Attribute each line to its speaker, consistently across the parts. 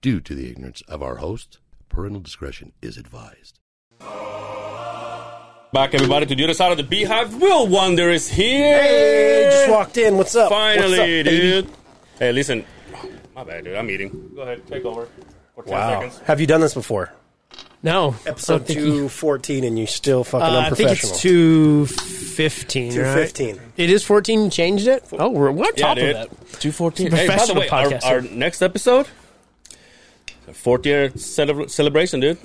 Speaker 1: due to the ignorance of our hosts. Parental discretion is advised.
Speaker 2: Back, everybody, to the other side of the beehive. Will Wonder is here.
Speaker 3: Hey, just walked in. What's up? What's up,
Speaker 2: Finally,
Speaker 3: baby?
Speaker 2: dude. Hey, listen. My bad, dude. I'm eating. Go ahead, take over for 10
Speaker 3: Wow.
Speaker 2: seconds.
Speaker 3: Have you done this before? Oh,
Speaker 4: No. I
Speaker 3: Episode
Speaker 4: don't think you-
Speaker 3: 214 and you still fucking
Speaker 4: Uh, I think
Speaker 3: unprofessional.
Speaker 4: it's 215.
Speaker 3: 215.
Speaker 4: Right? It is 14 you changed it? Oh, we're, we're on
Speaker 2: Yeah,
Speaker 4: top
Speaker 2: dude.
Speaker 4: of that.
Speaker 2: Hey,
Speaker 4: 214.
Speaker 2: by the
Speaker 4: Professional
Speaker 2: way, our,
Speaker 4: podcast.
Speaker 2: our next episode, the fourth year celebra- celebration, dude.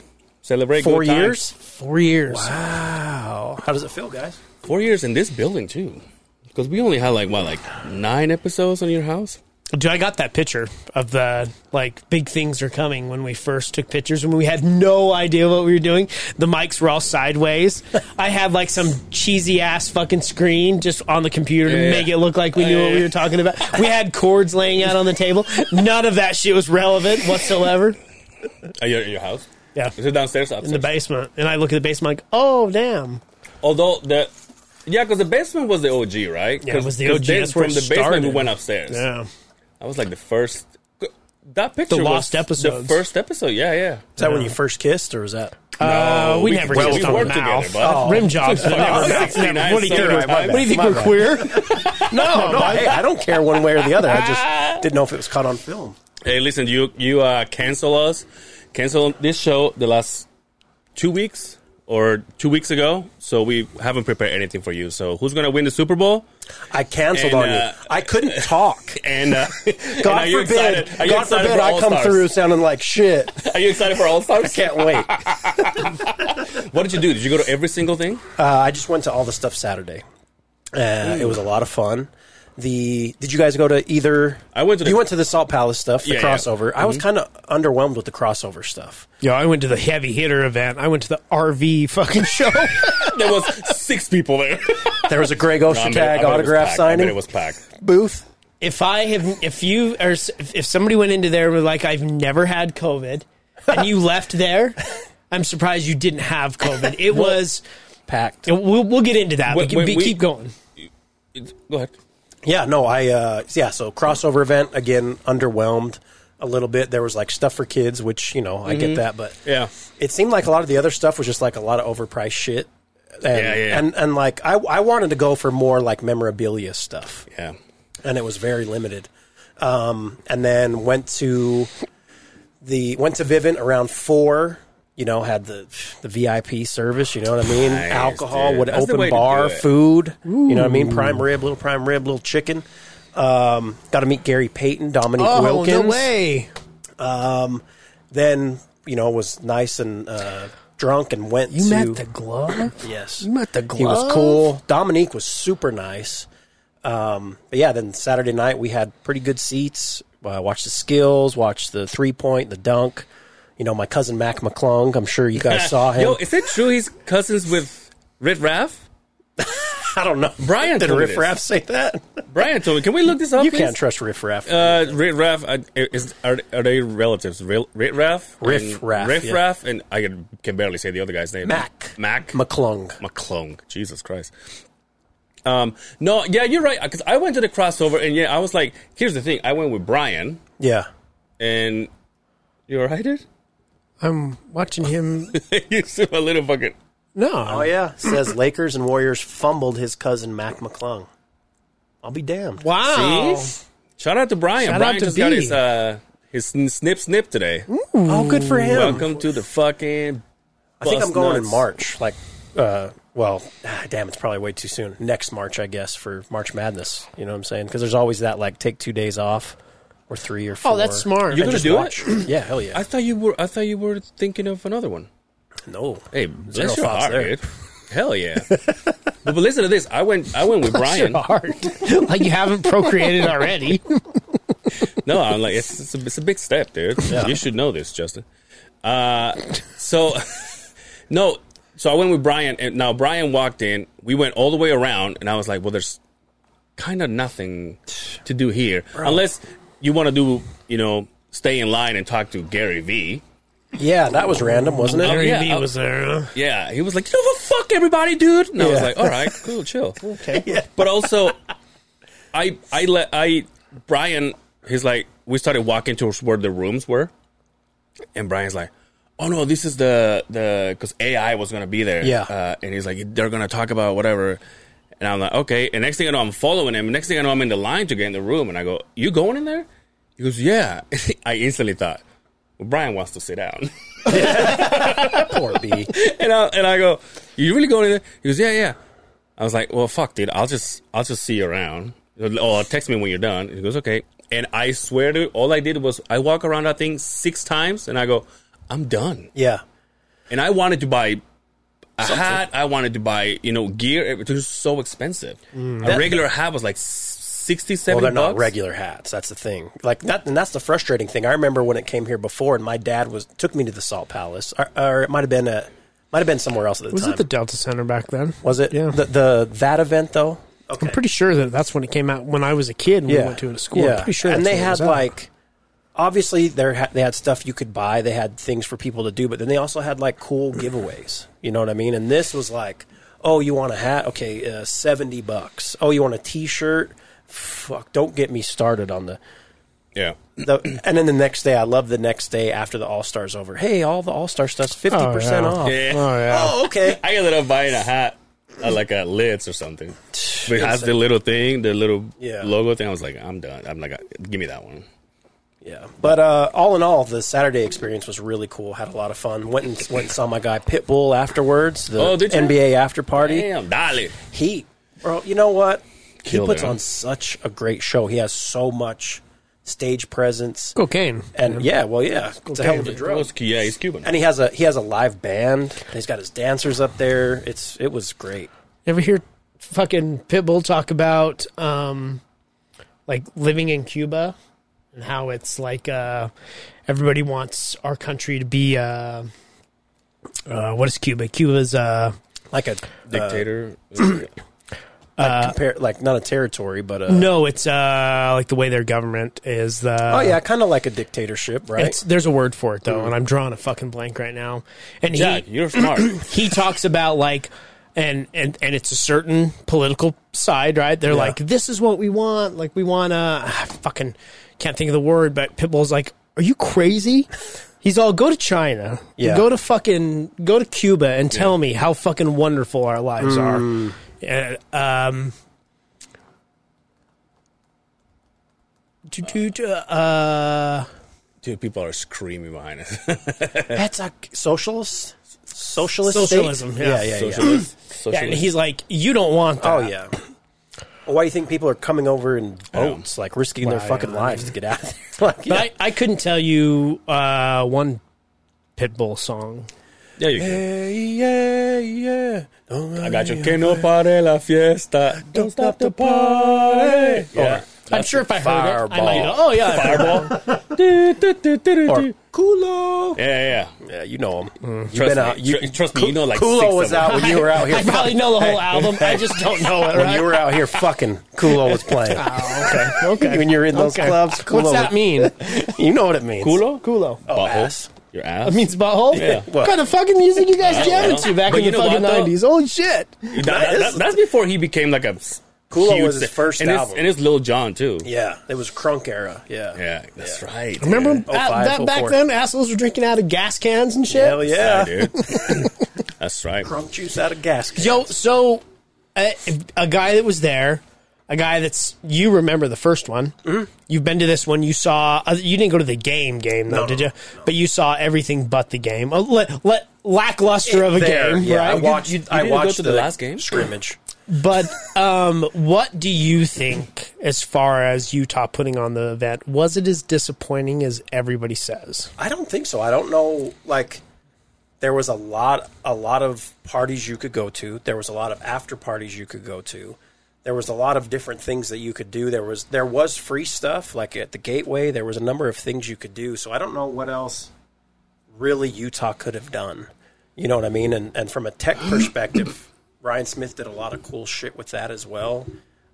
Speaker 2: Celebrate
Speaker 3: Four
Speaker 2: good times.
Speaker 3: years?
Speaker 4: Four years.
Speaker 3: Wow. How does it feel, guys?
Speaker 2: Four years in this building too, because we only had like what, like nine episodes on your house.
Speaker 4: Dude, I got that picture of the like big things are coming when we first took pictures when we had no idea what we were doing. The mics were all sideways. I had like some cheesy ass fucking screen just on the computer
Speaker 2: Yeah, yeah.
Speaker 4: to make it look like we
Speaker 2: Oh,
Speaker 4: knew
Speaker 2: yeah,
Speaker 4: what we
Speaker 2: yeah.
Speaker 4: were talking about. We had cords laying out on the table. None of that shit was relevant whatsoever.
Speaker 2: At Uh, your, your house?
Speaker 4: Yeah.
Speaker 2: Is it downstairs? or
Speaker 4: In the
Speaker 2: Upstairs?
Speaker 4: basement. And I look at the basement like, oh damn.
Speaker 2: Although the yeah, because the basement was the OG, right?
Speaker 4: Yeah,
Speaker 2: 'Cause-
Speaker 4: it was the
Speaker 2: 'cause
Speaker 4: OG.
Speaker 2: then
Speaker 4: That's
Speaker 2: from
Speaker 4: where it
Speaker 2: the basement we
Speaker 4: started.
Speaker 2: went upstairs.
Speaker 4: Yeah.
Speaker 2: I was like the first. That picture was
Speaker 4: lost
Speaker 2: The
Speaker 4: episodes.
Speaker 2: first episode, yeah, yeah.
Speaker 3: Is that when you first kissed or is that?
Speaker 4: Uh, we,
Speaker 2: we-
Speaker 4: never
Speaker 2: well,
Speaker 4: kissed
Speaker 2: we
Speaker 4: on the
Speaker 2: worked together,
Speaker 4: mouth.
Speaker 2: bud.
Speaker 4: Rim jobs. Oh, never mouth.
Speaker 2: 69,
Speaker 4: What do
Speaker 2: so
Speaker 4: you think?
Speaker 2: right, my
Speaker 4: What do you think
Speaker 3: bad.
Speaker 4: we're queer?
Speaker 3: No, no. Hey, I don't care one way or the other. I just didn't know if it was caught on film.
Speaker 2: Hey, listen, you you uh, cancel us, cancel this show the last two weeks or two weeks ago, so we haven't prepared anything for you. So who's gonna win the Super Bowl?
Speaker 3: I canceled
Speaker 2: And,
Speaker 3: on
Speaker 2: uh,
Speaker 3: you. I couldn't talk.
Speaker 2: And uh, and
Speaker 3: God
Speaker 2: are you
Speaker 3: forbid.
Speaker 2: excited? Are you
Speaker 3: God
Speaker 2: excited
Speaker 3: forbid
Speaker 2: for
Speaker 3: I come
Speaker 2: All-Stars?
Speaker 3: through sounding like shit.
Speaker 2: Are you excited for All Stars?
Speaker 3: Can't wait. Uh,
Speaker 2: What did you do? Did you go to every single thing?
Speaker 3: Uh, I just went to all the stuff Saturday. Uh, it was a lot of fun. The did you guys go to either?
Speaker 2: I went to the-
Speaker 3: you went to the Salt Palace stuff, the
Speaker 2: Yeah, Mm-hmm. yeah.
Speaker 3: crossover. I was kind of underwhelmed with the crossover stuff.
Speaker 4: Yo, I went to the heavy hitter event. I went to the RV fucking show.
Speaker 2: There was six people there.
Speaker 3: There was a Greg
Speaker 2: I
Speaker 3: Ostertag
Speaker 2: bet- I bet it was
Speaker 3: autograph
Speaker 2: packed. I bet
Speaker 3: signing
Speaker 2: it was packed.
Speaker 3: booth.
Speaker 4: if I have, if you or s- if somebody went into there with like, I've never had COVID, and you left there, I'm surprised you didn't have COVID. It was.
Speaker 3: Packed.
Speaker 4: We'll, we'll get into that.
Speaker 2: Wait,
Speaker 4: we can
Speaker 2: wait,
Speaker 4: be,
Speaker 2: we-
Speaker 4: keep going.
Speaker 2: Go ahead.
Speaker 3: Yeah, no, I uh yeah, so crossover event again underwhelmed a little bit. There was like stuff for kids, which, you know, I
Speaker 2: Mm-hmm.
Speaker 3: get that, but
Speaker 2: Yeah.
Speaker 3: it seemed like a lot of the other stuff was just like a lot of overpriced shit. And,
Speaker 2: Yeah, yeah.
Speaker 3: and and like I I wanted to go for more like memorabilia stuff,
Speaker 2: Yeah.
Speaker 3: and it was very limited. Um, and then went to the went to Vivint around four. You know, had the the VIP service. You know what I mean?
Speaker 2: Nice,
Speaker 3: Alcohol,
Speaker 2: dude.
Speaker 3: would
Speaker 2: That's the way to
Speaker 3: open
Speaker 2: do
Speaker 3: bar,
Speaker 2: it.
Speaker 3: food. You know what I mean? Prime rib, little prime rib, little chicken. Um, got to meet Gary Payton, Dominique Wilkins.
Speaker 4: Oh, way!
Speaker 3: Then you know was nice and uh, drunk and went.
Speaker 4: You
Speaker 3: to,
Speaker 4: met the glove.
Speaker 3: Yes.
Speaker 4: You met the
Speaker 3: He was
Speaker 4: glove?
Speaker 3: cool. Dominique was super nice. Um, but yeah, then Saturday night we had pretty good seats. Uh, watched the skills, watched the three point, the dunk. You know, my cousin Mac McClung. I'm sure you guys saw him.
Speaker 2: Yo, is it true he's cousins with Rit Raff?
Speaker 3: I don't know.
Speaker 2: Brian
Speaker 3: did
Speaker 2: told me
Speaker 3: Riff Raff say that?
Speaker 2: Brian told me. Can we look this up?
Speaker 3: you
Speaker 2: please?
Speaker 3: can't trust Riff Raff.
Speaker 2: Uh, Rit Raff uh, is are, are they relatives? Rit Rit Raff,
Speaker 3: Riff
Speaker 2: and-
Speaker 3: Raff,
Speaker 2: Riff
Speaker 3: yeah.
Speaker 2: Raff, and I can, can barely say the other guy's name.
Speaker 3: Mac.
Speaker 2: Mac
Speaker 3: McClung.
Speaker 2: McClung. Jesus Christ. Um, no, yeah, you're right. Because I went to the crossover, and yeah, I was like, here's the thing. I went with Brian,
Speaker 3: Yeah.
Speaker 2: and you all right, dude?
Speaker 4: I'm watching him.
Speaker 2: you see my little fucking.
Speaker 4: No,
Speaker 3: Oh yeah. Says Lakers and Warriors fumbled his cousin Mac McClung. I'll be damned.
Speaker 4: wow.
Speaker 2: Shout out to Brian.
Speaker 4: Shout out
Speaker 2: Brian
Speaker 4: to
Speaker 2: just got
Speaker 4: B.
Speaker 2: his uh his sn- snip snip today.
Speaker 3: Oh, good for him.
Speaker 2: Welcome to the fucking.
Speaker 3: I think
Speaker 2: bus
Speaker 3: I'm going in
Speaker 2: nuts.
Speaker 3: March. Like, uh, well, ah, damn, it's probably way too soon. Next March, I guess, for March Madness. You know what I'm saying? Because there's always that like take two days off, or three or four.
Speaker 4: Oh, that's smart.
Speaker 2: You're gonna
Speaker 3: And just
Speaker 2: do
Speaker 3: watch.
Speaker 2: it?
Speaker 3: yeah, hell yeah.
Speaker 2: I thought you were. I thought you were thinking of another one.
Speaker 3: no,
Speaker 2: Hey,
Speaker 3: Zero
Speaker 2: bless your
Speaker 3: thoughts
Speaker 2: heart,
Speaker 3: there.
Speaker 2: dude. Hell yeah. but, but listen to this. I went. I went with Brian.
Speaker 4: hard. like you haven't procreated already.
Speaker 2: No, I'm like it's, it's, a, it's a big step, dude. You should know this, Justin. Uh, so no, so I went with Brian, and now Brian walked in. We went all the way around, and I was like, well, there's kind of nothing to do here unless you want to do, you know, stay in line and talk to Gary V.
Speaker 3: yeah, that was random, wasn't it? uh,
Speaker 2: Gary
Speaker 4: Gary
Speaker 2: yeah,
Speaker 4: V
Speaker 2: I'll-
Speaker 4: was there.
Speaker 2: Yeah, he was like, you know, fuck everybody, dude. And I was
Speaker 3: Yeah.
Speaker 2: like, all right, cool, chill.
Speaker 4: Okay.
Speaker 2: But also, I I let I Brian. He's like, we started walking towards where the rooms were, And Brian's like, "Oh no, this is the the because AI was gonna be there."
Speaker 3: Yeah.
Speaker 2: Uh, and he's like, "They're gonna talk about whatever." And I'm like, "Okay." And next thing I know, I'm following him. Next thing I know, I'm in the line to get in the room, and I go, "You going in there?" He goes, "Yeah." I instantly thought, "Well, Brian wants to sit down."
Speaker 3: Poor B.
Speaker 2: and I and I go, "You really going in there?" He goes, "Yeah, yeah." I was like, "Well, fuck, dude. I'll just I'll just see you around, or text me when you're done." He goes, "Okay." And I swear to, all I did was I walk around that thing six times, and I go, "I'm done."
Speaker 3: Yeah.
Speaker 2: And I wanted to buy a hat. I wanted to buy you know gear. It was so expensive. A regular hat was like. 60, 70
Speaker 3: Mm. Well, they're not
Speaker 2: bucks.
Speaker 3: regular hats. That's the thing. Like that, and that's the frustrating thing. I remember when it came here before, and my dad was took me to the Salt Palace, or, or it might have been a, might have been somewhere else at the
Speaker 4: Was
Speaker 3: time.
Speaker 4: it the Delta Center back then?
Speaker 3: was it
Speaker 4: Yeah.
Speaker 3: the, the that event though?
Speaker 4: I'm pretty sure that that's when it came out when I was a kid. and We went to it at school. I'm pretty sure.
Speaker 3: And
Speaker 4: that's
Speaker 3: they
Speaker 4: when it
Speaker 3: had
Speaker 4: was out.
Speaker 3: like, obviously, they ha- they had stuff you could buy. They had things for people to do, but then they also had like cool giveaways. You know what I mean? And this was like, oh, you want a hat? Okay, uh, seventy bucks. Oh, you want a T-shirt? Fuck! Don't get me started on the.
Speaker 2: Yeah.
Speaker 3: the and then the next day, I love the next day after the All Stars over. Hey, all the All Star stuff's fifty percent
Speaker 4: yeah.
Speaker 3: off.
Speaker 2: Yeah.
Speaker 4: Oh yeah.
Speaker 3: Oh, okay.
Speaker 2: I ended up buying a hat, uh, like a lids or something. But it has the little thing, the little
Speaker 3: Yeah.
Speaker 2: logo thing. I was like, I'm done. I'm like, give me that one.
Speaker 3: Yeah, but uh, all in all, the Saturday experience was really cool. Had a lot of fun. Went and went and saw my guy Pitbull afterwards. The
Speaker 2: Oh, did you?
Speaker 3: NBA after party.
Speaker 2: Damn, dale.
Speaker 3: He, bro, you know what?
Speaker 2: Killed
Speaker 3: he puts
Speaker 2: it, huh?
Speaker 3: on such a great show. He has so much stage presence,
Speaker 4: Cocaine.
Speaker 3: and yeah, well, yeah, it's a hell of a
Speaker 2: That
Speaker 3: drug.
Speaker 2: was- yeah, he's Cuban.
Speaker 3: And he has a he has a live band. He's got his dancers up there. It's it was great.
Speaker 4: Ever hear fucking Pitbull talk about um, like living in Cuba and how it's like uh, everybody wants our country to be uh, uh, what is Cuba? Cuba's uh,
Speaker 3: Like a
Speaker 2: Dictator.
Speaker 3: uh, like, compare, like not a territory, but a
Speaker 4: no, it's uh, like the way their government is uh, the
Speaker 3: oh yeah, kind of like a dictatorship, right? Mm.
Speaker 4: It's, there's a word for it though, and I'm drawing a fucking blank right now. And
Speaker 2: Jack,
Speaker 4: he
Speaker 2: you're smart.
Speaker 4: he talks about like and and and it's a certain political side, right? They're like, this is what we want. Like we want to fucking can't think of the word, but Pitbull's like, are you crazy? He's all go to China,
Speaker 3: Yeah.
Speaker 4: go to fucking go to Cuba and tell me how fucking wonderful our lives
Speaker 3: Mm.
Speaker 4: are. And, um. do- do- do, uh,
Speaker 2: Dude, people are screaming behind us.
Speaker 3: That's a socialist, socialist, state?
Speaker 4: Socialism, yeah.
Speaker 3: yeah, yeah. yeah.
Speaker 2: Socialist.
Speaker 4: yeah,
Speaker 2: Socialist.
Speaker 4: and he's like, you don't want that.
Speaker 3: Oh yeah. Why do you think people are coming over in boats, like risking their
Speaker 4: Why,
Speaker 3: fucking
Speaker 4: I mean-
Speaker 3: lives to get out of there? Like,
Speaker 4: But I, I couldn't tell you uh, one Pitbull song.
Speaker 2: yeah, you can.
Speaker 3: yeah, yeah, yeah.
Speaker 2: I got you. Que no pare la fiesta. Don't stop the party. Yeah.
Speaker 4: I'm sure if I heard it, I
Speaker 3: Fireball.
Speaker 4: might go, oh, yeah. Fireball. do, do, do, do, do, do.
Speaker 3: Kulo.
Speaker 2: Yeah, yeah.
Speaker 3: Yeah, you know him. You've
Speaker 2: Mm. Trust
Speaker 3: been
Speaker 2: me.
Speaker 3: out. You,
Speaker 2: Tr- trust me, you know, like
Speaker 3: Kulo
Speaker 2: six
Speaker 3: was
Speaker 2: of 'em.
Speaker 3: out when you were out here.
Speaker 4: I probably know the whole album. I just don't know it,
Speaker 3: when
Speaker 4: right?
Speaker 3: you were out here fucking, Kulo was playing.
Speaker 4: Oh, okay. okay.
Speaker 3: When you're in those
Speaker 4: Okay.
Speaker 3: clubs, Kulo
Speaker 4: What's that
Speaker 3: was-
Speaker 4: mean?
Speaker 3: You know what it means.
Speaker 2: Culo?
Speaker 4: Kulo.
Speaker 3: Oh,
Speaker 2: Butthole.
Speaker 3: ass.
Speaker 2: Your ass.
Speaker 4: It means butthole?
Speaker 2: Yeah.
Speaker 4: What kind of fucking music you guys
Speaker 2: know.
Speaker 4: jamming to back
Speaker 2: But
Speaker 4: in
Speaker 2: you
Speaker 4: the
Speaker 2: know
Speaker 4: fucking
Speaker 2: what, though?
Speaker 4: 90s? Holy shit.
Speaker 2: That- that- that's before he became like a.
Speaker 3: Kulo
Speaker 2: huge
Speaker 3: was his
Speaker 2: thing.
Speaker 3: first
Speaker 2: and
Speaker 3: album.
Speaker 2: It's, and it's Lil John too.
Speaker 3: Yeah, it was Crunk era. Yeah.
Speaker 2: Yeah, that's right.
Speaker 4: Remember
Speaker 2: dude.
Speaker 4: when that,
Speaker 3: 05,
Speaker 4: that back
Speaker 3: 04.
Speaker 4: then, assholes were drinking out of gas cans and shit?
Speaker 3: oh, Hell yeah.
Speaker 2: dude. that's right.
Speaker 3: Crunk juice out of gas. can.
Speaker 4: Yo, so a, a guy that was there, a guy that's you remember the first one.
Speaker 3: Mm-hmm.
Speaker 4: You've been to this one. You saw. Uh, you didn't go to the game game though,
Speaker 3: No,
Speaker 4: did
Speaker 3: no,
Speaker 4: you? But you saw everything but the game. A let, let lackluster of a
Speaker 3: There,
Speaker 4: game,
Speaker 3: yeah,
Speaker 4: right?
Speaker 3: I watched.
Speaker 2: you- you
Speaker 3: I
Speaker 2: didn't go
Speaker 3: watched
Speaker 2: to the last game?
Speaker 3: scrimmage.
Speaker 4: But um, what do you think as far as Utah putting on the event? Was it as disappointing as everybody says?
Speaker 3: I don't think so. I don't know. Like, there was a lot, a lot of parties you could go to. There was a lot of after parties you could go to. There was a lot of different things that you could do. There was there was free stuff like at the gateway. There was a number of things you could do. So I don't know what else really Utah could have done. You know what I mean? And and from a tech perspective, Ryan Smith did a lot of cool shit with that as well.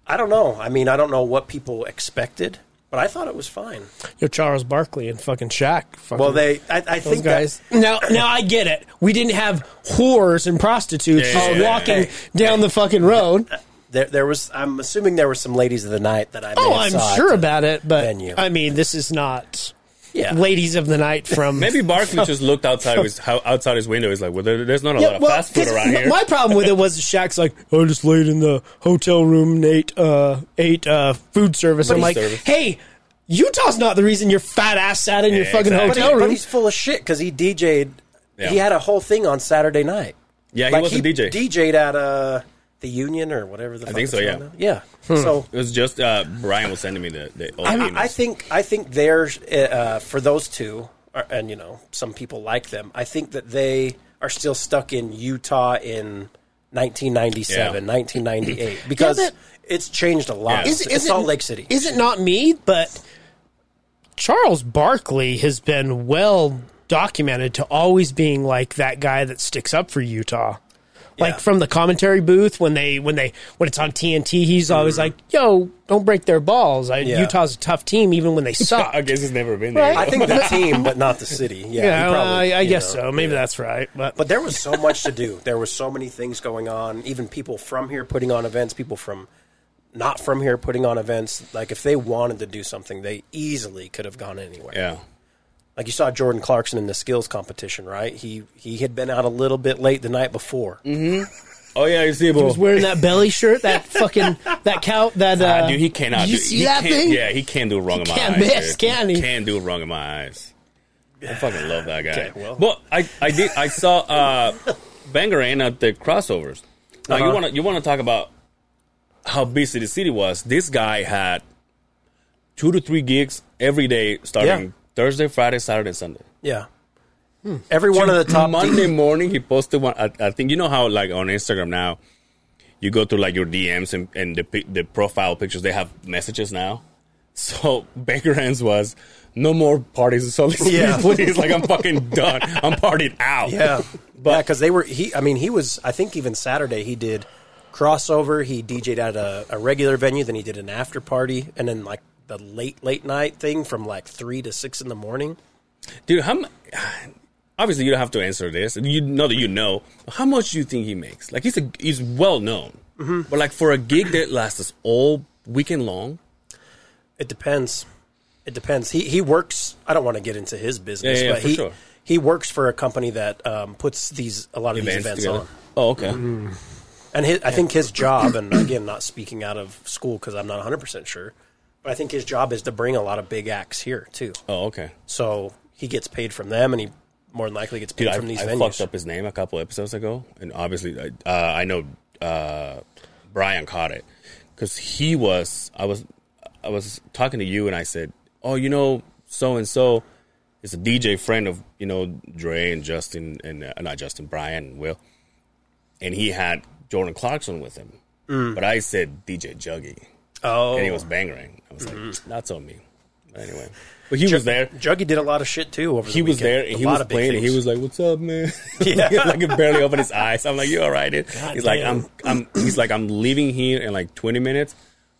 Speaker 3: I don't know. I mean, I don't know what people expected, but I thought it was fine.
Speaker 4: Yo, Charles Barkley and fucking Shaq. Fucking
Speaker 3: Well, they I, I think that-
Speaker 4: guys. now, now I get it. We didn't have whores and prostitutes
Speaker 2: Yeah, yeah,
Speaker 4: just
Speaker 2: yeah,
Speaker 4: walking
Speaker 3: yeah.
Speaker 4: down the fucking road.
Speaker 3: There, there was. I'm assuming there were some ladies of the night that I. may
Speaker 4: Oh,
Speaker 3: have
Speaker 4: I'm
Speaker 3: saw at
Speaker 4: sure
Speaker 3: the-
Speaker 4: about it, but
Speaker 3: venue.
Speaker 4: I mean, this is not.
Speaker 3: Yeah.
Speaker 4: ladies of the night from
Speaker 2: Maybe Barkley just looked outside his how, outside his window. He's like, well, there, there's not a lot of fast food
Speaker 4: 'cause
Speaker 2: around
Speaker 4: my-
Speaker 2: here.
Speaker 4: My problem with it was Shaq's like, "Oh, I just laid in the hotel room and ate, uh, ate uh, food service. I'm
Speaker 2: Food
Speaker 4: like,
Speaker 2: service.
Speaker 4: hey, Utah's not the reason your fat ass sat in your
Speaker 2: Yeah,
Speaker 4: fucking
Speaker 2: exactly.
Speaker 3: But, he-
Speaker 4: hotel
Speaker 3: but
Speaker 4: room.
Speaker 3: he's full of shit because he DJ'd.
Speaker 2: Yeah.
Speaker 3: He had a whole thing on Saturday night.
Speaker 2: yeah, he was a DJ.
Speaker 3: DJ'd at uh, the Union or whatever the fuck
Speaker 2: think
Speaker 3: it's
Speaker 2: so, yeah.
Speaker 3: called now. Yeah.
Speaker 4: Hmm.
Speaker 3: So
Speaker 2: it was just uh, Brian was sending me the. the old
Speaker 3: I,
Speaker 2: emails.
Speaker 3: I think I think there's uh, for those two, uh, and you know some people like them. I think that they are still stuck in Utah in 1997, 1998 because
Speaker 4: Yeah, but-
Speaker 3: it's changed a lot.
Speaker 2: Yeah.
Speaker 4: Is-
Speaker 3: It's
Speaker 4: is it-
Speaker 3: Salt Lake City.
Speaker 4: Is it not me? But Charles Barkley has been well documented to always being like that guy that sticks up for Utah. Like
Speaker 3: Yeah.
Speaker 4: from the commentary booth when they when they when it's on TNT, he's always like, "Yo, don't break their balls." I,
Speaker 3: Yeah.
Speaker 4: Utah's a tough team, even when they suck.
Speaker 2: I guess he's never been there.
Speaker 4: Right?
Speaker 3: I think the team, but not the city. Yeah,
Speaker 4: yeah,
Speaker 3: he
Speaker 4: well,
Speaker 3: probably,
Speaker 4: I, I
Speaker 3: you
Speaker 4: guess
Speaker 3: know.
Speaker 4: so. Maybe that's right. But,
Speaker 3: But there was so much to do. There was so many things going on. Even people from here putting on events. People from not from here putting on events. Like if they wanted to do something, they easily could have gone anywhere.
Speaker 2: Yeah.
Speaker 3: like you saw Jordan Clarkson in the skills competition, right? He he had been out a little bit late the night before.
Speaker 4: Mm-hmm.
Speaker 2: Oh yeah, you see,
Speaker 4: was wearing that belly shirt, that fucking that cow, that uh,
Speaker 2: Ah, dude, he cannot.
Speaker 4: You
Speaker 2: do,
Speaker 4: see
Speaker 2: he
Speaker 4: that
Speaker 2: can't-
Speaker 4: thing?
Speaker 2: Yeah, he can't do wrong in my
Speaker 4: can't
Speaker 2: eyes.
Speaker 4: miss,
Speaker 2: dude.
Speaker 4: can he?
Speaker 2: Can't do wrong in my eyes. I fucking love that guy.
Speaker 3: well.
Speaker 2: But I, I did. I saw uh, Bangarang at the crossovers. Now you
Speaker 3: Uh-huh.
Speaker 2: want to you want to talk about how busy the city was. This guy had two to three gigs every day, starting
Speaker 3: Yeah.
Speaker 2: Thursday, Friday, Saturday, Sunday.
Speaker 3: Yeah, Hmm. every one of the top
Speaker 2: Monday morning, he posted one. I, I think you know how like on Instagram now, you go to like your DMs and, and the pi- the profile pictures. They have messages now. So Baker Hands was no more parties. It's only
Speaker 3: Yeah.
Speaker 2: please. Like I'm fucking done. I'm partied out.
Speaker 3: yeah, but because they were he. I mean, he was. I think even Saturday he did crossover. He DJ'd at a, a regular venue, then he did an after party, and then like the late late night thing from like three to six in the morning.
Speaker 2: dude. How? mu- Obviously, you don't have to answer this. You know that you know. How much do you think he makes? Like he's a he's well known,
Speaker 3: Mm-hmm.
Speaker 2: but like for a gig that lasts us all weekend long,
Speaker 3: It depends. It depends. He he works. I don't want to get into his business,
Speaker 2: Yeah, yeah,
Speaker 3: but
Speaker 2: for
Speaker 3: he
Speaker 2: sure.
Speaker 3: he works for a company that um, puts these a Mm-hmm. lot of these events
Speaker 2: together.
Speaker 3: on.
Speaker 2: Oh, okay.
Speaker 3: And his, I think his job, and again, not speaking out of school because I'm not 100% sure, but I think his job is to bring a lot of big acts here, too.
Speaker 2: Oh, okay.
Speaker 3: So he gets paid from them, and he more than likely gets paid
Speaker 2: Dude, I,
Speaker 3: from these
Speaker 2: I
Speaker 3: venues.
Speaker 2: fucked up his name a couple episodes ago, and obviously, I, uh, I know uh, Brian caught it because he was. I was, I was talking to you, and I said, "Oh, you know, so and so is a DJ friend of you know Dre and Justin, and uh, not Justin, Brian and Will, and he had Jordan Clarkson with him, but I said DJ Juggy,
Speaker 3: Mm. Oh, Mm-hmm.
Speaker 2: and he was bangering. I was like, that's on me. But anyway, but he was there
Speaker 3: Juggy did a lot of shit, too, over the
Speaker 2: he was
Speaker 3: weekend.
Speaker 2: there
Speaker 3: A
Speaker 2: and he
Speaker 3: lot
Speaker 2: was
Speaker 3: of big
Speaker 2: playing and he
Speaker 3: things.
Speaker 2: was like, "What's up, man?"
Speaker 3: Yeah.
Speaker 2: like, he barely opened his eyes. I'm like, "You all right?" Dude? he's like,
Speaker 3: damn.
Speaker 2: "I'm, I'm." He's like, "I'm leaving here in like 20 minutes.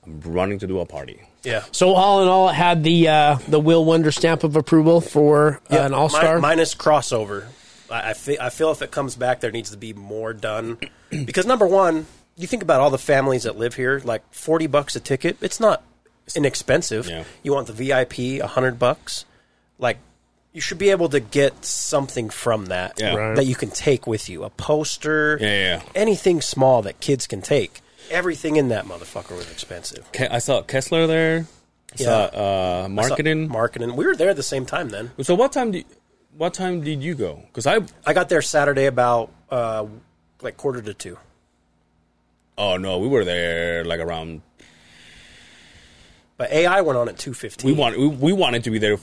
Speaker 2: I'm running to do a party."
Speaker 3: Yeah.
Speaker 4: so all in all, it had the uh, the Will Wonder stamp of approval for uh, an
Speaker 3: Mi-
Speaker 4: All Star.
Speaker 3: minus crossover. I, I, feel, I feel if it comes back, there needs to be more done. Because, number one, you think about all the families that live here, like 40 bucks a ticket, it's not inexpensive.
Speaker 2: Yeah.
Speaker 3: You want the VIP, 100 bucks. Like, you should be able to get something from that
Speaker 2: Yeah. Right.
Speaker 3: that you can take with you a poster,
Speaker 2: Yeah, yeah, yeah.
Speaker 3: anything small that kids can take. Everything in that motherfucker was expensive.
Speaker 2: Ke- I saw Kessler there. I saw uh,
Speaker 3: So-
Speaker 2: marketing.
Speaker 3: marketing. We were there at the same time then.
Speaker 2: so what time? Do you, what time did you go? Because I.
Speaker 3: I got there Saturday about uh, like quarter to two.
Speaker 2: Oh no, we were there like around.
Speaker 3: But AI went on at two
Speaker 2: We
Speaker 3: fifteen.
Speaker 2: want we, we wanted to be there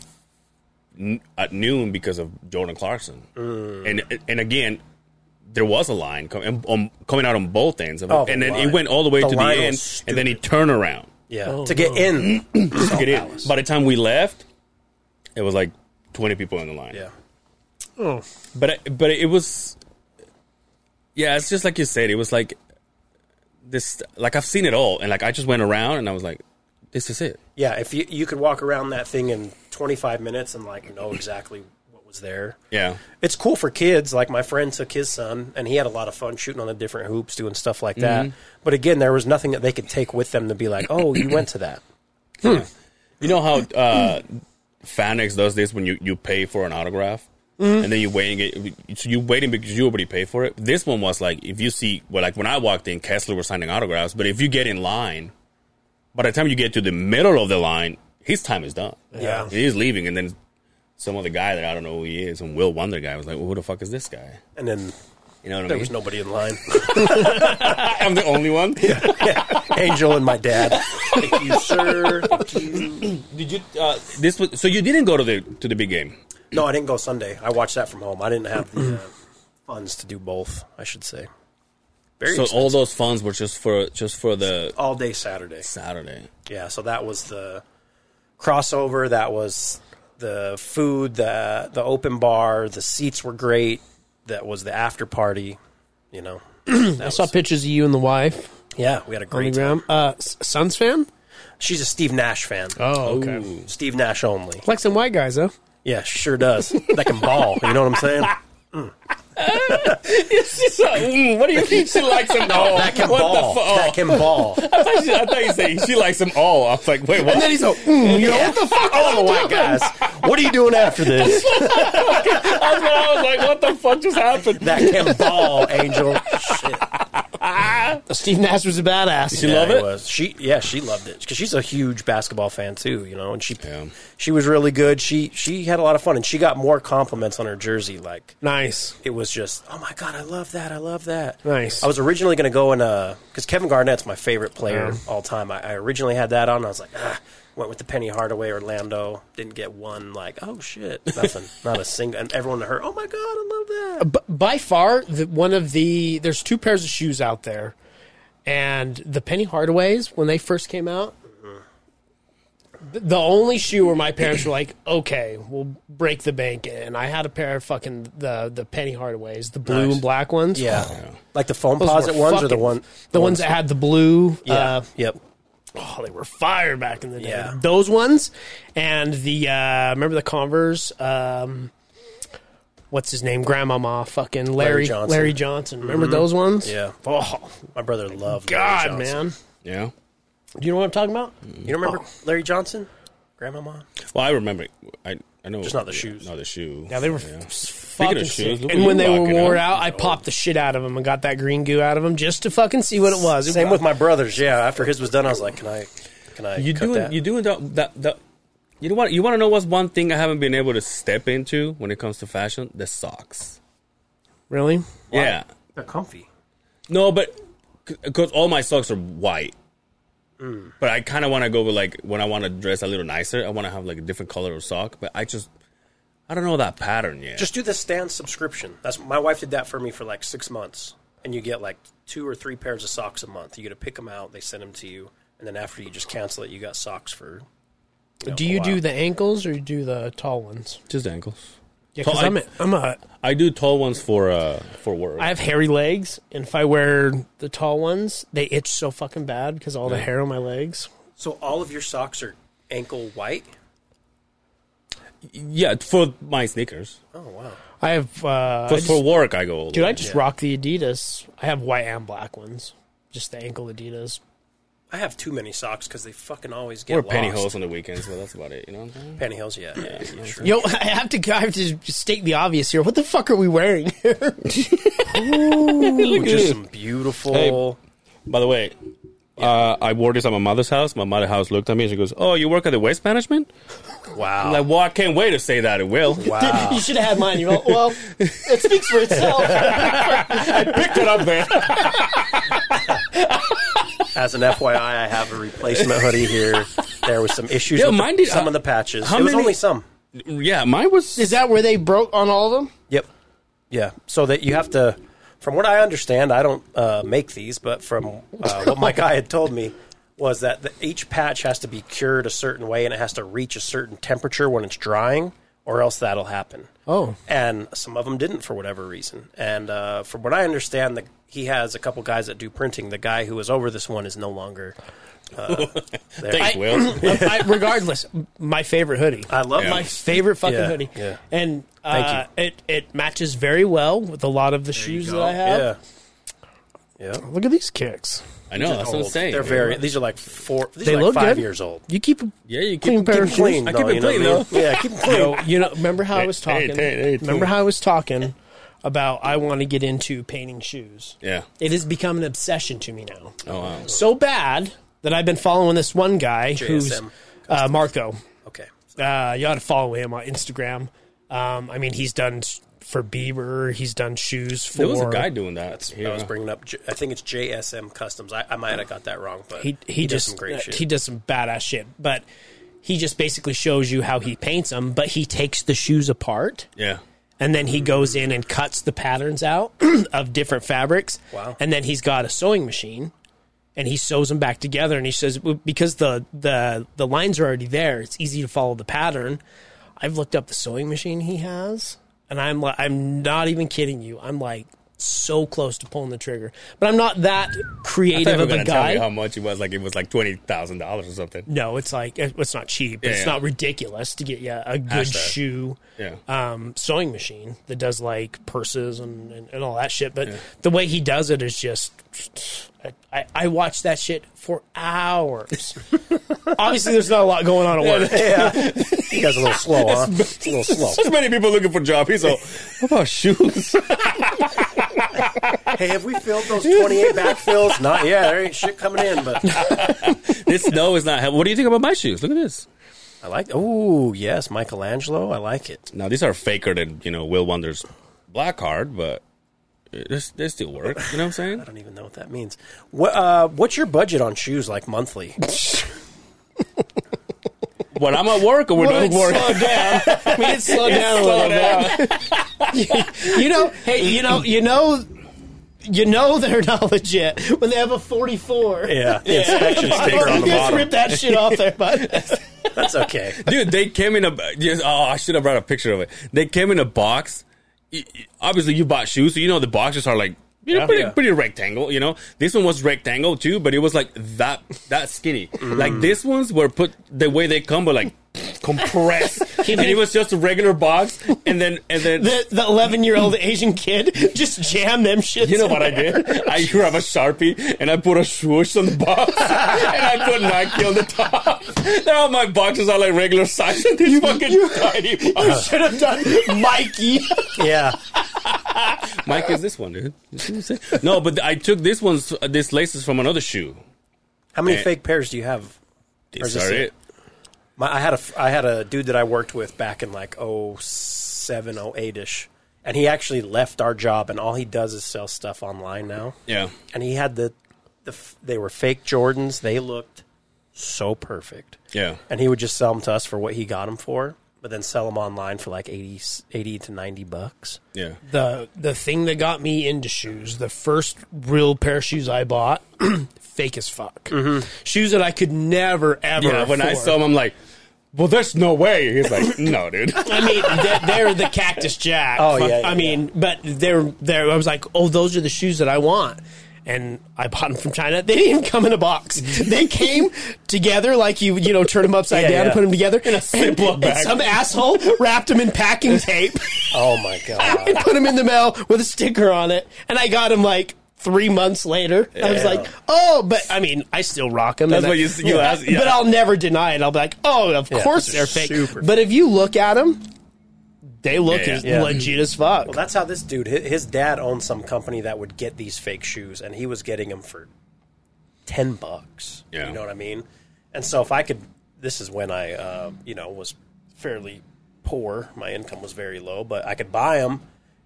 Speaker 2: n- at noon because of Jordan Clarkson,
Speaker 3: Mm.
Speaker 2: and and again. There was a line com- and, um, coming out on both ends, of it.
Speaker 3: Oh, the
Speaker 2: and then
Speaker 3: line.
Speaker 2: it went all the way
Speaker 3: The
Speaker 2: to the
Speaker 3: line was
Speaker 2: end, and then he turned around.
Speaker 3: yeah to get in.
Speaker 2: to get in. By the time we left, it was like twenty people in the line.
Speaker 3: yeah,
Speaker 2: but I- but it was, yeah, it's just like you said. It was like this. Like I've seen it all, and like I just went around and I was like, this is it.
Speaker 3: yeah. If you you could walk around that thing in twenty five minutes and like know exactly what was there.
Speaker 2: Yeah,
Speaker 3: It's cool for kids. Like my friend took his son, and he had a lot of fun shooting on the different hoops, doing stuff like that. But again, there was nothing that they could take with them to be like, "Oh, you went to that."
Speaker 2: you know how uh, Fanex does this when you, you pay for an autograph. And then you waiting, it- so you waiting because you already paid for it. This one was like if you see, well, like when I walked in, Kessler was signing autographs. But if you get in line, by the time you get to the middle of the line, his time is done.
Speaker 3: Yeah.
Speaker 2: he's leaving, and then some other guy that I don't know who he is, and Will Wonder guy was like, well, "Who the fuck is this guy?"
Speaker 3: And then
Speaker 2: You know what I
Speaker 3: there
Speaker 2: mean?
Speaker 3: was nobody in line.
Speaker 2: I'm the only one.
Speaker 3: Angel and my dad.
Speaker 1: Thank you, sir.
Speaker 2: Did you? Uh, this was so you didn't go to the to the big game.
Speaker 3: No, I didn't go Sunday. I watched that from home. I didn't have the uh, funds to do both. I should say. Very
Speaker 2: so
Speaker 3: expensive.
Speaker 2: all those funds were just for just for the
Speaker 3: all day Saturday.
Speaker 2: Saturday.
Speaker 3: Yeah, so that was the crossover. That was the food, the the open bar. The seats were great. That was the after party. You know,
Speaker 4: I saw pictures of you and the wife
Speaker 3: yeah, we had a
Speaker 4: on the
Speaker 3: great. time.
Speaker 4: ground. Uh, S- Suns fan?
Speaker 3: She's a Steve Nash fan.
Speaker 4: Oh, okay.
Speaker 2: Ooh.
Speaker 3: Steve Nash only.
Speaker 4: Like some white guys, though.
Speaker 3: Yeah, she sure does. that can ball. You know what I'm saying?
Speaker 2: She's like, mm, what do you mean she likes them all?
Speaker 3: That can
Speaker 2: what
Speaker 3: ball.
Speaker 2: The fu- oh.
Speaker 3: That can ball.
Speaker 2: I, thought she, I thought you said she likes them all. I was like, wait, what?
Speaker 3: And then he's like, mm, you know, what the fuck? All the white guys. What are you doing after this?
Speaker 2: I, was, I was like, what the fuck just happened?
Speaker 3: that can ball, Angel. Shit.
Speaker 4: Steve Nash was a badass.
Speaker 2: She love
Speaker 3: Yeah,
Speaker 2: it.
Speaker 3: Was. She yeah, she loved it because she's a huge basketball fan too. You know, and she
Speaker 2: Yeah.
Speaker 3: she was really good. She she had a lot of fun, and she got more compliments on her jersey. Like
Speaker 4: Nice.
Speaker 3: it was just, oh my god, I love that, I love that.
Speaker 4: Nice.
Speaker 3: I was originally going to go in a because Kevin Garnett's my favorite player all time. I, I originally had that on. and I was like, ah, went with the Penny Hardaway Orlando. Didn't get one. Like oh shit, nothing, not a single. And everyone heard, oh my god, I love that.
Speaker 4: B- by far, the, one of the there's two pairs of shoes out there, and the Penny Hardaways when they first came out, th- the only shoe where my parents were like, "Okay, we'll break the bank," and I had a pair of fucking the the Penny Hardaways, the blue and black ones.
Speaker 3: Yeah, like the foam
Speaker 4: Those were
Speaker 3: posit ones or the
Speaker 4: fucking-
Speaker 3: one
Speaker 4: the ones that had the blue.
Speaker 3: yeah,
Speaker 4: Uh,
Speaker 3: yep.
Speaker 4: oh, they were fire back in the day.
Speaker 3: Yeah.
Speaker 4: Those ones and the uh, remember the Converse. Um, what's his name? Grandmama, fucking Larry Larry
Speaker 3: Johnson.
Speaker 4: Johnson. Remember those ones?
Speaker 3: Yeah.
Speaker 4: Oh
Speaker 3: My brother loved Larry
Speaker 4: God,
Speaker 3: Johnson. Mm-hmm.
Speaker 4: man.
Speaker 2: Yeah.
Speaker 4: Do you know what I'm talking about?
Speaker 3: You don't remember Larry Johnson, Grandmama?
Speaker 2: Well, I remember. it. I I know.
Speaker 3: Just not the shoes.
Speaker 2: Not the shoe.
Speaker 4: Yeah, they were f- fucking
Speaker 2: of shoes,
Speaker 4: sick.
Speaker 2: look
Speaker 4: And
Speaker 2: what
Speaker 4: when
Speaker 2: you
Speaker 4: they were
Speaker 2: rocking,
Speaker 4: wore
Speaker 2: huh?
Speaker 4: out, I popped the shit out of them and got that green goo out of them just to fucking see what it was. It
Speaker 3: Same
Speaker 4: was-
Speaker 3: with my brothers. Yeah, after his was done, I was like, "Can I? Can I?
Speaker 2: You
Speaker 3: cut
Speaker 2: doing?
Speaker 3: that?
Speaker 2: You doing that? That, that you know what? You want to know what's one thing I haven't been able to step into when it comes to fashion? The socks.
Speaker 4: really?
Speaker 2: Yeah.
Speaker 3: They're comfy.
Speaker 2: No, but because all my socks are white. But I kind of want to go with like when I want to dress a little nicer, I want to have like a different color of sock. But I just, I don't know that pattern yet.
Speaker 3: Just do the stand subscription. That's my wife did that for me for like six months, and you get like two or three pairs of socks a month. You get to pick them out. They send them to you, and then after you just cancel it, you got socks for. know,
Speaker 4: Do
Speaker 3: a
Speaker 4: you
Speaker 3: while.
Speaker 4: do the ankles or you do the tall ones?
Speaker 2: just ankles.
Speaker 4: Yeah,
Speaker 2: Tall-
Speaker 4: because
Speaker 2: I-
Speaker 4: I'm a, I'm a
Speaker 2: I do tall ones for uh for work.
Speaker 4: I have hairy legs, and if I wear the tall ones, they itch so fucking bad because all the hair on my legs.
Speaker 3: So all of your socks are ankle white.
Speaker 2: yeah, for my sneakers.
Speaker 3: Oh wow!
Speaker 4: I have, uh,
Speaker 2: For,
Speaker 4: I just-
Speaker 2: for work, I go. all the
Speaker 4: dude, I
Speaker 2: way.
Speaker 4: just rock the Adidas. I have white and black ones, just the ankle Adidas.
Speaker 3: I have too many socks because they fucking always get
Speaker 2: wear
Speaker 3: lost.
Speaker 2: pantyhose on the weekends, but that's about it. You know what I'm saying?
Speaker 3: Pantyhose, yeah. yeah, yeah sure.
Speaker 4: Yo, I have to, I have to state the obvious here. What the fuck are we wearing?
Speaker 3: Ooh, just some beautiful.
Speaker 2: By the way, uh, I wore this at my mother's house. My mother's house looked at me and she goes, "Oh, you work at the waste management?"
Speaker 3: Wow.
Speaker 2: Like, well, I can't wait to say that it will.
Speaker 3: Wow.
Speaker 4: you should have had mine. You're like, well, it speaks for itself.
Speaker 2: Picked it up there.
Speaker 3: As an FYI, I have a replacement hoodie here. There was some issues
Speaker 2: Yeah,
Speaker 3: with the-
Speaker 2: mine did-
Speaker 3: some
Speaker 2: uh,
Speaker 3: of the patches.
Speaker 2: how
Speaker 3: it was
Speaker 2: many-
Speaker 3: only some.
Speaker 2: yeah, mine was.
Speaker 4: Is that where they broke on all of them?
Speaker 3: Yep. Yeah. So that you have to, from what I understand, I don't uh, make these, but from uh, what my guy had told me was that the, each patch has to be cured a certain way and it has to reach a certain temperature when it's drying, or else that'll happen.
Speaker 4: Oh.
Speaker 3: And some of them didn't for whatever reason. And uh, from what I understand, the, he has a couple guys that do printing. The guy who was over this one is no longer. Uh, there.
Speaker 2: Thanks, Will.
Speaker 4: I, regardless, my favorite hoodie.
Speaker 3: I love
Speaker 2: Yeah.
Speaker 4: my favorite fucking
Speaker 3: Yeah,
Speaker 4: hoodie.
Speaker 3: yeah.
Speaker 4: And uh, it it matches very well with a lot of the shoes that I have.
Speaker 3: Yeah. Yeah.
Speaker 4: Look at these kicks.
Speaker 2: I know. That's what I'm
Speaker 3: old.
Speaker 2: saying.
Speaker 3: They're
Speaker 2: dude.
Speaker 3: very. These are like four. These
Speaker 4: They
Speaker 3: are like
Speaker 4: look
Speaker 3: five
Speaker 4: good.
Speaker 3: years old.
Speaker 4: You keep a
Speaker 2: Yeah, you
Speaker 4: clean
Speaker 2: keep.
Speaker 4: pair
Speaker 3: Keep 'em
Speaker 4: of shoes.
Speaker 3: clean.
Speaker 2: I
Speaker 3: though,
Speaker 2: keep it
Speaker 3: you know what
Speaker 2: clean,
Speaker 3: I mean?
Speaker 2: though.
Speaker 3: Yeah, keep 'em
Speaker 4: You
Speaker 3: clean.
Speaker 4: know, you know, remember how I was
Speaker 2: Hey, hey,
Speaker 4: talking?
Speaker 2: hey, hey,
Speaker 4: remember how I was talking about I want to get into painting shoes?
Speaker 2: Yeah.
Speaker 4: It has become an obsession to me now.
Speaker 2: Oh wow.
Speaker 4: So bad that I've been following this one guy who's
Speaker 3: JSM.
Speaker 4: uh, Marco.
Speaker 3: Okay.
Speaker 4: Uh, you ought to follow him on Instagram. Um, I mean, he's done s- for Bieber. He's done shoes for.
Speaker 2: There was a guy doing that.
Speaker 3: I was
Speaker 2: Yeah.
Speaker 3: bringing up. J- I think it's JSM Customs. I, I might have got that wrong, but
Speaker 4: he he,
Speaker 3: does
Speaker 4: just
Speaker 3: some great
Speaker 4: uh,
Speaker 3: shit.
Speaker 4: he does some badass shit, but he just basically shows you how he paints them. But he takes the shoes apart.
Speaker 2: yeah.
Speaker 4: and then he goes in and cuts the patterns out of different fabrics.
Speaker 3: Wow.
Speaker 4: And then he's got a sewing machine and he sews them back together and he says "Well, because the the the lines are already there, it's easy to follow the pattern. I've looked up the sewing machine he has and I'm like I'm not even kidding you. I'm like so close to pulling the trigger. But I'm not that
Speaker 2: I thought
Speaker 4: creative
Speaker 2: you were
Speaker 4: of a
Speaker 2: gonna tell me how
Speaker 4: guy.
Speaker 2: much it was. Like it was like twenty thousand dollars or something.
Speaker 4: No, it's like it- it's not cheap, but
Speaker 2: Yeah,
Speaker 4: it's
Speaker 2: yeah.
Speaker 4: not ridiculous to get you a good
Speaker 2: Hashtag.
Speaker 4: shoe
Speaker 2: Yeah.
Speaker 4: um, sewing machine that does like purses and, and, and all that shit. But the way he does it is just, I, I watched that shit for hours. Obviously, there's not a lot going on at work.
Speaker 3: yeah, you guys are a little slow, huh? It's a little slow.
Speaker 2: There's many people looking for job. He's all "What about shoes.
Speaker 3: Hey, have we filled those twenty-eight backfills? Not yet. There ain't shit coming in, but
Speaker 2: this no is not. help- What do you think about my shoes? Look at this.
Speaker 3: I like. Oh yes, Michelangelo. I like it.
Speaker 2: Now these are faker than you know Will Wonder's black card, but they they still work. You know what I'm saying?
Speaker 3: I don't even know what that means. What, uh, what's your budget on shoes like monthly?
Speaker 2: When I'm at work or when I'm at work,
Speaker 4: down. We did slow down a little bit. you know, hey, you know, you know, you know they're not legit when they have a 44.
Speaker 3: Yeah, the inspection sticker on
Speaker 4: You
Speaker 3: the
Speaker 4: just
Speaker 3: bottom.
Speaker 4: rip that shit off there, bud.
Speaker 3: That's okay.
Speaker 2: dude, they came in a. Yes, oh, I should have brought a picture of it. They came in a box. Y- y- Obviously, you bought shoes, so you know the boxes are like you know
Speaker 4: Yeah.
Speaker 2: pretty
Speaker 4: Yeah.
Speaker 2: pretty rectangle. You know this one was rectangle too, but it was like that that skinny.
Speaker 4: Mm.
Speaker 2: Like these ones were put the way they come, but like compressed, and it was just a regular box. And then and then
Speaker 4: the the eleven year old Asian kid just jam them shit.
Speaker 2: You know what I did? I grabbed a sharpie and I put a swoosh on the box, and I put Nike on the top. Now my boxes are like regular size, and these fucking tiny. box.
Speaker 4: should have done, Mikey.
Speaker 3: Yeah,
Speaker 2: Mike is this one, dude. You see what I'm saying? No, but I took this one's uh, this laces from another shoe.
Speaker 3: how many
Speaker 2: Eh.
Speaker 3: fake pairs do you have? Or
Speaker 2: These
Speaker 3: is this
Speaker 2: are
Speaker 3: it?
Speaker 2: it.
Speaker 3: My, I had a f- I had a dude that I worked with back in like 07, 08 ish, and he actually left our job, and all he does is sell stuff online now.
Speaker 2: Yeah.
Speaker 3: And he had the, the f- they were fake Jordans. They looked so perfect.
Speaker 2: Yeah.
Speaker 3: And he would just sell them to us for what he got them for, but then sell them online for like 80, 80 to ninety bucks.
Speaker 2: Yeah.
Speaker 4: The the thing that got me into shoes, the first real pair of shoes I bought, fake as fuck. Shoes that I could never ever.
Speaker 2: Yeah. When I
Speaker 4: afford.
Speaker 2: saw him, I'm like, "Well, there's no way." He's like, "No, dude."
Speaker 4: I mean, they're, they're the Cactus Jack.
Speaker 3: Oh, yeah, yeah,
Speaker 4: I mean, but they're they're. I was like, oh, those are the shoes that I want, and I bought them from China. They didn't even come in a box. They came together, like you you know, turn them upside
Speaker 3: Yeah,
Speaker 4: down and
Speaker 3: yeah.
Speaker 4: put them together in a
Speaker 2: Ziploc bag.
Speaker 4: Some asshole wrapped them in packing tape
Speaker 3: Oh my god!
Speaker 4: and put them in the mail with a sticker on it, and I got them like. Three months later, I was like, "Oh, but I mean, I still rock them."
Speaker 2: That's what you- you asked- yeah.
Speaker 4: But I'll never deny it. I'll be like, "Oh, of course
Speaker 3: they're
Speaker 4: they're fake."
Speaker 3: super
Speaker 4: But if you look at them, they look
Speaker 2: Yeah,
Speaker 4: as
Speaker 3: yeah.
Speaker 4: legit as fuck.
Speaker 3: Well, that's how this dude. hi- His dad owned some company that would get these fake shoes, and he was getting them for ten bucks.
Speaker 2: Yeah.
Speaker 3: You know what I mean? And so if I could, this is when I, uh, you know, was fairly poor. My income was very low, but I could buy them.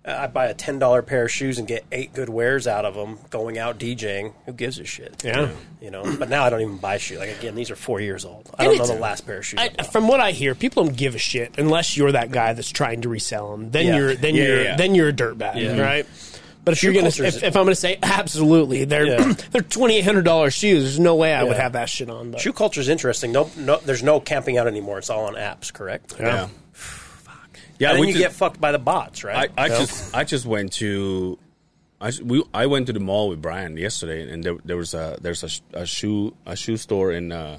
Speaker 3: I'd buy a ten dollar pair of shoes and get eight good wears out of them. Going out DJing, who gives a shit?
Speaker 4: Yeah.
Speaker 3: You know. But now I don't even buy shoes. Like again, these are four years old. I don't know
Speaker 4: it's-
Speaker 3: the last pair of shoes. I
Speaker 4: I,
Speaker 3: bought.
Speaker 4: from what I hear, people don't give a shit unless you're that guy that's trying to resell them. Then
Speaker 3: Yeah.
Speaker 4: you're then
Speaker 2: Yeah,
Speaker 4: you're
Speaker 2: yeah, yeah.
Speaker 4: then you're a dirtbag, right? But if you're gonna,
Speaker 3: culture is-
Speaker 4: if, if I'm gonna say absolutely, they're
Speaker 3: Yeah.
Speaker 4: they're twenty eight hundred dollars shoes. There's no way I would
Speaker 3: Yeah.
Speaker 4: have that shit on. But.
Speaker 3: Shoe culture is interesting. No, no, there's no camping out anymore. It's all on apps, correct?
Speaker 2: Yeah. Yeah.
Speaker 3: and then
Speaker 2: we
Speaker 3: you
Speaker 2: just-
Speaker 3: get fucked by the bots,
Speaker 2: I,
Speaker 3: right?
Speaker 2: I just I just went to I s- we I went to the mall with Brian yesterday, and there there was a there's a, sh- a shoe a shoe store in uh,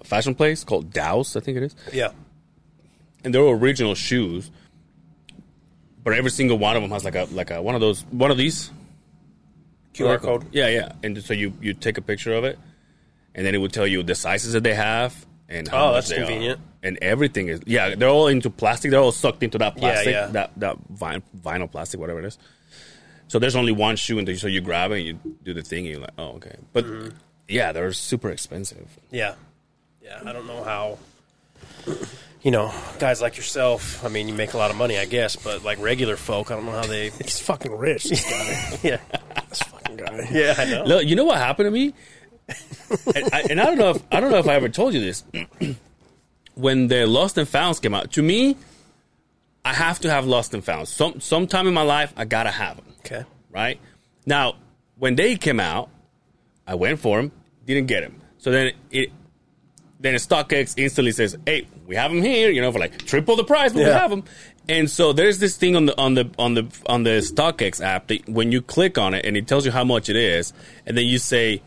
Speaker 2: a fashion place called Douse, I think it is,
Speaker 3: yeah.
Speaker 2: and they were original shoes, but every single one of them has like a like a one of those one of these
Speaker 3: QR code.
Speaker 2: Yeah, yeah. And so you you take a picture of it, and then it would tell you the sizes that they have and how
Speaker 3: Oh,
Speaker 2: much
Speaker 3: that's
Speaker 2: they are.
Speaker 3: convenient.
Speaker 2: And everything is yeah, they're all into plastic. They're all sucked into that plastic,
Speaker 3: yeah.
Speaker 2: that that vin- vinyl plastic, whatever it is. So there's only one shoe, and so you grab it and you do the thing, and you're like, oh okay. But
Speaker 3: Mm-hmm.
Speaker 2: yeah, they're super expensive.
Speaker 3: Yeah. Yeah. I don't know how, you know, guys like yourself, I mean, you make a lot of money, I guess, but like regular folk, I don't know how they.
Speaker 4: He's fucking rich. This guy.
Speaker 3: yeah.
Speaker 4: fucking guy.
Speaker 3: Yeah, I know.
Speaker 2: Look, you know what happened to me, and, I, and I don't know if I don't know if I ever told you this. when the Lost and Founds came out, to me, I have to have Lost and Founds. Some sometime in my life, I gotta have them.
Speaker 3: Okay.
Speaker 2: Right now, when they came out, I went for them, didn't get them. So then it. Then StockX instantly says, "Hey, we have them here, you know, for like triple the price, but we
Speaker 3: Yeah.
Speaker 2: have them." And so there's this thing on the on the on the on the StockX app that when you click on it and it tells you how much it is, and then you say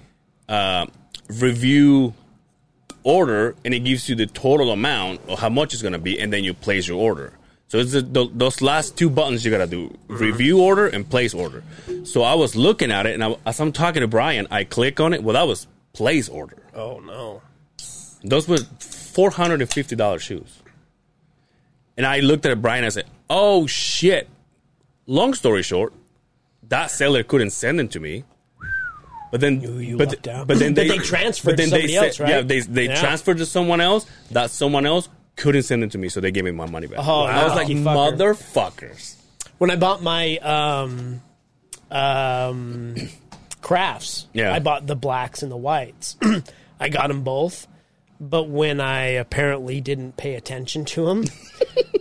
Speaker 2: uh, review order, and it gives you the total amount of how much it's gonna be, and then you place your order. So it's the, tho- those last two buttons you gotta do: review order and place order. So I was looking at it, and I, as I'm talking to Brian, I click on it. Well, that was place order.
Speaker 3: Oh, no.
Speaker 2: Those were four hundred and fifty dollars shoes. And I looked at Brian and I said, "Oh shit!" Long story short, that seller couldn't send them to me. But then,
Speaker 4: you
Speaker 2: but,
Speaker 4: lucked out.
Speaker 2: but then
Speaker 4: But
Speaker 2: they,
Speaker 4: they
Speaker 2: but
Speaker 4: transferred
Speaker 2: then
Speaker 4: to somebody
Speaker 2: they sent-
Speaker 4: else, right?
Speaker 2: Yeah, they they
Speaker 4: Yeah.
Speaker 2: transferred to someone else. That someone else couldn't send them to me, so they gave me my money back.
Speaker 4: Oh,
Speaker 2: I was like,
Speaker 4: wow. Lucky fucker.
Speaker 2: motherfuckers.
Speaker 4: When I bought my um, um, crafts,
Speaker 2: Yeah.
Speaker 4: I bought the blacks and the whites. I got them both, but when I apparently didn't pay attention to them,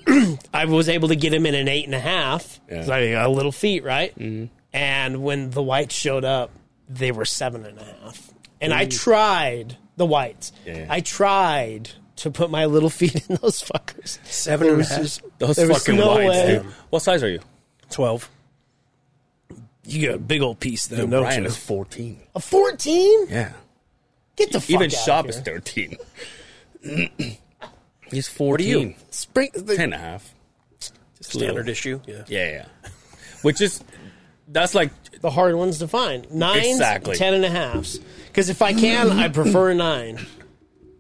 Speaker 4: I was able to get him in an eight and a half.
Speaker 2: Yeah. Mm-hmm.
Speaker 4: It's like a little feet, right? And when the whites showed up, they were seven and a half. And I tried the whites.
Speaker 2: Yeah.
Speaker 4: I tried to put my little feet in those fuckers.
Speaker 3: Seven and a half.
Speaker 2: Those
Speaker 4: There was
Speaker 2: fucking
Speaker 4: no
Speaker 2: whites,
Speaker 4: way.
Speaker 2: dude. What size are you?
Speaker 3: 12.
Speaker 4: You got a big old piece though,
Speaker 2: Dude,
Speaker 4: don't
Speaker 2: Brian
Speaker 4: you?
Speaker 2: is fourteen.
Speaker 4: A fourteen?
Speaker 2: Yeah,
Speaker 4: Get the fuck
Speaker 2: even
Speaker 4: out of
Speaker 2: shop
Speaker 4: Oh, here.
Speaker 2: is thirteen. He's fourteen.
Speaker 4: Spring, the,
Speaker 2: Ten and a half.
Speaker 3: Standard issue. Yeah.
Speaker 2: Yeah, yeah. Which is that's like
Speaker 4: the hard ones to find. Nines,
Speaker 2: Exactly.
Speaker 4: ten and a halves. Because if I can, I prefer a nine,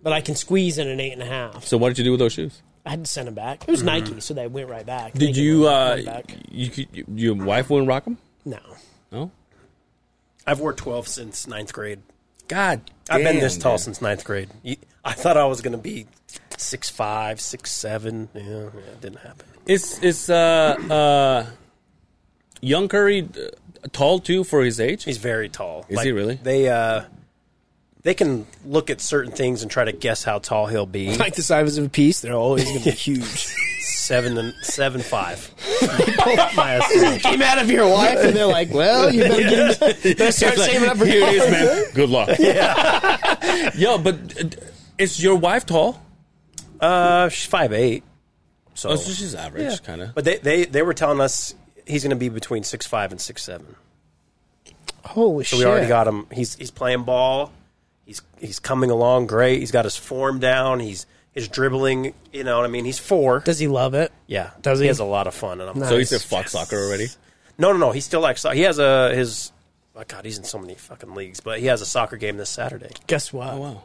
Speaker 4: but I can squeeze in an eight and a half.
Speaker 2: so. What did you do with those shoes?
Speaker 4: I had to send them back. It was Nike, so they went right back. They
Speaker 2: Did you
Speaker 4: went
Speaker 2: uh
Speaker 4: right back.
Speaker 2: you, you your wife wouldn't rock them?
Speaker 4: No.
Speaker 2: No.
Speaker 3: I've wore 12 since ninth grade.
Speaker 2: God,
Speaker 3: I've been
Speaker 2: damn,
Speaker 3: this tall
Speaker 2: man.
Speaker 3: since ninth grade. You- I thought I was going to be six five, six seven. Yeah, yeah, it didn't happen.
Speaker 2: It's it's uh uh young Curry uh, tall too for his age.
Speaker 3: He's very tall. Is
Speaker 2: he really?
Speaker 3: They uh, they can look at certain things and try to guess how tall he'll be.
Speaker 4: Like the size of a piece, they're always going to be huge.
Speaker 3: seven and seven five. My estimate.
Speaker 4: Came out of your wife, and they're like, "Well, you better get him. Better start
Speaker 2: It's like,
Speaker 4: saving up for
Speaker 2: here it is,
Speaker 4: college."
Speaker 2: man. Good luck. Yo, but uh, is your wife tall?
Speaker 3: uh, she's five eight. So,
Speaker 2: Oh, so she's average,
Speaker 3: Yeah.
Speaker 2: kind of.
Speaker 3: But they, they they were telling us he's going to be between six five and six seven.
Speaker 4: Holy
Speaker 3: So
Speaker 4: shit!
Speaker 3: we already got him. He's he's playing ball. He's he's coming along great. He's got his form down. He's his dribbling. You know what I mean? He's four.
Speaker 4: Does he love it?
Speaker 3: Yeah,
Speaker 4: Does he?
Speaker 3: has a lot of fun. And I'm
Speaker 2: So he's a fuck soccer already.
Speaker 3: No, no, no. He still likes. so- He has a his. Oh God, he's in so many fucking leagues. But he has a soccer game this Saturday.
Speaker 4: Guess what?
Speaker 2: Oh wow,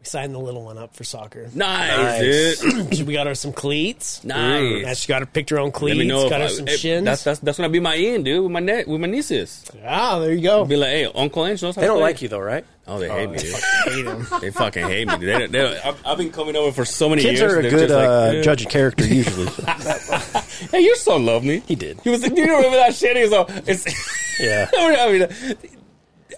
Speaker 4: We signed the little one up for soccer.
Speaker 2: nice,
Speaker 3: Nice.
Speaker 2: dude.
Speaker 4: we got her some cleats.
Speaker 2: Nice.
Speaker 4: Yeah, she got her picked her own
Speaker 2: Let
Speaker 4: cleats.
Speaker 2: me know.
Speaker 4: got her
Speaker 2: if I-
Speaker 4: some
Speaker 2: eh,
Speaker 4: shins.
Speaker 2: That's that's that's gonna be my end, dude. With my ne- with my nieces.
Speaker 4: ah, there you go.
Speaker 2: Be like, hey, Uncle Ange knows how
Speaker 3: They
Speaker 2: to
Speaker 3: don't
Speaker 2: play.
Speaker 3: like you though, right?
Speaker 2: Oh, they hate me. Dude. they fucking hate me. Dude. They, don't- they, don't- I've, I've been coming over for so many
Speaker 3: Kids
Speaker 2: years.
Speaker 3: are a
Speaker 2: they're
Speaker 3: good
Speaker 2: just like,
Speaker 3: uh,
Speaker 2: "Yeah."
Speaker 3: judge of character usually.
Speaker 2: Hey, your son loved me.
Speaker 3: He did.
Speaker 2: He was. like, Do you remember that shit? He was all. It's,
Speaker 3: Yeah.
Speaker 2: I mean,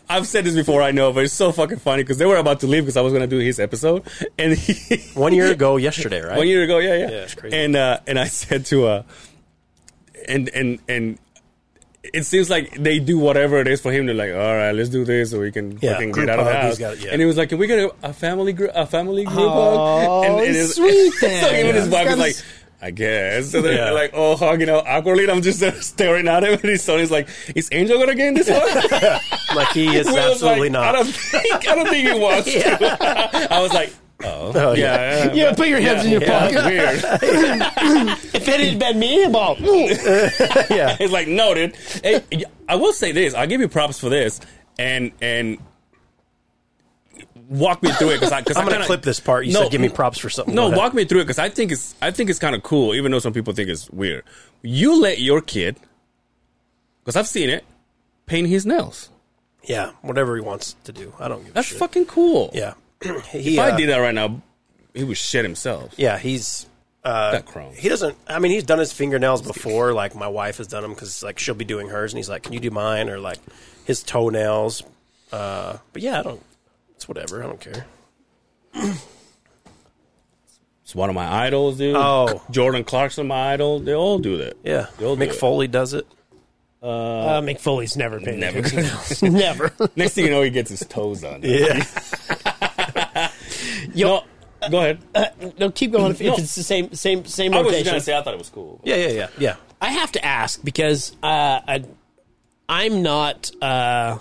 Speaker 2: I've said this before. I know, but it's so fucking funny because they were about to leave because I was gonna do his episode, and he,
Speaker 3: One year ago, yesterday, right?
Speaker 2: one year ago. Yeah, yeah.
Speaker 3: Yeah, it's crazy.
Speaker 2: And uh, and I said to uh, and and and it seems like they do whatever it is for him. They're like, all right, let's do this, so we can
Speaker 3: Yeah,
Speaker 2: fucking
Speaker 3: group
Speaker 2: get out of the
Speaker 3: hug, he's
Speaker 2: house.
Speaker 3: got it, yeah.
Speaker 2: And he was like, can we get a, a family group, a family group
Speaker 4: Oh,
Speaker 2: hug? And, and
Speaker 4: sweet
Speaker 2: so
Speaker 4: then.
Speaker 2: even his
Speaker 4: He's
Speaker 2: wife
Speaker 4: got
Speaker 2: is like.
Speaker 4: his-
Speaker 2: I guess. So they're
Speaker 3: Yeah.
Speaker 2: like all hugging out awkwardly, and I'm just uh, staring at him. And his son is like, "Is Angel gonna get in this hug?"
Speaker 3: Like he is
Speaker 2: Will's
Speaker 3: absolutely
Speaker 2: like, I
Speaker 3: not.
Speaker 2: don't think I don't think he wants to. I was like, Oh, yeah. yeah.
Speaker 4: You know, put your hands in your
Speaker 2: Yeah,
Speaker 4: pocket.
Speaker 2: that's weird.
Speaker 4: If it had been me, well,
Speaker 3: yeah.
Speaker 2: It's like noted. Hey, I will say this. I'll give you props for this, and and walk me through it because I because
Speaker 3: I'm going to clip this part. You said give me props for something. Go
Speaker 2: No,
Speaker 3: ahead.
Speaker 2: walk me through it because I think it's I think it's kind of cool, even though some people think it's weird. You let your kid, because I've seen it, paint his nails.
Speaker 3: Yeah, whatever he wants to do. I don't give
Speaker 2: That's
Speaker 3: a shit.
Speaker 2: fucking cool.
Speaker 3: yeah. he,
Speaker 2: If
Speaker 3: uh,
Speaker 2: I did that right now, he would shit himself.
Speaker 3: Yeah, he's
Speaker 2: that chrome.
Speaker 3: Uh, he doesn't. I mean, he's done his fingernails before. Like my wife has done them because like she'll be doing hers, and he's like, "Can you do mine?" Or like his toenails. Uh, but yeah, I don't. It's whatever. I don't care.
Speaker 2: It's one of my idols, dude.
Speaker 3: Oh.
Speaker 2: Jordan Clarkson, my idol. They all do that.
Speaker 3: Yeah,
Speaker 2: They all do
Speaker 3: Mick
Speaker 2: it.
Speaker 3: Foley does it.
Speaker 4: uh, McFoley's never painted
Speaker 2: Never.
Speaker 4: fingernails. never.
Speaker 2: Next thing you know, he gets his toes on.
Speaker 3: Yeah,
Speaker 2: Yo, go ahead.
Speaker 4: uh, No, keep going. If,
Speaker 2: No.
Speaker 4: if it's the same, same, same
Speaker 2: I was
Speaker 4: rotation.
Speaker 2: just gonna say I thought it was cool.
Speaker 3: yeah, yeah, yeah, yeah.
Speaker 4: I have to ask because uh, I, I'm not uh,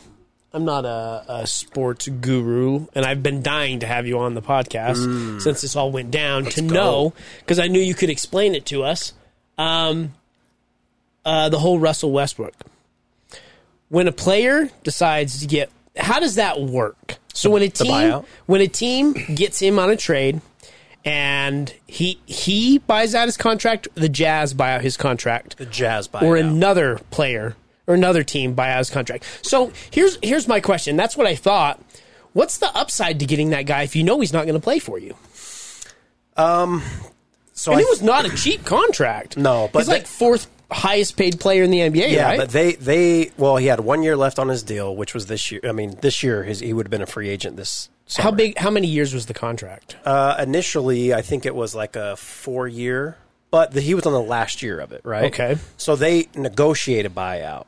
Speaker 4: I'm not a, a sports guru, and I've been dying to have you on the podcast
Speaker 2: Mm.
Speaker 4: since this all went down to know because I knew you could explain it to us. Um, uh, the whole Russell Westbrook. When a player decides to get, how does that work? So when a team
Speaker 3: buyout?
Speaker 4: when a team gets him on a trade, and he he buys out his contract, the Jazz buy out his contract,
Speaker 3: The jazz by
Speaker 4: or another player or another team buy out his contract. So here's here's my question. That's what I thought. What's the upside to getting that guy if you know he's not going to play for you?
Speaker 3: So
Speaker 4: And
Speaker 3: Oh, I
Speaker 4: it was not a cheap contract.
Speaker 3: No, but
Speaker 4: he's like
Speaker 3: that-
Speaker 4: fourth highest paid player in the NBA.
Speaker 3: Yeah,
Speaker 4: right?
Speaker 3: but they they well, he had one year left on his deal, which was this year. I mean, this year his, he would have been a free agent. This summer.
Speaker 4: how big? How many years was the contract?
Speaker 3: Uh, initially, I think it was like a four year, but the, he was on the last year of it, right?
Speaker 4: Okay.
Speaker 3: So they negotiate a buyout.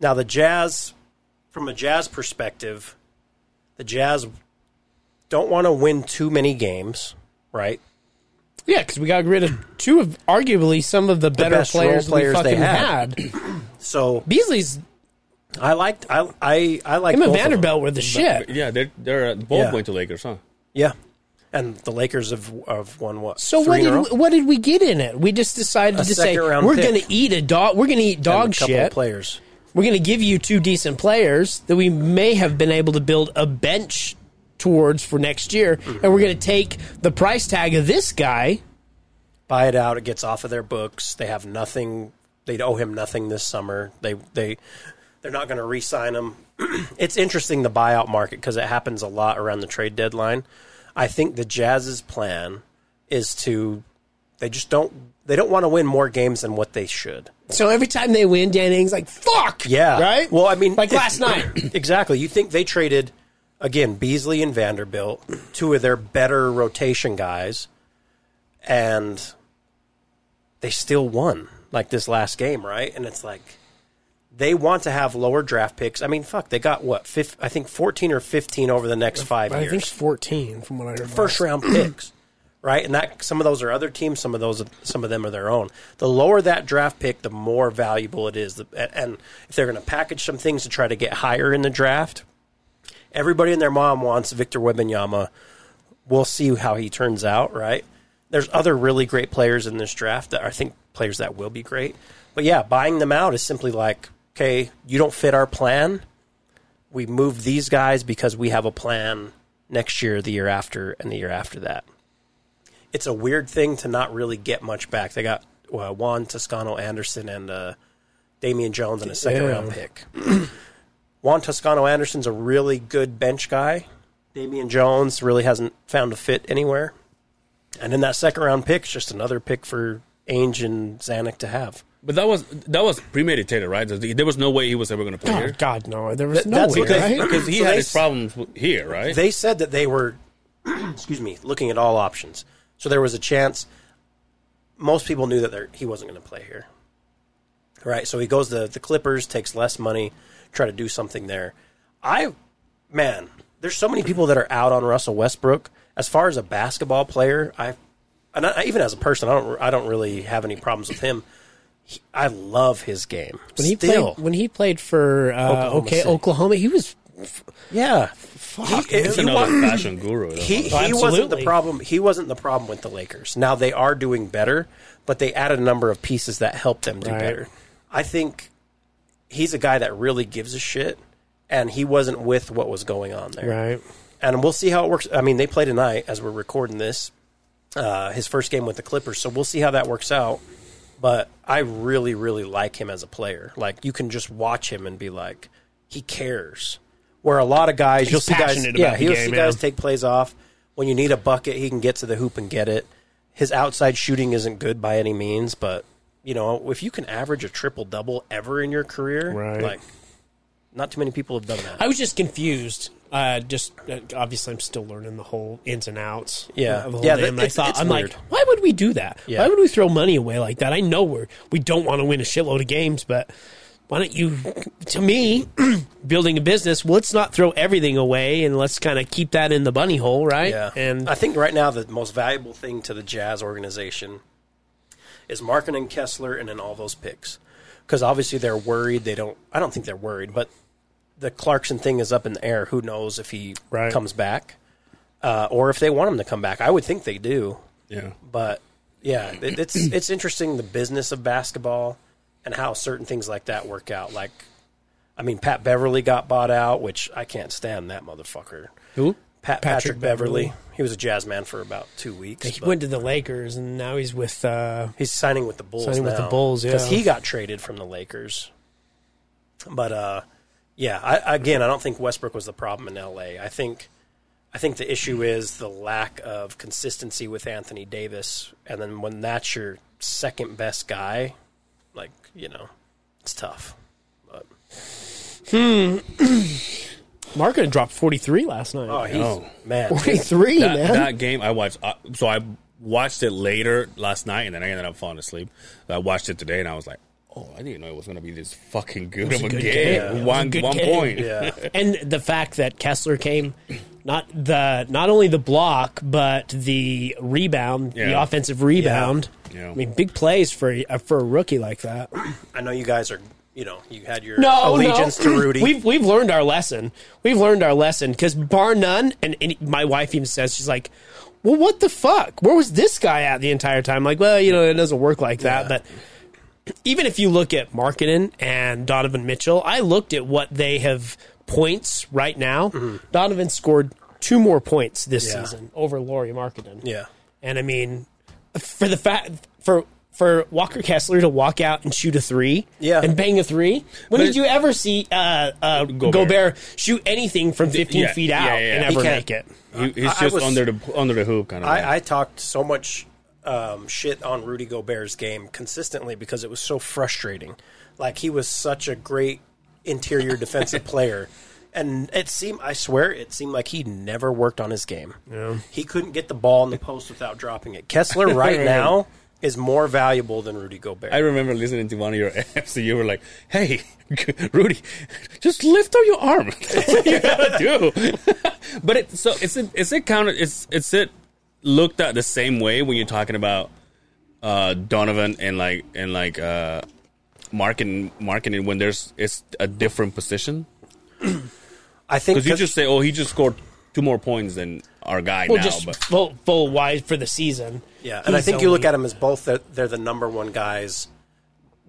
Speaker 3: Now the Jazz, from a Jazz perspective, the Jazz don't want to win too many games, right?
Speaker 4: yeah, because we got rid of two of arguably some of the better
Speaker 3: best role
Speaker 4: players,
Speaker 3: players
Speaker 4: we
Speaker 3: they
Speaker 4: fucking
Speaker 3: had.
Speaker 4: had.
Speaker 3: So
Speaker 4: Beasley's
Speaker 3: I liked I I I liked both of
Speaker 4: him and
Speaker 3: them.
Speaker 4: Vanderbilt were the shit.
Speaker 2: Yeah, they're they're uh, both
Speaker 3: Yeah.
Speaker 2: went to Lakers, huh?
Speaker 3: Yeah, and the Lakers have have won what?
Speaker 4: So
Speaker 3: three
Speaker 4: what
Speaker 3: in a
Speaker 4: did
Speaker 3: row?
Speaker 4: we, what did we get in it? We just decided
Speaker 3: A
Speaker 4: to say
Speaker 3: second-round
Speaker 4: we're
Speaker 3: pick.
Speaker 4: going to eat a dog. We're going to eat
Speaker 3: And
Speaker 4: dog
Speaker 3: a couple of
Speaker 4: shit.
Speaker 3: players.
Speaker 4: we're going to give you two decent players that we may have been able to build a bench towards for next year, and we're going to take the price tag of this guy.
Speaker 3: buy it out. It gets off of their books. They have nothing. They owe him nothing this summer. They they they're not going to re-sign him. it's interesting the buyout market because it happens a lot around the trade deadline. I think the Jazz's plan is to they just don't they don't want to win more games than what they should.
Speaker 4: So every time they win, Dan Ing's like, "Fuck!"
Speaker 3: Yeah.
Speaker 4: right.
Speaker 3: Well, I mean,
Speaker 4: like
Speaker 3: if-
Speaker 4: last night.
Speaker 3: exactly. You think they traded again Beasley and Vanderbilt, two of their better rotation guys, and they still won like this last game, right? And it's like they want to have lower draft picks. I mean, fuck, they got what? Fif- I think fourteen or fifteen over the next five
Speaker 4: I
Speaker 3: years.
Speaker 4: think it's fourteen from what I heard.
Speaker 3: First round picks, right? And that some of those are other teams, some of those some of them are their own. The lower that draft pick, the more valuable it is. The- And if they're going to package some things to try to get higher in the draft, everybody and their mom wants Victor Wembanyama. We'll see how he turns out, right? There's other really great players in this draft that I think players that will be great. But yeah, buying them out is simply like, okay, you don't fit our plan. We move these guys because we have a plan next year, the year after, and the year after that. It's a weird thing to not really get much back. They got uh, Juan Toscano Anderson and uh, Damian Jones and a second round pick. Juan Toscano Anderson's a really good bench guy. Damian Jones really hasn't found a fit anywhere. And then that second round pick's just another pick for Ainge and Zanuck to have.
Speaker 2: But that was that was premeditated, right? There was no way he was ever going to play
Speaker 4: Oh
Speaker 2: here
Speaker 4: God, no! There was no
Speaker 3: that's
Speaker 4: way.
Speaker 3: what they-
Speaker 4: right?
Speaker 2: because he
Speaker 3: So
Speaker 2: had
Speaker 3: they
Speaker 2: his
Speaker 3: s-
Speaker 2: problems w- here, right?
Speaker 3: They said that they were, excuse me, looking at all options. So there was a chance. Most people knew that there- he wasn't going to play here. Right. So he goes to the Clippers, takes less money, try to do something there. I, man, there's so many people that are out on Russell Westbrook. As far as a basketball player, I, and I, even as a person, I don't, I don't really have any problems with him. He, I love his game.
Speaker 4: when he
Speaker 3: Still,
Speaker 4: played when he played for uh,
Speaker 3: Oklahoma
Speaker 4: okay
Speaker 3: City.
Speaker 4: Oklahoma, he was
Speaker 3: yeah. He- if
Speaker 2: He's
Speaker 3: you
Speaker 2: another
Speaker 3: want-
Speaker 2: fashion guru. though.
Speaker 3: he,
Speaker 4: Oh,
Speaker 3: he wasn't the
Speaker 4: absolutely.
Speaker 3: problem. He wasn't the problem with the Lakers. Now they are doing better, but they added a number of pieces that helped them do
Speaker 4: Right.
Speaker 3: better. I think he's a guy that really gives a shit, and he wasn't with what was going on there.
Speaker 4: Right.
Speaker 3: And we'll see how it works. I mean, they play tonight as we're recording this. Uh, his first game with the Clippers, so we'll see how that works out. But I really, really like him as a player. Like you can just watch him and be like, he cares. Where a lot of guys, you'll see guys,
Speaker 4: passionate about
Speaker 3: yeah,
Speaker 4: the
Speaker 3: you'll
Speaker 4: game,
Speaker 3: see guys
Speaker 4: yeah.
Speaker 3: take plays off. When you need a bucket, he can get to the hoop and get it. His outside shooting isn't good by any means, but you know, if you can average a triple double ever in your career,
Speaker 4: Right.
Speaker 3: like not too many people have done that.
Speaker 4: I was just confused. Uh, just uh, obviously, I'm still learning the whole ins and outs.
Speaker 3: Yeah.
Speaker 4: of the whole
Speaker 3: Yeah,
Speaker 4: damn
Speaker 3: that-
Speaker 4: I
Speaker 3: it's-
Speaker 4: thought
Speaker 3: it's
Speaker 4: I'm
Speaker 3: weird.
Speaker 4: like, why would we do that?
Speaker 3: Yeah.
Speaker 4: Why would we throw money away like that? I know we're we don't want to win a shitload of games, but why don't you? To me, building a business, well, let's not throw everything away and let's kind of keep that in the bunny hole, right?
Speaker 3: Yeah.
Speaker 4: And
Speaker 3: I think right now the most valuable thing to the Jazz organization is Markin and Kessler and then all those picks. Because obviously they're worried. They don't I don't think they're worried, but the Clarkson thing is up in the air. Who knows if he
Speaker 4: Right.
Speaker 3: comes back. Uh, or if they want him to come back. I would think they do.
Speaker 2: yeah.
Speaker 3: But yeah, it, it's it's interesting the business of basketball and how certain things like that work out. Like I mean Pat Beverly got bought out, which I can't stand that motherfucker.
Speaker 4: who?
Speaker 3: Pat,
Speaker 4: Patrick
Speaker 3: Patrick, Beverly.
Speaker 4: Beverley. He
Speaker 3: He was a jazz man for about two weeks. but
Speaker 4: went to the Lakers, and now he's with. Uh,
Speaker 3: he's signing with the Bulls.
Speaker 4: Signing with the
Speaker 3: now,
Speaker 4: Bulls, yeah.
Speaker 3: he got traded from the Lakers. But uh, yeah, I, again, I don't think Westbrook was the problem in L.A. I think, I think the issue is the lack of consistency with Anthony Davis, and then when that's your second best guy, like you know, it's tough. But,
Speaker 4: Market dropped 43 last night.
Speaker 3: oh, he's
Speaker 2: Oh.
Speaker 3: man.
Speaker 4: 43,
Speaker 2: that,
Speaker 4: man.
Speaker 2: that game I watched. Uh, so I watched it later last night, and then I ended up falling asleep. I watched it today, and I was like, "Oh, I didn't know it was going to be this fucking good of
Speaker 4: a
Speaker 2: a, game.
Speaker 4: good game. Yeah. It was a
Speaker 2: One,
Speaker 4: good
Speaker 2: one
Speaker 4: game.
Speaker 2: point.
Speaker 3: Yeah,
Speaker 4: and the fact that Kessler came, not the not only the block but the rebound, the
Speaker 2: Yeah.
Speaker 4: offensive rebound.
Speaker 2: Yeah.
Speaker 4: I mean, big plays for a- for a rookie like that.
Speaker 3: I know you guys are. You know, you had your
Speaker 4: No,
Speaker 3: allegiance
Speaker 4: no.
Speaker 3: to Rudy.
Speaker 4: We've we've learned our lesson. We've learned our lesson because bar none. And, and my wife even says she's like, "Well, what the fuck? Where was this guy at the entire time?" Like, well, you know, it doesn't work like that.
Speaker 3: Yeah.
Speaker 4: But even if you look at Markkinen and Donovan Mitchell, I looked at what they have points right now. Donovan scored two more points this
Speaker 3: Mm-hmm. Yeah.
Speaker 4: season over Laurie Markkinen.
Speaker 3: yeah,
Speaker 4: And I mean, for the fact for for Walker Kessler to walk out and shoot a three,
Speaker 3: Yeah.
Speaker 4: and bang a three. When
Speaker 2: But-
Speaker 4: did you ever see uh, uh, Gobert.
Speaker 2: Gobert.
Speaker 4: shoot anything from fifteen
Speaker 2: yeah,
Speaker 4: feet
Speaker 2: yeah,
Speaker 4: out
Speaker 2: yeah, yeah.
Speaker 4: and
Speaker 2: He
Speaker 4: ever
Speaker 3: can't.
Speaker 4: make it?
Speaker 2: He, he's
Speaker 3: I- I
Speaker 2: just
Speaker 3: was-
Speaker 2: under the under the hoop, kind of.
Speaker 3: I, I talked so much um, shit on Rudy Gobert's game consistently because it was so frustrating. Like he was such a great interior defensive player, and it seemed I swear it seemed like he never worked on his game. He couldn't get the ball in the post without dropping it. Kessler right now is more valuable than Rudy Gobert.
Speaker 2: I remember listening to one of your apps, and you were like, "Hey, Rudy, just lift up your arm. That's what you gotta do." but it, so is it is it counted? Is is it looked at the same way when you're talking about uh, Donovan and like and like uh, marketing marketing when there's it's a different position
Speaker 3: I think
Speaker 2: because you
Speaker 3: 'cause-
Speaker 2: just say, "Oh, he just scored two more points than our guy
Speaker 4: Well,
Speaker 2: now."
Speaker 4: just
Speaker 2: but
Speaker 4: full full wide for the season.
Speaker 3: Yeah, and I
Speaker 4: He's
Speaker 3: think you look
Speaker 4: only-
Speaker 3: at them as both that they're the number one guys.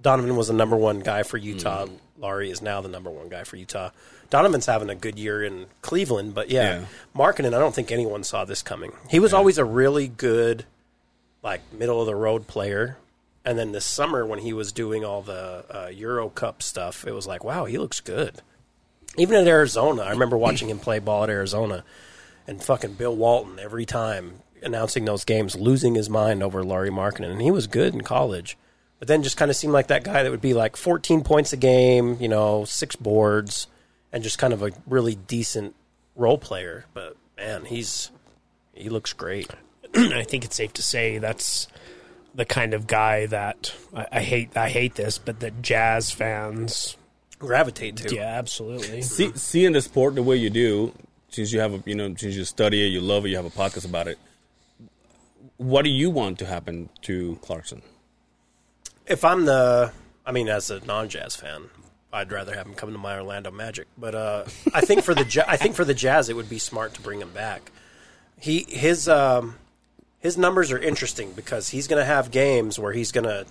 Speaker 3: Donovan was the number one guy for Utah. Laurie is now the number one guy for Utah. Donovan's having a good year in Cleveland, but yeah,
Speaker 2: Yeah.
Speaker 3: Markkinen, I don't think anyone saw this coming. He was always a really good, like middle of the road player. And then this summer, when he was doing all the uh, Euro Cup stuff, it was like, wow, he looks good. Even at Arizona, I remember watching him play ball at Arizona and fucking Bill Walton every time announcing those games, losing his mind over Laurie Markkinen, and he was good in college, but then just kind of seemed like that guy that would be like 14 points a game, you know, six boards, and just kind of a really decent role player. But man, he's he looks great.
Speaker 4: I think it's safe to say that's the kind of guy that I, I hate. I hate this, but that Jazz fans,
Speaker 3: Gravitate to
Speaker 4: yeah, absolutely.
Speaker 2: see, seeing the sport the way you do, since you have a, you know, since you study it, you love it, you have a podcast about it. What do you want to happen to Clarkson?
Speaker 3: if I'm the, I mean, as a non-jazz fan, I'd rather have him come to my Orlando Magic. But uh, I think for the Ja- I think for the Jazz, it would be smart to bring him back. He his um, his numbers are interesting because he's going to have games where he's going to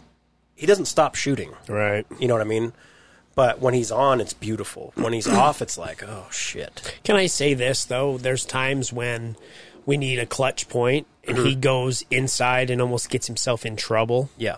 Speaker 3: he doesn't stop shooting.
Speaker 5: Right.
Speaker 3: You know what I mean? But when he's on, it's beautiful. When he's off, it's like, oh shit.
Speaker 4: Can I say this though? There's times when we need a clutch point, and he goes inside and almost gets himself in trouble,
Speaker 3: Yeah,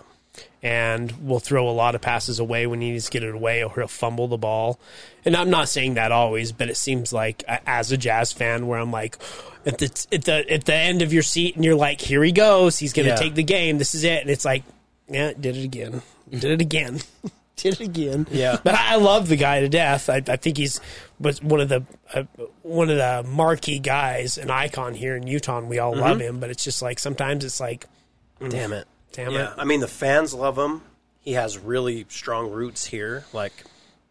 Speaker 4: and will throw a lot of passes away when he needs to get it away, or he'll fumble the ball. And I'm not saying that always, but it seems like uh, as a Jazz fan, where I'm like, at the at the at the end of your seat, and you're like, here he goes, he's going to
Speaker 3: Yeah.
Speaker 4: take the game, this is it, and it's like, yeah, did it again, did it again. Did it again,
Speaker 3: Yeah.
Speaker 4: But I I love the guy to death. I, I think he's was one of the uh, one of the marquee guys, an icon here in Utah. And we all love
Speaker 3: Mm-hmm.
Speaker 4: him, but it's just like sometimes it's like,
Speaker 3: damn it.
Speaker 4: damn
Speaker 3: Yeah,
Speaker 4: it,
Speaker 3: I mean the fans love him. He has really strong roots here. Like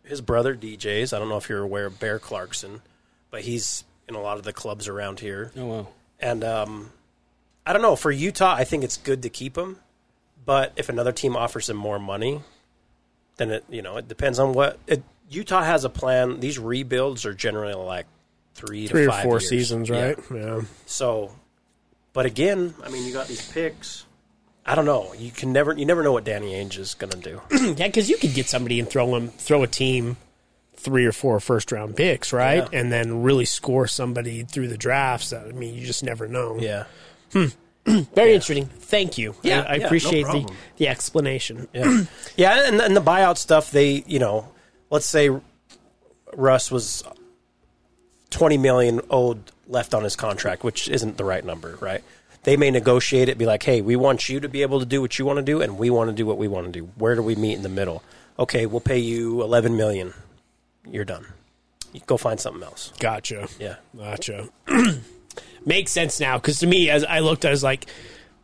Speaker 3: his brother DJ's. I don't know if you're aware of Bear Clarkson, but he's in a lot of the clubs around here.
Speaker 2: Oh wow.
Speaker 3: And um, I don't know. For Utah, I think it's good to keep him. But if another team offers him more money, then it you know it depends on what it, Utah has a plan. These rebuilds are generally like three,
Speaker 5: Three
Speaker 3: to
Speaker 5: or
Speaker 3: five
Speaker 5: four
Speaker 3: years.
Speaker 5: seasons,
Speaker 3: Yeah.
Speaker 5: right? Yeah.
Speaker 3: So, but again, I mean, you got these picks. I don't know. You can never, you never know what Danny Ainge is going to do.
Speaker 4: yeah, because you could get somebody and throw him, throw a team three or four first round picks, right,
Speaker 3: Yeah.
Speaker 4: and then really score somebody through the drafts. I mean, you just never know.
Speaker 3: yeah,
Speaker 4: Very interesting. Thank you.
Speaker 3: Yeah,
Speaker 4: I, I
Speaker 3: yeah, no
Speaker 4: appreciate the
Speaker 3: problem.
Speaker 4: the explanation.
Speaker 3: yeah, yeah. And, and the buyout stuff, they, you know, let's say Russ was twenty million owed left on his contract, which isn't the right number, right? They may negotiate it, be like, "Hey, we want you to be able to do what you want to do, and we want to do what we want to do. Where do we meet in the middle? Okay, we'll pay you eleven million. You're done. You go find something else.
Speaker 4: Gotcha.
Speaker 3: Yeah.
Speaker 4: Gotcha. Makes sense now because to me, as I looked, I was like,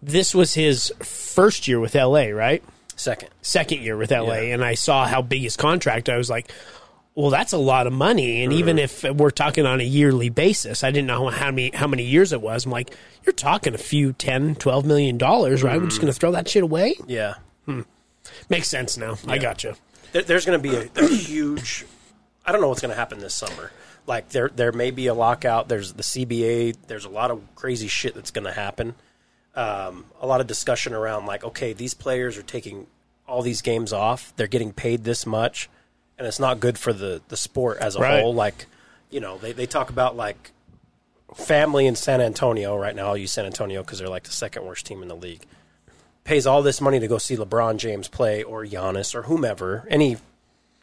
Speaker 4: this was his first year with LA, right?
Speaker 3: Second,
Speaker 4: Second year with LA,
Speaker 3: Yeah.
Speaker 4: and I saw how big his contract. I was like, well, that's a lot of money, and even if we're talking on a yearly basis, I didn't know how many how many years it was. I'm like, you're talking a few 10, 12 million dollars, right? We're just gonna throw that shit away.
Speaker 3: yeah."
Speaker 4: Makes sense now. I gotcha.
Speaker 3: there, there's going to be a, a huge. I don't know what's going to happen this summer. Like there, there may be a lockout. There's the CBA. There's a lot of crazy shit that's going to happen. Um, a lot of discussion around like, okay, these players are taking all these games off. They're getting paid this much, and it's not good for the the sport as a
Speaker 5: Right.
Speaker 3: whole. Like, you know, they they talk about like family in San Antonio right now. I'll use San Antonio because they're like the second worst team in the league. Pays all this money to go see LeBron James play or Giannis or whomever, any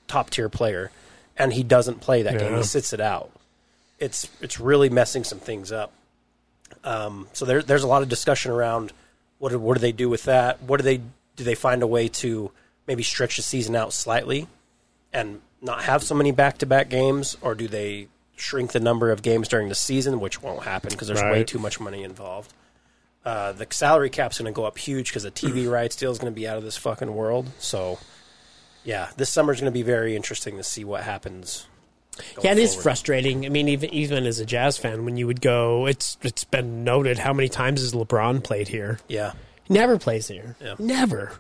Speaker 3: top tier player, and he doesn't play that game.
Speaker 5: Yeah.
Speaker 3: He sits it out. It's it's really messing some things up. Um, so there, there's a lot of discussion around what do- what do they do with that? What do they do? They find a way to maybe stretch the season out slightly and not have so many back to back games, or do they shrink the number of games during the season, which won't happen because there's way
Speaker 5: Right.
Speaker 3: too much money involved? Uh, the salary cap's going to go up huge because the TV rights deal is going to be out of this fucking world. So, yeah, this summer is going to be very interesting to see what happens. going
Speaker 4: Yeah, it is
Speaker 3: forward.
Speaker 4: frustrating. I mean, even even as a jazz fan, when you would go, it's it's been noted how many times has LeBron played here?
Speaker 3: Yeah,
Speaker 4: He never plays here.
Speaker 3: Yeah.
Speaker 4: Never.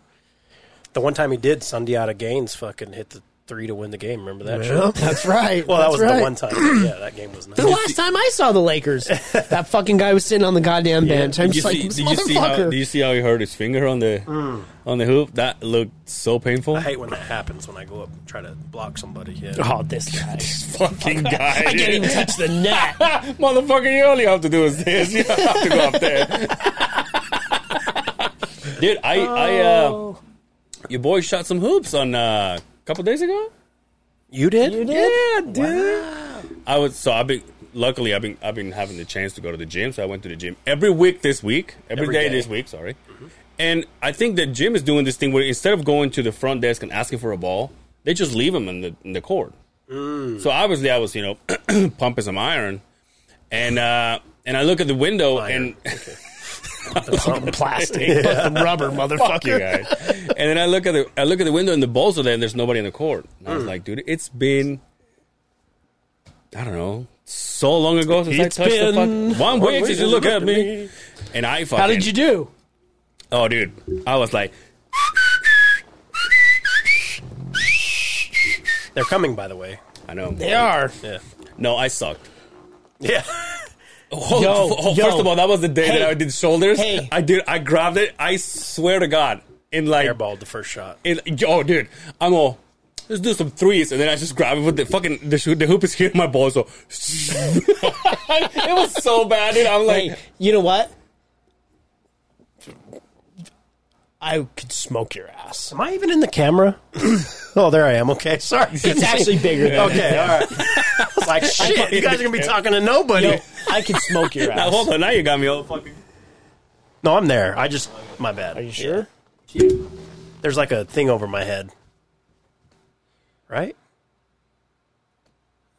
Speaker 3: the one time he did, Sundiata Gaines fucking hit the three to win the game. Remember that? shit?
Speaker 4: that's right.
Speaker 3: Well, that was
Speaker 4: right.
Speaker 3: the one time. Yeah, that game was
Speaker 4: The
Speaker 3: nuts.
Speaker 4: last time I saw the Lakers, that fucking guy was sitting on the goddamn bench. I'm
Speaker 2: Did you
Speaker 4: just like,
Speaker 2: see?
Speaker 4: this
Speaker 2: Did you see how?
Speaker 4: motherfucker. Mm.
Speaker 2: Did you see how he hurt his finger on the on the hoop? That looked so painful.
Speaker 3: I hate when that happens when I go up and try to block somebody. Yeah.
Speaker 4: oh, this guy.
Speaker 2: fucking guy.
Speaker 4: I can't even touch the net.
Speaker 2: Motherfucker, you only have to do is this. You don't have to go up there. Dude, I, I,
Speaker 4: Oh.
Speaker 2: uh, your boy shot some hoops on, uh, a couple days ago?
Speaker 3: You did? You
Speaker 2: Yeah, dude. I was, so I've been, luckily I've been, I've been having the chance to go to the gym. So I went to the gym every week this week,
Speaker 3: Every
Speaker 2: every day,
Speaker 3: day. Mm-hmm.
Speaker 2: this week, sorry. And I think the gym is doing this thing where instead of going to the front desk and asking for a ball, they just leave them in the, in the court.
Speaker 3: Mm.
Speaker 2: So obviously I was, you know, pumping some iron and, uh, and I look at the window
Speaker 3: Iron.
Speaker 2: and
Speaker 4: fucking plastic. Fucking rubber,
Speaker 2: fuck you
Speaker 4: motherfucker.
Speaker 2: guys. and then I look at the I look at the window and the balls are there and there's nobody in the court. And
Speaker 4: Mm.
Speaker 2: I was like, dude, it's been I don't know so long ago since
Speaker 4: It's
Speaker 2: I touched the
Speaker 4: been
Speaker 2: fuck. One week since you look at me. And I fucking
Speaker 4: How did you do?
Speaker 2: Oh dude. I was like
Speaker 3: They're coming, by the way.
Speaker 2: I know.
Speaker 4: They are.
Speaker 3: Yeah.
Speaker 2: No, I sucked.
Speaker 3: Yeah.
Speaker 2: Oh,
Speaker 4: Yo,
Speaker 2: oh,
Speaker 4: yo.
Speaker 2: First of all, that was the day
Speaker 4: Hey.
Speaker 2: that I did shoulders.
Speaker 4: Hey.
Speaker 2: I did. I grabbed it. I swear to God, in like,
Speaker 3: Airballed the first shot.
Speaker 2: in, oh, dude, I'm all. Let's do some threes, and then I just grab it with the fucking the, shoot, the hoop is hitting my ball, so it was so bad, dude. I'm like,
Speaker 4: Hey, you know what? I could smoke your ass.
Speaker 3: Am I even in the camera? oh, there I am. Okay, sorry.
Speaker 4: It's actually bigger than that.
Speaker 3: Okay, all right. I was like, shit, you guys are gonna be talking to nobody.
Speaker 4: Yo, I could smoke your
Speaker 2: now,
Speaker 4: ass.
Speaker 2: hold on, now you got me all fucking.
Speaker 3: No, I'm there. I just, my bad. Are
Speaker 4: you sure?
Speaker 3: There's like a thing over my head. Right?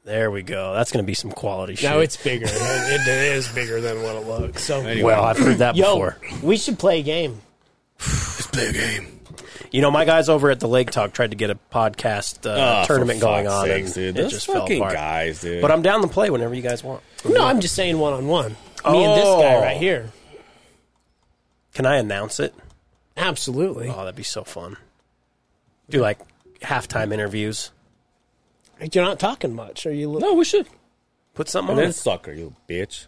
Speaker 3: There we go. That's going to be some quality shit.
Speaker 4: No, it's bigger. It- it is bigger than what it looks. So,
Speaker 3: well, I've heard that
Speaker 4: yo,
Speaker 3: before.
Speaker 4: we should play a game.
Speaker 2: Play a game.
Speaker 3: You know, my guys over at the Lake Talk tried to get a podcast uh,
Speaker 2: Ah,
Speaker 3: tournament
Speaker 2: for
Speaker 3: going
Speaker 2: fuck's
Speaker 3: on.
Speaker 2: sakes,
Speaker 3: and
Speaker 2: dude.
Speaker 3: It
Speaker 2: Those
Speaker 3: just fell
Speaker 2: fucking
Speaker 3: apart.
Speaker 2: guys, dude.
Speaker 3: But I'm down to play whenever you guys want.
Speaker 4: No, I'm just saying one on one. Me and this guy
Speaker 3: Oh.
Speaker 4: right here.
Speaker 3: Can I announce it?
Speaker 4: Absolutely.
Speaker 3: Oh, that'd be so fun. Do like halftime interviews.
Speaker 4: You're not talking much. Are you? li-
Speaker 2: no, we should.
Speaker 3: Put something
Speaker 2: And
Speaker 3: on
Speaker 2: then
Speaker 3: it.
Speaker 2: soccer, you bitch.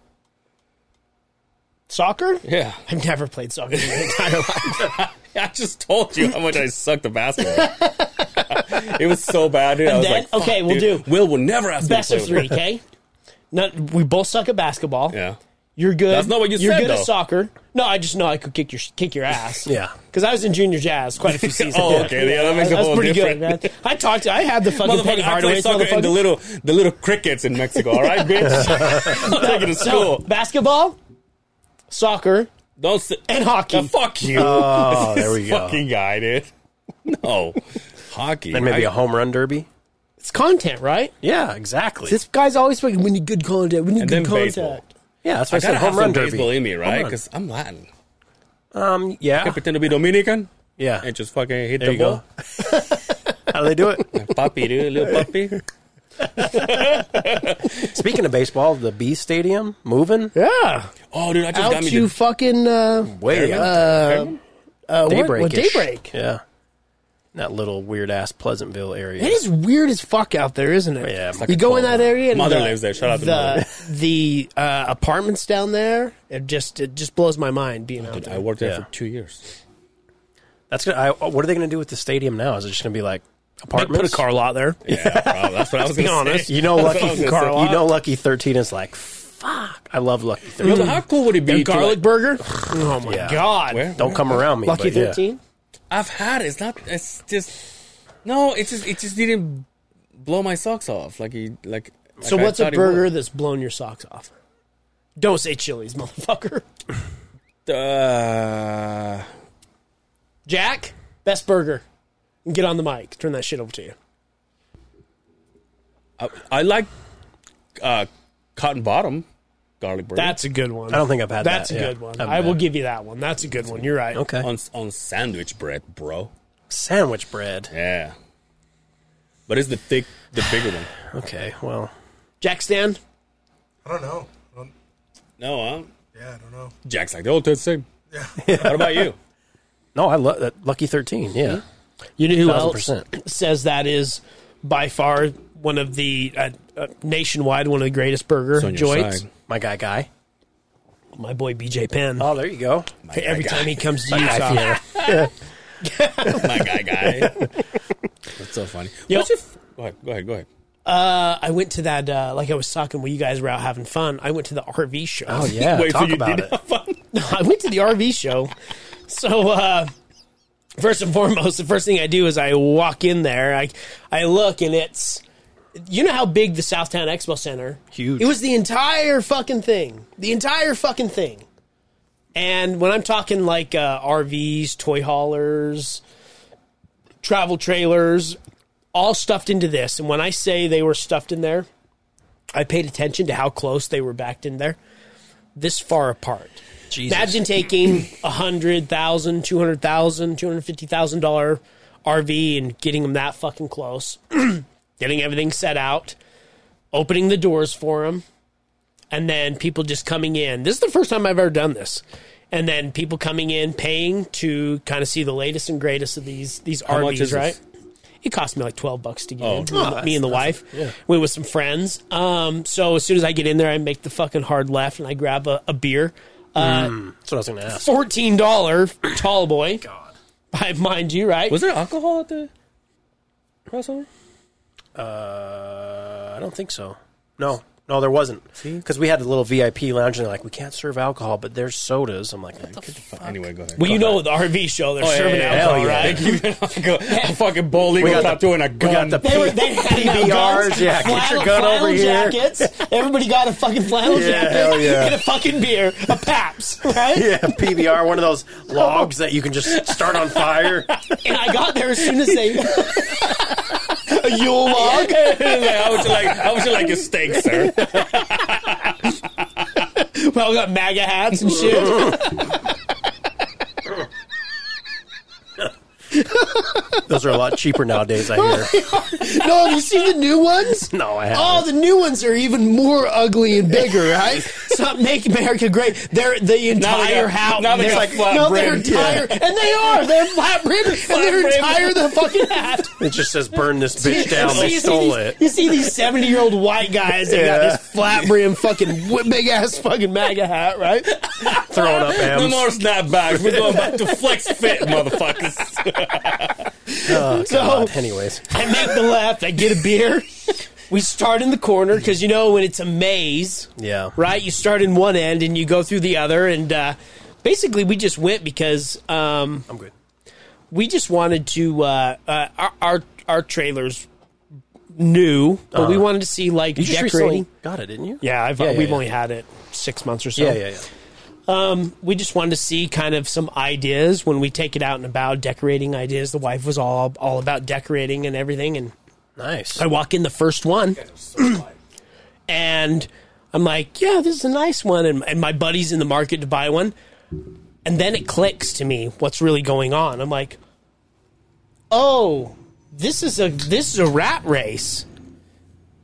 Speaker 4: Soccer?
Speaker 2: Yeah,
Speaker 4: I've never played soccer in my entire life.
Speaker 2: I just told you how much I sucked at basketball. it was so bad, dude. I was
Speaker 4: Then-
Speaker 2: like, fuck,
Speaker 4: okay, we'll
Speaker 2: dude.
Speaker 4: do-
Speaker 2: Will will never ask
Speaker 4: Best
Speaker 2: me
Speaker 4: of
Speaker 2: to play
Speaker 4: three,
Speaker 2: with
Speaker 4: okay? No, we both suck at basketball.
Speaker 2: him. Yeah.
Speaker 4: You're good.
Speaker 2: That's not what you
Speaker 4: You're
Speaker 2: said,
Speaker 4: good
Speaker 2: though.
Speaker 4: at soccer. No, I just know I could kick your kick your ass.
Speaker 3: Yeah.
Speaker 4: because I was in junior jazz quite a few seasons.
Speaker 2: Oh, okay. Yeah, that makes a
Speaker 4: I was
Speaker 2: whole
Speaker 4: pretty
Speaker 2: different-
Speaker 4: good, man. I talked. To, I had the fucking Penny
Speaker 2: Motherfucker, I
Speaker 4: Hardaway.
Speaker 2: play soccer in the
Speaker 4: motherfucker.
Speaker 2: little the little crickets in Mexico. All right, bitch. I'm taking to
Speaker 4: So,
Speaker 2: school.
Speaker 4: basketball, soccer,
Speaker 2: Don't sit.
Speaker 4: and hockey.
Speaker 2: fuck you.
Speaker 3: Oh, there we
Speaker 2: This
Speaker 3: go.
Speaker 2: Fucking guy, dude. No, hockey.
Speaker 3: And maybe
Speaker 2: I-
Speaker 3: a home run derby.
Speaker 4: It's content, right?
Speaker 3: Yeah, exactly.
Speaker 4: This guy's always fucking. We need good contact. We need
Speaker 2: And
Speaker 4: good
Speaker 2: then
Speaker 4: contact.
Speaker 2: baseball.
Speaker 3: yeah, that's why
Speaker 2: I
Speaker 3: I,
Speaker 2: gotta
Speaker 3: said
Speaker 2: have
Speaker 3: home
Speaker 2: some
Speaker 3: run derby.
Speaker 2: baseball in me, right?
Speaker 3: Home run.
Speaker 2: Because I'm Latin.
Speaker 3: Um, yeah,
Speaker 2: Pretend to be Dominican
Speaker 3: yeah.
Speaker 2: and just fucking hit
Speaker 3: There
Speaker 2: the
Speaker 3: you
Speaker 2: ball.
Speaker 3: go. How do they do it?
Speaker 2: Puppy, dude, little puppy.
Speaker 3: Speaking of baseball, the B Stadium moving
Speaker 4: Yeah,
Speaker 2: Oh, dude, I just got
Speaker 4: out
Speaker 2: me
Speaker 4: you
Speaker 2: the
Speaker 4: fucking uh,
Speaker 3: way up.
Speaker 4: uh, uh, what-
Speaker 3: daybreak.
Speaker 4: What, daybreak.
Speaker 3: Yeah, that little weird ass Pleasantville area.
Speaker 4: It is weird as fuck out there, isn't it?
Speaker 3: Yeah, it's like
Speaker 4: you
Speaker 3: a
Speaker 4: go in
Speaker 3: cult.
Speaker 4: that area. And
Speaker 2: Mother
Speaker 4: the,
Speaker 2: lives there. Shout out to
Speaker 4: the
Speaker 2: Mother.
Speaker 4: the uh, apartments down there. It just it just blows my mind being out
Speaker 2: I
Speaker 4: there.
Speaker 2: worked there
Speaker 3: Yeah.
Speaker 2: for two years.
Speaker 3: That's gonna. I, uh, what are they gonna do with the stadium now? Is it just gonna be like apartments?
Speaker 4: lot there.
Speaker 2: Yeah, probably. that's what I was
Speaker 4: be
Speaker 2: going to say.
Speaker 4: honest.
Speaker 3: You know,
Speaker 2: That's what I was gonna
Speaker 3: lucky Carl.
Speaker 2: say.
Speaker 3: You know, lucky thirteen is like fuck. I love lucky
Speaker 2: Yo,
Speaker 4: Mm-hmm.
Speaker 3: thirteen.
Speaker 2: but how cool would it be?
Speaker 4: Their
Speaker 2: to,
Speaker 4: garlic
Speaker 2: like-
Speaker 4: burger. Oh my
Speaker 3: Yeah.
Speaker 4: god!
Speaker 2: Where?
Speaker 3: Don't come around me.
Speaker 4: Lucky
Speaker 3: but yeah.
Speaker 4: thirteen.
Speaker 2: I've had it. It's not. It's just no. It just it just didn't blow my socks off. Like he like.
Speaker 4: So
Speaker 2: like I
Speaker 4: what's a
Speaker 2: thought it
Speaker 4: burger
Speaker 2: would.
Speaker 4: that's blown your socks off? Don't say Chili's, motherfucker.
Speaker 2: Uh,
Speaker 4: Jack, best burger. Get on the mic. Turn that shit over to you.
Speaker 2: I, I like uh, Cotton Bottom garlic burger.
Speaker 4: That's a good one.
Speaker 3: I don't think I've had
Speaker 4: That's
Speaker 3: that.
Speaker 4: a
Speaker 3: yeah.
Speaker 4: good one.
Speaker 3: Haven't
Speaker 4: I will
Speaker 3: had it.
Speaker 4: give you that one. That's a good one. You're right.
Speaker 3: Okay.
Speaker 2: on on sandwich bread, bro.
Speaker 3: Sandwich bread.
Speaker 2: Yeah, but it's the thick, the bigger one.
Speaker 3: Okay. Well,
Speaker 4: Jack Stan.
Speaker 5: I don't know. I don't,
Speaker 2: No, huh?
Speaker 5: yeah, I don't know.
Speaker 2: Jack's like, oh, it's the same. Yeah. What about you?
Speaker 3: no, I love that lucky thirteen. Yeah.
Speaker 4: Mm-hmm. You know who else
Speaker 3: 1000%.
Speaker 4: says that is by far one of the uh, uh, nationwide one of the greatest burger
Speaker 2: It's on your
Speaker 4: joints.
Speaker 2: side.
Speaker 3: My guy, guy.
Speaker 4: My boy BJ Penn.
Speaker 3: Oh, there you go.
Speaker 4: Every
Speaker 2: guy.
Speaker 4: time he comes to Utah,
Speaker 2: My guy, guy. That's so funny.
Speaker 4: Yo.
Speaker 2: What's your f- go ahead, go ahead, go ahead.
Speaker 4: uh, I went to that. Uh, like I was talking when you guys were out having fun, I went to the RV show.
Speaker 3: Oh yeah.
Speaker 2: Wait, so
Speaker 3: Talk
Speaker 2: you
Speaker 3: about
Speaker 2: did
Speaker 3: it.
Speaker 2: have fun?
Speaker 4: I went to the RV show. So, uh, first and foremost, the first thing I do is I walk in there. I, I look and it's, you know how big the Southtown Expo Center?
Speaker 3: Huge.
Speaker 4: It was the entire fucking thing. The entire fucking thing. And when I'm talking like uh, RVs, toy haulers, travel trailers, all stuffed into this. And when I say they were stuffed in there, I paid attention to how close they were backed in there. This far apart.
Speaker 3: Jesus.
Speaker 4: Imagine taking a hundred thousand, two hundred thousand, two hundred fifty thousand dollar RV and getting them that fucking close, getting everything set out, opening the doors for them, and then people just coming in. This is the first time I've ever done this, and then people coming in paying to kind of see the latest and greatest of these these
Speaker 2: How
Speaker 4: RVs.
Speaker 2: much is this?
Speaker 4: right? It cost me like twelve bucks to get
Speaker 2: Oh.
Speaker 4: in.
Speaker 2: Oh,
Speaker 4: me and the wife. We went with some friends. Um, so as soon as I get in there, I make the fucking hard left and I grab a, a beer. Uh,
Speaker 3: That's what I was going to ask.
Speaker 4: Fourteen dollar tall boy. God, I mind you, right?
Speaker 2: Was there alcohol at the crossover?
Speaker 3: Uh, I don't think so. No, no, there wasn't. Because we had the little VIP lounge, and they're like, we can't serve alcohol, but there's sodas. I'm like, what the fuck?
Speaker 2: Anyway, go ahead.
Speaker 4: well, you know, with the RV show, they're
Speaker 2: yeah,
Speaker 4: serving
Speaker 2: yeah,
Speaker 4: alcohol,
Speaker 3: hell Oh, yeah.
Speaker 4: right?
Speaker 2: a fucking bald eagle
Speaker 3: We got
Speaker 2: top
Speaker 3: the-
Speaker 2: two and a
Speaker 3: We got
Speaker 2: gun.
Speaker 3: the
Speaker 4: They were they had out
Speaker 3: PBRs,
Speaker 4: guns,
Speaker 3: yeah, get your gun over here.
Speaker 4: jackets. Everybody got a fucking flannel
Speaker 3: Yeah,
Speaker 4: jacket
Speaker 3: hell yeah.
Speaker 4: and a fucking beer, a Paps, right?
Speaker 3: yeah, PBR, one of those logs that you can just start on fire.
Speaker 4: And I got there as soon as they a Yule
Speaker 2: like,
Speaker 4: log.
Speaker 2: how would you like? How would you like a steak, sir?
Speaker 4: Well, we got MAGA hats and shit.
Speaker 3: Those are a lot cheaper nowadays, I hear.
Speaker 4: no, have you seen the new ones?
Speaker 3: No, I
Speaker 4: Oh,
Speaker 3: haven't.
Speaker 4: the new ones are even more ugly and bigger, right? Stop making America great. They're the
Speaker 2: Now they
Speaker 4: entire
Speaker 2: got-
Speaker 4: house.
Speaker 2: now they got flat
Speaker 4: no,
Speaker 2: brimmed,
Speaker 4: they're entire, and they are. They're flat brimmed, and they're
Speaker 2: brimmed.
Speaker 4: entire the fucking hat.
Speaker 3: It just says burn this bitch down.
Speaker 4: So
Speaker 3: They
Speaker 4: you see
Speaker 3: stole
Speaker 4: these-
Speaker 3: it.
Speaker 4: You see these seventy-year-old white guys that got this flat brim fucking big ass fucking MAGA hat, right?
Speaker 3: Throwing up
Speaker 2: No
Speaker 3: M's.
Speaker 2: more snapbacks. We're going back to flex fit, motherfuckers.
Speaker 4: So
Speaker 3: Oh, Anyways,
Speaker 4: I make the left. I get a beer. We start in the corner because you know when it's a maze,
Speaker 3: yeah.
Speaker 4: right? You start in one end and you go through the other, and uh, basically we just went because um,
Speaker 3: I'm good.
Speaker 4: we just wanted to uh, uh, our, our our trailers new, but we wanted to see like
Speaker 3: Uh-huh. You just
Speaker 4: decorating.
Speaker 3: recently got it, didn't you? Oh.
Speaker 4: Yeah, I've,
Speaker 3: Yeah, yeah,
Speaker 4: we've
Speaker 3: yeah.
Speaker 4: only had it six months or so.
Speaker 3: Yeah, yeah, yeah.
Speaker 4: we just wanted to see kind of some ideas when we take it out and about decorating ideas. The wife was all all about decorating and everything, and
Speaker 3: Nice.
Speaker 4: I walk in the first one, and I'm like, "Yeah, this is a nice one," and, and my buddy's in the market to buy one, and then it clicks to me what's really going on. I'm like, "Oh, this is a this is a rat race."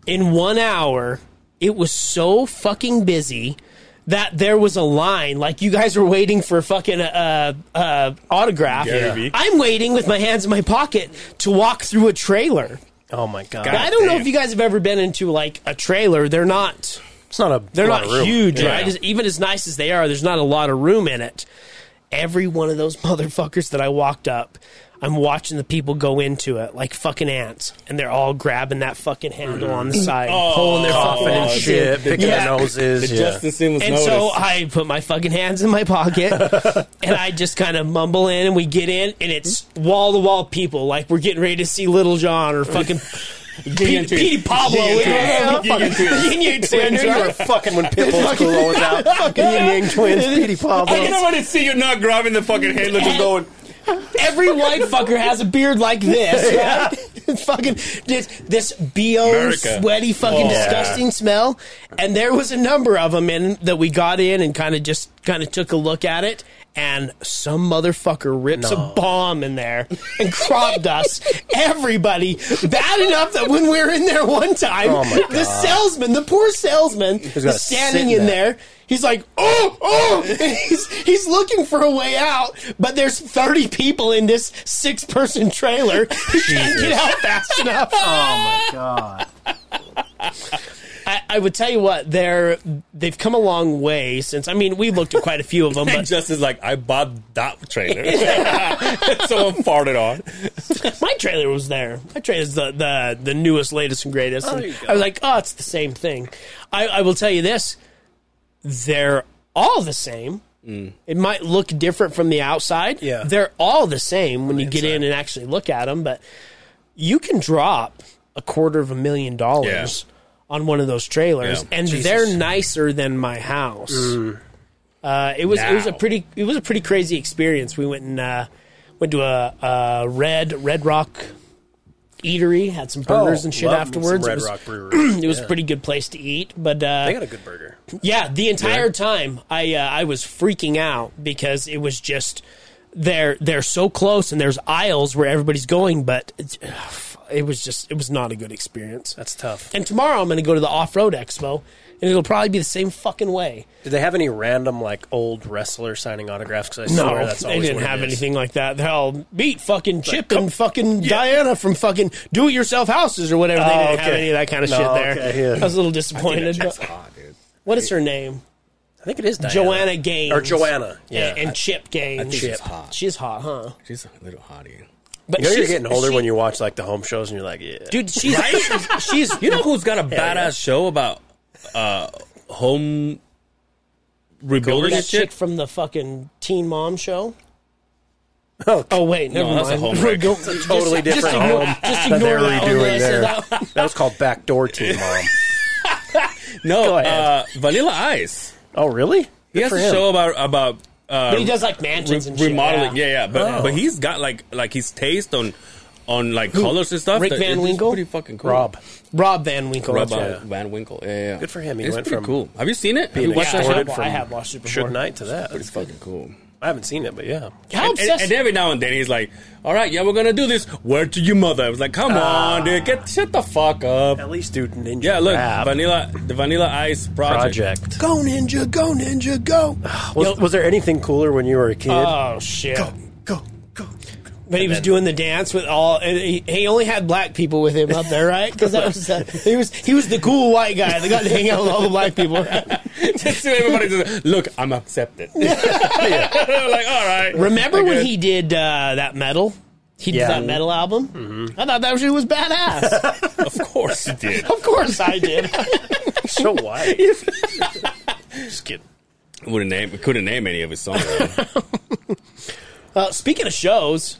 Speaker 4: In one hour, it was so fucking busy that there was a line. Like you guys were waiting for fucking uh, uh, autograph.
Speaker 2: Gary Vee.
Speaker 4: I'm waiting with my hands in my pocket to walk through a trailer.
Speaker 3: Oh my god.
Speaker 4: Now, I don't know if you guys have ever been into like a trailer. They're not
Speaker 3: It's not a.
Speaker 4: they're
Speaker 3: lot
Speaker 4: not
Speaker 3: of room.
Speaker 4: huge,
Speaker 2: Yeah.
Speaker 4: right? As- Even as nice as they are, there's not a lot of room in it. Every one of those motherfuckers that I walked up, I'm watching the people go into it like fucking ants, and they're all grabbing that fucking handle on the
Speaker 3: Mm.
Speaker 4: side,
Speaker 3: Oh,
Speaker 4: pulling their fucking
Speaker 3: Coughing and
Speaker 4: hands in.
Speaker 3: shit, picking
Speaker 4: Yeah.
Speaker 3: their noses. Yeah.
Speaker 2: Justin Simmons
Speaker 4: And
Speaker 2: noticed.
Speaker 4: so I put my fucking hands in my pocket and I just kind of mumble in and we get in and it's wall to wall people. Like we're getting ready to see Little John or fucking Petey
Speaker 2: and Twins.
Speaker 4: Petey Pablo.
Speaker 2: Yin and
Speaker 4: Yin and
Speaker 2: Twins. Yin and Twins.
Speaker 3: I
Speaker 4: Twins,
Speaker 3: knew you were
Speaker 4: right?
Speaker 3: fucking when Pitbull's Kulo was out. Yin Yang Twins, Petey Pablo.
Speaker 2: I never want to see you not grabbing the fucking handle and going.
Speaker 4: Every white fucker has a beard like this, right? fucking this, this bo
Speaker 2: America.
Speaker 4: sweaty fucking
Speaker 2: Oh.
Speaker 4: disgusting smell. And there was a number of them in that we got in and kind of just kind of took a look at it. And some motherfucker rips a bomb in there and cropped us. Everybody bad enough that when we were in there one time,
Speaker 3: Oh my
Speaker 4: the salesman, the poor salesman,
Speaker 3: gotta
Speaker 4: is standing
Speaker 3: sit in that.
Speaker 4: in there there. He's like, oh, oh, And he's, he's looking for a way out, but there's 30 people in this six person trailer. He can't get out fast enough.
Speaker 3: Oh, my god.
Speaker 4: I, I would tell you what, they're, they've come a long way since, I mean, we looked at quite a few of them,
Speaker 2: And
Speaker 4: but
Speaker 2: Justin's like, I bought that trailer. Someone farted on.
Speaker 4: my trailer was there. My trailer's the, the, the newest, latest, and greatest.
Speaker 3: Oh,
Speaker 4: And
Speaker 3: there you go.
Speaker 4: I was like, oh, it's the same thing. I, I will tell you this they're all the same. It might look different from the outside.
Speaker 3: Mm. Yeah.
Speaker 4: They're all the same when you get in and actually look at them, but you can drop a quarter of a million dollars on one of those trailers,
Speaker 2: Yeah.
Speaker 4: and they're nicer than my house.
Speaker 3: Mm.
Speaker 4: Uh, it was it was a
Speaker 2: Now.
Speaker 4: pretty it was a pretty crazy experience. We went and uh, went to a, a red Red Rock eatery, had some burgers and shit
Speaker 3: Oh, love me
Speaker 4: afterwards.
Speaker 3: some
Speaker 4: it
Speaker 3: Red
Speaker 4: was,
Speaker 3: Rock Brewery.
Speaker 4: it was a pretty good place to eat, but uh,
Speaker 3: They got a good burger.
Speaker 4: yeah, the entire time I uh, I was freaking out because it was just they're they're so close and there's aisles where everybody's going, but it's, ugh, it was just it was not a good experience.
Speaker 3: That's tough.
Speaker 4: And tomorrow I'm going to go to the Off Road Expo, and it'll probably be the same fucking way.
Speaker 3: Did they have any random like old wrestler signing autographs? Because I swear
Speaker 4: No,
Speaker 3: that's
Speaker 4: they
Speaker 3: always
Speaker 4: didn't
Speaker 3: what it
Speaker 4: have
Speaker 3: is.
Speaker 4: anything like that. They'll meet fucking Chip and fucking Diana from fucking do it yourself houses or whatever. They
Speaker 3: Oh,
Speaker 4: didn't have
Speaker 3: okay.
Speaker 4: any of that kind of
Speaker 3: No,
Speaker 4: shit there.
Speaker 3: okay, yeah.
Speaker 4: I was a little disappointed.
Speaker 2: That's
Speaker 4: but-
Speaker 2: hot, dude.
Speaker 4: What is her name?
Speaker 3: I think it is Diana.
Speaker 4: Joanna Gaines
Speaker 3: or Joanna. Yeah,
Speaker 4: and, and Chip Gaines.
Speaker 2: think she's hot.
Speaker 4: She's hot, huh?
Speaker 2: She's a little hottie.
Speaker 4: But
Speaker 3: you know you're
Speaker 4: she's-
Speaker 3: getting older
Speaker 4: she-
Speaker 3: when you watch like the home shows and you're like, yeah,
Speaker 4: dude. She's she's
Speaker 2: You know who's got a badass
Speaker 3: yeah.
Speaker 2: show about uh, home rebuilding
Speaker 4: that
Speaker 2: and shit?
Speaker 4: chick from the fucking Teen Mom show.
Speaker 3: Oh,
Speaker 4: Oh wait, never
Speaker 2: No, that's a
Speaker 4: mind.
Speaker 2: home
Speaker 4: We're
Speaker 2: wreck.
Speaker 4: go-
Speaker 2: It's a
Speaker 4: just-
Speaker 3: totally
Speaker 4: just
Speaker 3: different
Speaker 4: ignore-
Speaker 3: home
Speaker 4: Just
Speaker 3: that
Speaker 4: ignore
Speaker 3: they're
Speaker 4: that one when I
Speaker 3: redoing
Speaker 4: said
Speaker 3: there.
Speaker 4: that one.
Speaker 3: That was called Backdoor Team Mom.
Speaker 2: No,
Speaker 3: ahead.
Speaker 2: uh, Vanilla Ice.
Speaker 3: oh, really? Good
Speaker 2: He has
Speaker 3: for
Speaker 2: a
Speaker 3: him.
Speaker 2: show about about uh,
Speaker 4: But he does like mansions
Speaker 2: re-
Speaker 4: and shit,
Speaker 2: remodeling.
Speaker 4: yeah.
Speaker 2: Yeah, yeah. But
Speaker 3: Oh.
Speaker 2: but he's got like like his taste on on like colors and stuff.
Speaker 4: Rick
Speaker 2: that-
Speaker 4: Van
Speaker 2: it's
Speaker 4: Winkle?
Speaker 2: pretty fucking cool.
Speaker 3: Rob.
Speaker 4: Rob Van Winkle.
Speaker 2: Rob
Speaker 4: that's right.
Speaker 2: Van- Van Winkle. Yeah, yeah.
Speaker 3: Good for him. He
Speaker 2: it's
Speaker 3: went
Speaker 2: pretty
Speaker 3: from
Speaker 2: cool. Have you seen it? Have
Speaker 3: being
Speaker 2: you watched that
Speaker 4: Yeah, I
Speaker 2: show?
Speaker 4: have,
Speaker 3: extorted
Speaker 4: wa- I have watched it before.
Speaker 3: Should Night to that.
Speaker 2: It's fucking cool.
Speaker 3: I haven't seen it, but yeah.
Speaker 4: How
Speaker 2: And, and-
Speaker 4: obsessed?
Speaker 2: and every now and then he's like, "All right, yeah, we're gonna do this." Word to your mother. I was like, "Come
Speaker 3: Ah.
Speaker 2: on, dude, get shut the fuck up."
Speaker 3: At least dude Ninja.
Speaker 2: Yeah, look,
Speaker 3: Rap
Speaker 2: vanilla, the Vanilla Ice project.
Speaker 3: project. Go Ninja, go Ninja, go. Was, was there anything cooler when you were a kid?
Speaker 4: oh shit! Go go go! But he was doing the dance with all. And he, he only had black people with him up there, right? Because that was uh, he was he was the cool white guy that got to hang out with all the black people. right?
Speaker 2: just so everybody just look, I'm accepted. They're like, all right.
Speaker 4: Remember
Speaker 2: I
Speaker 4: when
Speaker 2: guess.
Speaker 4: he did uh, that metal? He did
Speaker 3: Yeah.
Speaker 4: that metal album.
Speaker 2: Mm-hmm.
Speaker 4: I thought that shit was badass.
Speaker 2: Of course he did.
Speaker 4: of course, I did.
Speaker 3: so white.
Speaker 2: Just kidding. Wouldn't name. Couldn't name any of his songs.
Speaker 4: Uh, speaking of shows,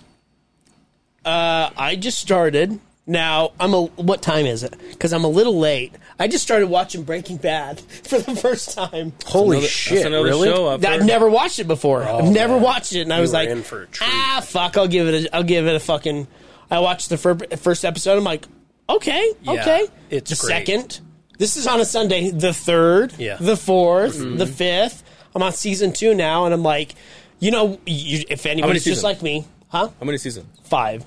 Speaker 4: uh, I just started. Now I'm a. What time is it? Because I'm a little late. I just started watching Breaking Bad for the first time.
Speaker 3: Holy
Speaker 2: Another-
Speaker 3: shit!
Speaker 2: that's another
Speaker 3: really?
Speaker 2: show I've
Speaker 4: I've
Speaker 2: heard.
Speaker 4: never watched it before. I've never
Speaker 3: Oh, man.
Speaker 4: watched it, and I
Speaker 3: You
Speaker 4: was
Speaker 3: were
Speaker 4: like,
Speaker 3: in for a treat.
Speaker 4: "Ah, fuck! I'll give it. A, I'll give it a fucking." I watched the fir- first episode. I'm like, "Okay, okay."
Speaker 3: it's
Speaker 4: the
Speaker 3: great.
Speaker 4: second. This is on a Sunday. The third,
Speaker 3: Yeah. Mm-hmm.
Speaker 4: the 4th the fifth. I'm on season two now, and I'm like, you know, you, if anybody's just
Speaker 2: seasons?
Speaker 4: like me, huh?
Speaker 2: How many seasons?
Speaker 4: five.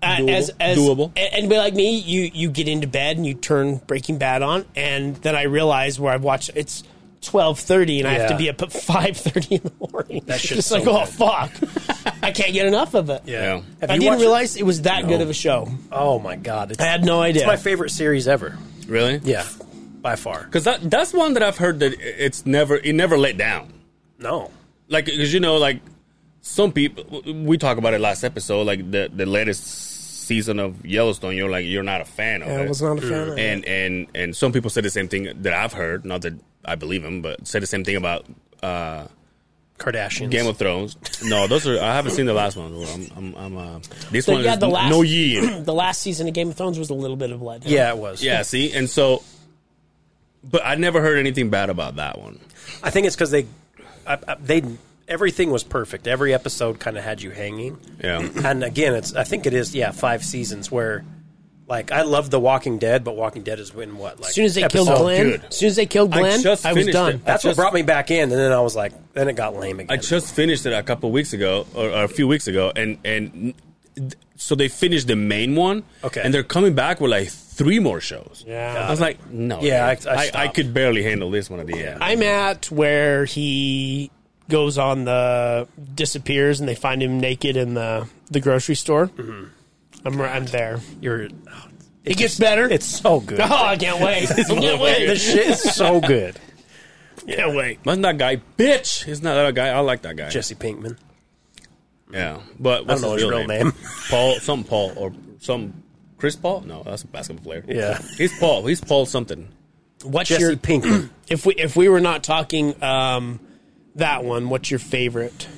Speaker 4: Uh,
Speaker 2: Doable.
Speaker 4: As, as
Speaker 2: Doable.
Speaker 4: a- anybody like me, you you get into bed and you turn Breaking Bad on, and then I realize where I've watched it's twelve thirty, and I have to
Speaker 3: Yeah.
Speaker 4: be up at five thirty in the morning. That's
Speaker 3: shit's
Speaker 4: just
Speaker 3: so
Speaker 4: like oh fuck, I can't get enough of it.
Speaker 2: Yeah.
Speaker 3: Have
Speaker 4: I
Speaker 3: you watched
Speaker 4: didn't
Speaker 3: it?
Speaker 4: realize it? was that good of a show.
Speaker 3: Oh my god! It's,
Speaker 4: I had no idea.
Speaker 3: it's my favorite series ever.
Speaker 2: Really?
Speaker 3: Yeah, by far.
Speaker 2: Because that that's one that I've heard that it's never it never let down.
Speaker 3: No,
Speaker 2: Like because you know like some people we talk about it last episode like the the latest season of Yellowstone you're like you're not a fan of
Speaker 4: I
Speaker 2: it.
Speaker 4: was not a fan. of it.
Speaker 2: and and and some people said the same thing that I've heard. Not that I believe him, but said the same thing about uh,
Speaker 3: Kardashians.
Speaker 2: Game of Thrones. No, those are I haven't seen the last one. I'm, I'm, I'm uh, this
Speaker 4: So,
Speaker 2: one
Speaker 4: yeah,
Speaker 2: is
Speaker 4: the last-
Speaker 2: no year.
Speaker 4: the last season of Game of Thrones was a little bit of blood.
Speaker 3: yeah, it was.
Speaker 2: yeah, see, and so, but I never heard anything bad about that one.
Speaker 3: I think it's because they, I, I, they, everything was perfect. Every episode kind of had you hanging.
Speaker 2: Yeah,
Speaker 3: And again, it's I think it is yeah five seasons where, like I love The Walking Dead, but Walking Dead is in what like
Speaker 4: As soon as they killed
Speaker 3: episode-
Speaker 4: Glenn,
Speaker 2: dude.
Speaker 4: as soon as they killed
Speaker 2: I
Speaker 4: Glenn,
Speaker 2: just
Speaker 4: I, was
Speaker 2: finished
Speaker 4: done.
Speaker 2: it.
Speaker 3: That's
Speaker 2: I just-
Speaker 3: what brought me back in, and then I was like, then it got lame
Speaker 2: I
Speaker 3: again.
Speaker 2: just finished it a couple weeks ago or, or a few weeks ago, and and so they finished the main one.
Speaker 3: Okay.
Speaker 2: and they're coming back with like three more shows.
Speaker 4: Yeah.
Speaker 2: I was like, no,
Speaker 3: Yeah, I- I
Speaker 2: dude. I, I
Speaker 3: stopped.
Speaker 2: could barely handle this one at the end.
Speaker 4: I'm at where he goes on the disappears and they find him naked in the the grocery store. I'm I'm there.
Speaker 3: You're, it,
Speaker 4: It
Speaker 3: Mm-hmm. just-
Speaker 4: gets better.
Speaker 3: It's so good.
Speaker 4: oh, I can't wait. I can't
Speaker 3: the
Speaker 4: wait.
Speaker 3: shit is so good.
Speaker 4: Can't wait.
Speaker 2: Wasn't that guy bitch? He's not that guy. I like that guy.
Speaker 3: Jesse Pinkman.
Speaker 2: yeah, but
Speaker 3: I
Speaker 2: what's
Speaker 3: don't know
Speaker 2: his real, name?
Speaker 3: name.
Speaker 2: Paul, some Paul or some Chris Paul? No, that's a basketball player.
Speaker 3: Yeah.
Speaker 2: he's Paul. He's Paul something.
Speaker 4: What's
Speaker 3: Jesse
Speaker 4: your
Speaker 3: Pinkman.
Speaker 4: if we if we were not talking um that one? What's your favorite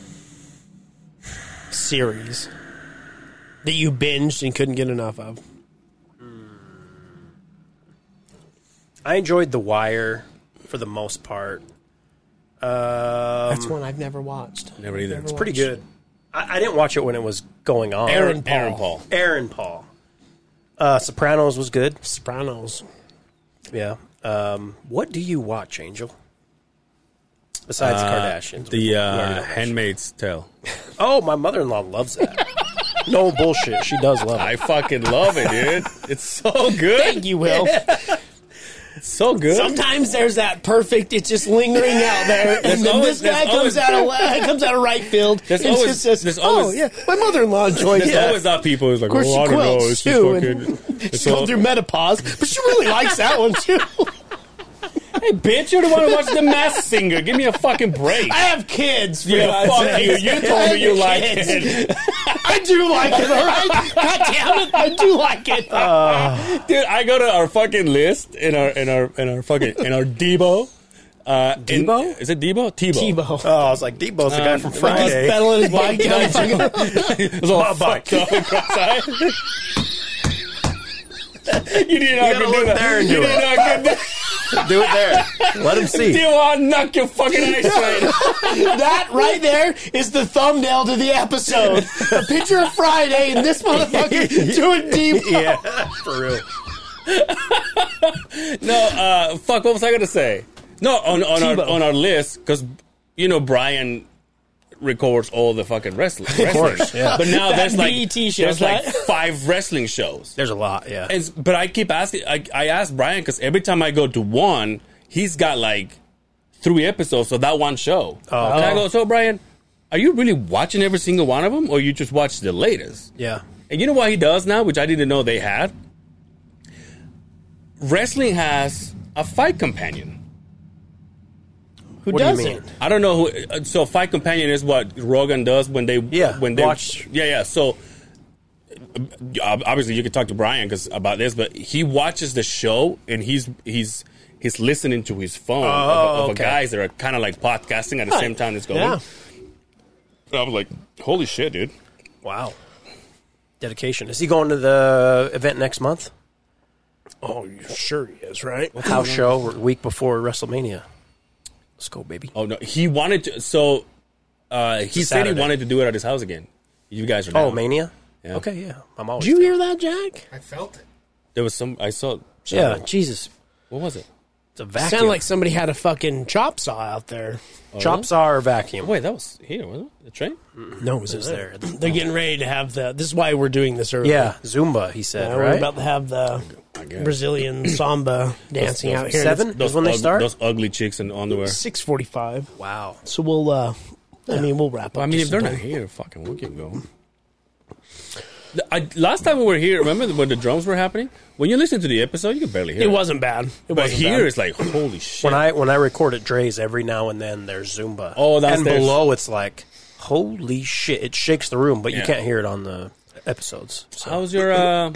Speaker 4: series that you binged and couldn't get enough of?
Speaker 3: I enjoyed The Wire for the most part. Um,
Speaker 4: That's one I've never watched.
Speaker 2: Never either. It's
Speaker 3: pretty good. I, I didn't watch it when it was going on.
Speaker 4: Aaron Paul.
Speaker 2: Aaron Paul.
Speaker 3: Aaron Paul. Uh, Sopranos was good.
Speaker 4: Sopranos.
Speaker 3: Yeah. Um, what do you watch, Angel? Besides Kardashians,
Speaker 2: The
Speaker 3: We already
Speaker 2: uh,
Speaker 3: know that.
Speaker 2: Handmaid's Tale.
Speaker 3: oh, my mother-in-law loves that. No bullshit. She does love it.
Speaker 2: I fucking love it, dude. It's so good.
Speaker 4: Thank you, Will.
Speaker 2: It's so good.
Speaker 4: Sometimes there's that perfect. It's just lingering out there, and
Speaker 2: There's
Speaker 4: then
Speaker 2: always-
Speaker 4: this guy
Speaker 2: there's always-
Speaker 4: comes out of left- comes out of right field.
Speaker 2: There's
Speaker 4: and
Speaker 2: always-
Speaker 4: just says,
Speaker 2: there's
Speaker 4: "Oh
Speaker 2: always-
Speaker 4: yeah, my mother-in-law enjoys
Speaker 2: There's
Speaker 4: that."
Speaker 2: always that people who's like,
Speaker 4: course
Speaker 2: well, I don't
Speaker 4: she
Speaker 2: know.
Speaker 4: quilts,
Speaker 2: It's just
Speaker 4: too,
Speaker 2: fucking.
Speaker 4: She's
Speaker 2: it's
Speaker 4: going
Speaker 2: all,
Speaker 4: through menopause, but she really likes that one too.
Speaker 2: hey, bitch, you don't want to watch The Mass Singer. Give me a fucking break.
Speaker 4: I have kids. for
Speaker 2: Yeah,
Speaker 4: God's
Speaker 2: fuck
Speaker 4: sake.
Speaker 2: you. You told
Speaker 4: I
Speaker 2: me
Speaker 4: have
Speaker 2: you liked
Speaker 4: kids.
Speaker 2: it.
Speaker 4: I do like it. All right, God damn it, I do like it.
Speaker 2: Dude, I go to our fucking list in our in our in our fucking in our Debo. Uh, in-
Speaker 3: Debo?
Speaker 2: is it Debo? Tebow.
Speaker 4: Tebo's
Speaker 3: Oh, I was like, Debo's the guy
Speaker 2: Um,
Speaker 3: from
Speaker 2: no,
Speaker 3: Friday.
Speaker 4: pedaling his bike down.
Speaker 2: It was all fucked up and cross-eyed. you didn't know I
Speaker 3: You gotta
Speaker 2: could do
Speaker 3: look
Speaker 2: that.
Speaker 3: there and
Speaker 2: you
Speaker 3: do
Speaker 2: didn't
Speaker 3: it.
Speaker 2: know I could do
Speaker 3: Do it there. Let him see.
Speaker 2: Debo, I'll knock your fucking eyes straight.
Speaker 4: that right there is the thumbnail to the episode. A picture of Friday and this motherfucker doing deep.
Speaker 3: Yeah, for real.
Speaker 2: No, uh, fuck. What was I gonna say? No, on on our
Speaker 4: Tebow.
Speaker 2: on our list because you know Brian records all the fucking wrestling. Of
Speaker 3: course, yeah.
Speaker 2: But now there's like
Speaker 4: BET E shows,
Speaker 2: there's like
Speaker 4: right?
Speaker 2: five wrestling shows.
Speaker 3: There's a lot, yeah.
Speaker 2: And, s- but I keep asking. I I ask Brian because every time I go to one, he's got like three episodes of that one show.
Speaker 3: Oh.
Speaker 2: And I go, so Brian, are you really watching every single one of them, or you just watch the latest?
Speaker 3: yeah.
Speaker 2: And you know what he does now, which I didn't know they had? Wrestling has a fight companion.
Speaker 4: Who
Speaker 3: What do you
Speaker 4: does
Speaker 3: mean?
Speaker 4: it?
Speaker 2: I don't know who. uh, So fight companion is what Rogan does when they
Speaker 3: Yeah,
Speaker 2: when they
Speaker 3: watch-
Speaker 2: yeah yeah. So uh, obviously you can talk to Brian 'cause- about this, but he watches the show and he's he's he's listening to his phone of,
Speaker 3: Oh,
Speaker 2: of
Speaker 3: okay.
Speaker 2: guys that are kind of like podcasting at the same time it's going.
Speaker 4: Yeah.
Speaker 2: And I was like, holy shit, dude.
Speaker 3: Wow. Dedication. Is he going to the event next month?
Speaker 5: Oh, you sure he is, right?
Speaker 3: House show or week before WrestleMania. Let's go, baby.
Speaker 2: Oh no, he wanted to. So uh, he said he
Speaker 3: Saturday.
Speaker 2: wanted to do it at his house again. You guys are
Speaker 3: Oh,
Speaker 2: down.
Speaker 3: Mania?
Speaker 2: Yeah.
Speaker 3: Okay, yeah. I'm always.
Speaker 4: Did you hear that, Jack?
Speaker 5: I felt it.
Speaker 2: There was some I saw.
Speaker 3: Yeah, Jesus.
Speaker 2: What was it?
Speaker 3: It's a vacuum. Oh,
Speaker 4: Sound like somebody had a fucking chop saw out there.
Speaker 3: chop saw or vacuum.
Speaker 2: Wait, that was here, wasn't it? The train?
Speaker 3: No, it was there.
Speaker 4: They're getting ready to have the. This is why we're doing this early.
Speaker 3: Yeah, Zumba, he
Speaker 4: Uh,
Speaker 3: said,
Speaker 4: We're
Speaker 3: right?
Speaker 4: about to have the
Speaker 2: guess.
Speaker 4: Brazilian samba dancing out here.
Speaker 3: Seven is when they
Speaker 2: ug-
Speaker 3: start?
Speaker 2: Those ugly chicks in underwear.
Speaker 4: Six forty-five.
Speaker 3: wow.
Speaker 4: So we'll. uh I mean, we'll wrap up.
Speaker 2: I mean,
Speaker 4: just
Speaker 2: if they're
Speaker 4: in
Speaker 2: not
Speaker 4: time.
Speaker 2: here, fucking, we can go. The- I, last time we were here, remember when the drums were happening? When you listen to the episode, you could barely hear
Speaker 4: it
Speaker 2: it.
Speaker 4: wasn't bad. It
Speaker 2: but
Speaker 4: wasn't
Speaker 2: here,
Speaker 4: bad.
Speaker 2: it's like holy shit.
Speaker 3: When I when I record at Dre's, every now and then there's Zumba.
Speaker 2: Oh,
Speaker 3: and
Speaker 2: downstairs.
Speaker 3: below it's like, holy shit! It shakes the room, but you
Speaker 2: Yeah.
Speaker 3: can't hear it on the episodes. So
Speaker 2: how's your uh,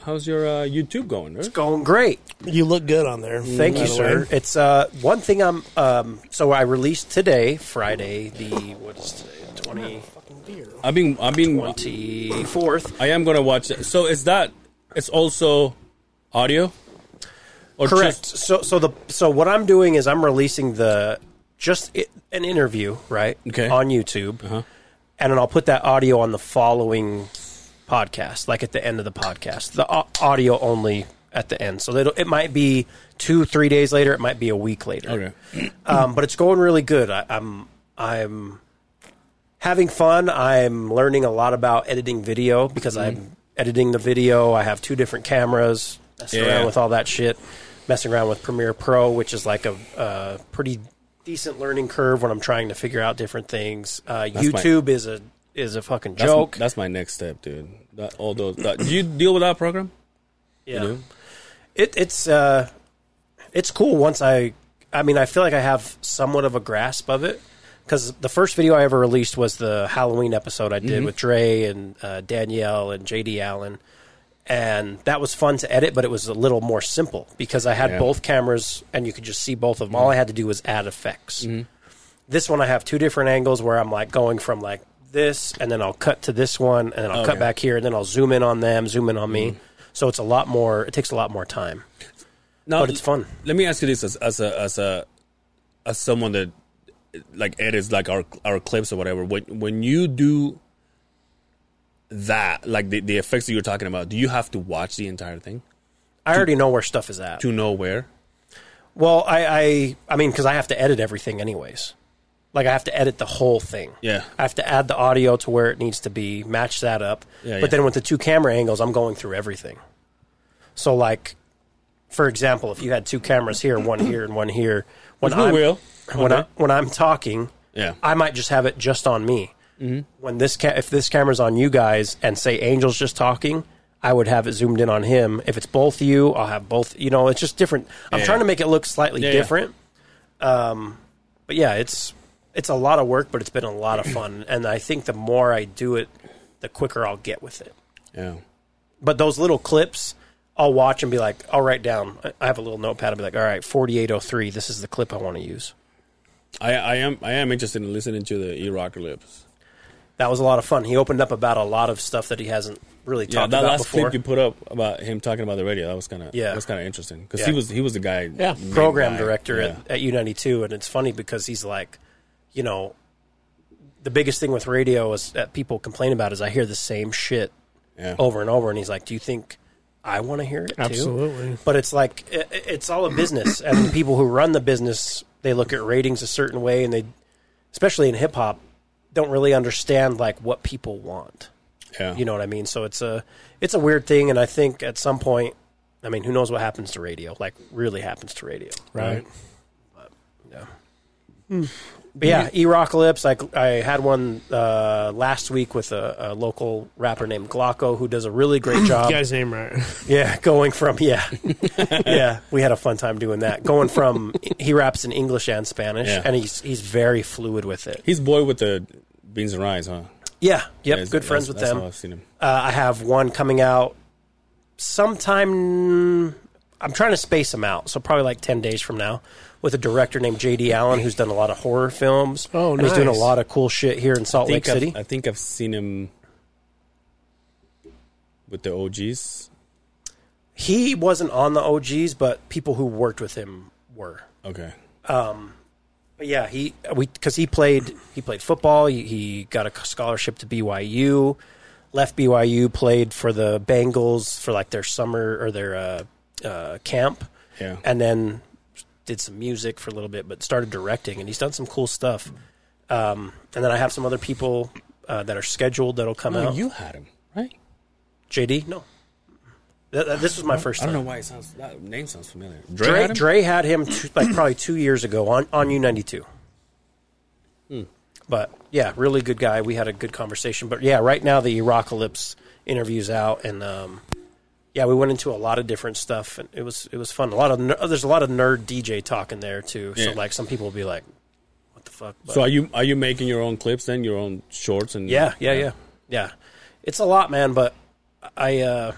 Speaker 2: how's your uh, YouTube going? Nerd?
Speaker 3: going great.
Speaker 2: Mm-hmm.
Speaker 4: You look good on there.
Speaker 3: Thank
Speaker 4: by
Speaker 3: you,
Speaker 4: the
Speaker 3: sir.
Speaker 4: way.
Speaker 3: It's uh, one thing I'm. Um, so I released today, Friday, the what is today, twenty
Speaker 2: I've been I've been
Speaker 3: twenty fourth.
Speaker 2: I am gonna watch it. So is that? It's also audio. Or
Speaker 3: Correct.
Speaker 2: just-
Speaker 3: So so the so what I'm doing is I'm releasing the just it, an interview right
Speaker 2: Okay. Uh-huh.
Speaker 3: on YouTube, and then I'll put that audio on the following podcast, like at the end of the podcast, the au- audio only at the end. So it'll, it might be two three days later, it might be a week later.
Speaker 2: okay.
Speaker 3: um, but it's going really good. I, I'm I'm having fun. I'm learning a lot about editing video because
Speaker 2: Mm-hmm.
Speaker 3: I'm editing the video. I have two different cameras, messing
Speaker 2: Yeah.
Speaker 3: around with all that shit, messing around with Premiere Pro, which is like a, uh pretty decent learning curve when I'm trying to figure out different things. Uh,
Speaker 2: my-
Speaker 3: YouTube is a is a fucking
Speaker 2: That's,
Speaker 3: joke.
Speaker 2: That's my next step, dude. That, all those. That, do you deal with that program?
Speaker 3: yeah.
Speaker 2: You do?
Speaker 3: it, it's uh, it's cool once I I mean I feel like I have somewhat of a grasp of it because the first video I ever released was the Halloween episode I did with Dre and uh, Danielle and JD Allen and that was fun to edit but it was a little more simple because I had
Speaker 2: Yeah.
Speaker 3: both cameras and you could just see both of them all I had to do was add effects this one I have two different angles where I'm like going from like this and then I'll cut to this one and then I'll cut
Speaker 2: Okay.
Speaker 3: back here and then I'll zoom in on them zoom in on me so it's a lot more it takes a lot more time
Speaker 2: Now,
Speaker 3: But it's fun.
Speaker 2: Let me ask you this: as, as a as a as someone that like edits like our our clips or whatever, when when you do that, like the, the effects that you're talking about, do you have to watch the entire thing
Speaker 3: I already know where stuff is at.
Speaker 2: to know where?
Speaker 3: Well, I, I, I mean, because I have to edit everything anyways. Like I have to edit the whole thing.
Speaker 2: Yeah.
Speaker 3: I have to add the audio to where it needs to be, match that up.
Speaker 2: Yeah,
Speaker 3: but
Speaker 2: yeah.
Speaker 3: then with the two camera angles, I'm going through everything. So like for example, if you had two cameras here, one here and one here, when
Speaker 2: Which we
Speaker 3: I'm
Speaker 2: will.
Speaker 3: when I
Speaker 2: Okay.
Speaker 3: when I'm talking,
Speaker 2: Yeah.
Speaker 3: I might just have it just on me.
Speaker 2: Mm-hmm.
Speaker 3: When this ca- if this camera's on you guys and say Angel's just talking, I would have it zoomed in on him. If it's both you, I'll have both. You know, it's just different. I'm
Speaker 2: Yeah.
Speaker 3: trying to make it look slightly
Speaker 2: Yeah, yeah.
Speaker 3: different. Um, but yeah, it's it's a lot of work, but it's been a lot of fun. And I think the more I do it, the quicker I'll get with it.
Speaker 2: Yeah.
Speaker 3: But those little clips, I'll watch and be like, I'll write down. I- I have a little notepad. I'll be like, all right, 4803. This is the clip I want to use.
Speaker 2: I, I am I am interested in listening to the Erocalypse.
Speaker 3: that was a lot of fun. He opened up about a lot of stuff that he hasn't really
Speaker 2: Yeah,
Speaker 3: talked
Speaker 2: that
Speaker 3: about
Speaker 2: last
Speaker 3: before.
Speaker 2: clip you put up about him talking about the radio, that was kind of
Speaker 3: Yeah.
Speaker 2: yeah, that was kind of interesting because
Speaker 3: Yeah.
Speaker 2: he was he was the guy,
Speaker 4: Yeah.
Speaker 2: main
Speaker 3: program
Speaker 2: guy.
Speaker 3: director
Speaker 2: Yeah.
Speaker 3: at, at U92, and it's funny because he's like, you know, the biggest thing with radio is that people complain about is I hear the same shit
Speaker 2: Yeah.
Speaker 3: over and over, and he's like, do you think I want to hear it too?
Speaker 4: Absolutely.
Speaker 3: But it's like i i- it's all a business, and the people who run the business they look at ratings a certain way, and they, especially in hip hop, don't really understand like what people want.
Speaker 2: yeah,
Speaker 3: You know what I mean? So it's a it's a weird thing, and I think at some point, I mean, who knows what happens to radio? Like, really happens to radio,
Speaker 2: right.
Speaker 3: But
Speaker 2: Hmm.
Speaker 3: yeah, E Rockalypse. I I had one uh, last week with a, a local rapper named Glocko who does a really great job.
Speaker 4: You guys name right.
Speaker 3: Yeah, going from yeah, yeah, we had a fun time doing that. Going from he raps in English and Spanish,
Speaker 2: Yeah.
Speaker 3: and he's he's very fluid with it.
Speaker 2: He's boy with the beans and rice, huh?
Speaker 3: Yeah, yep,
Speaker 2: Yeah,
Speaker 3: good
Speaker 2: that's-
Speaker 3: friends with
Speaker 2: that's
Speaker 3: them.
Speaker 2: how I've seen him.
Speaker 3: Uh, I have one coming out sometime. I'm trying to space them out, so probably like ten days from now, with a director named J.D. Allen, who's done a lot of horror films.
Speaker 4: Oh,
Speaker 3: and he's doing a
Speaker 4: nice.
Speaker 3: lot of cool shit here in Salt
Speaker 2: I think
Speaker 3: Lake City.
Speaker 2: I've, I think I've seen him with the OGs.
Speaker 3: he wasn't on the OGs, but people who worked with him were.
Speaker 2: Okay.
Speaker 3: But yeah, he we because he played he played football. He, he got a scholarship to BYU, left BYU, played for the Bengals for like their summer or their uh, uh, camp,
Speaker 2: Yeah.
Speaker 3: and then did some music for a little bit, but started directing, and he's done some cool stuff. Um, and then I have some other people uh, that are scheduled that'll come
Speaker 2: No,
Speaker 3: out.
Speaker 2: Oh, you had him, right?
Speaker 3: JD, no, Th- th- this was my first
Speaker 2: I
Speaker 3: time.
Speaker 2: don't know why it sounds that name sounds familiar. Dre,
Speaker 3: Dre,
Speaker 2: had him?
Speaker 3: Dre had him two, like probably two years ago on on U ninety two.
Speaker 2: Hmm.
Speaker 3: But yeah, really good guy. We had a good conversation. But yeah, right now the Rockalypse interviews out, and um, yeah, we went into a lot of different stuff, and it was it was fun. A lot of ner- there's a lot of nerd DJ talk in there too. So
Speaker 2: Yeah.
Speaker 3: like some people will be like, "What the fuck?" But,
Speaker 2: So are you are you making your own clips then, your own shorts and
Speaker 3: yeah, yeah, yeah, yeah. It's a lot, man. But I uh,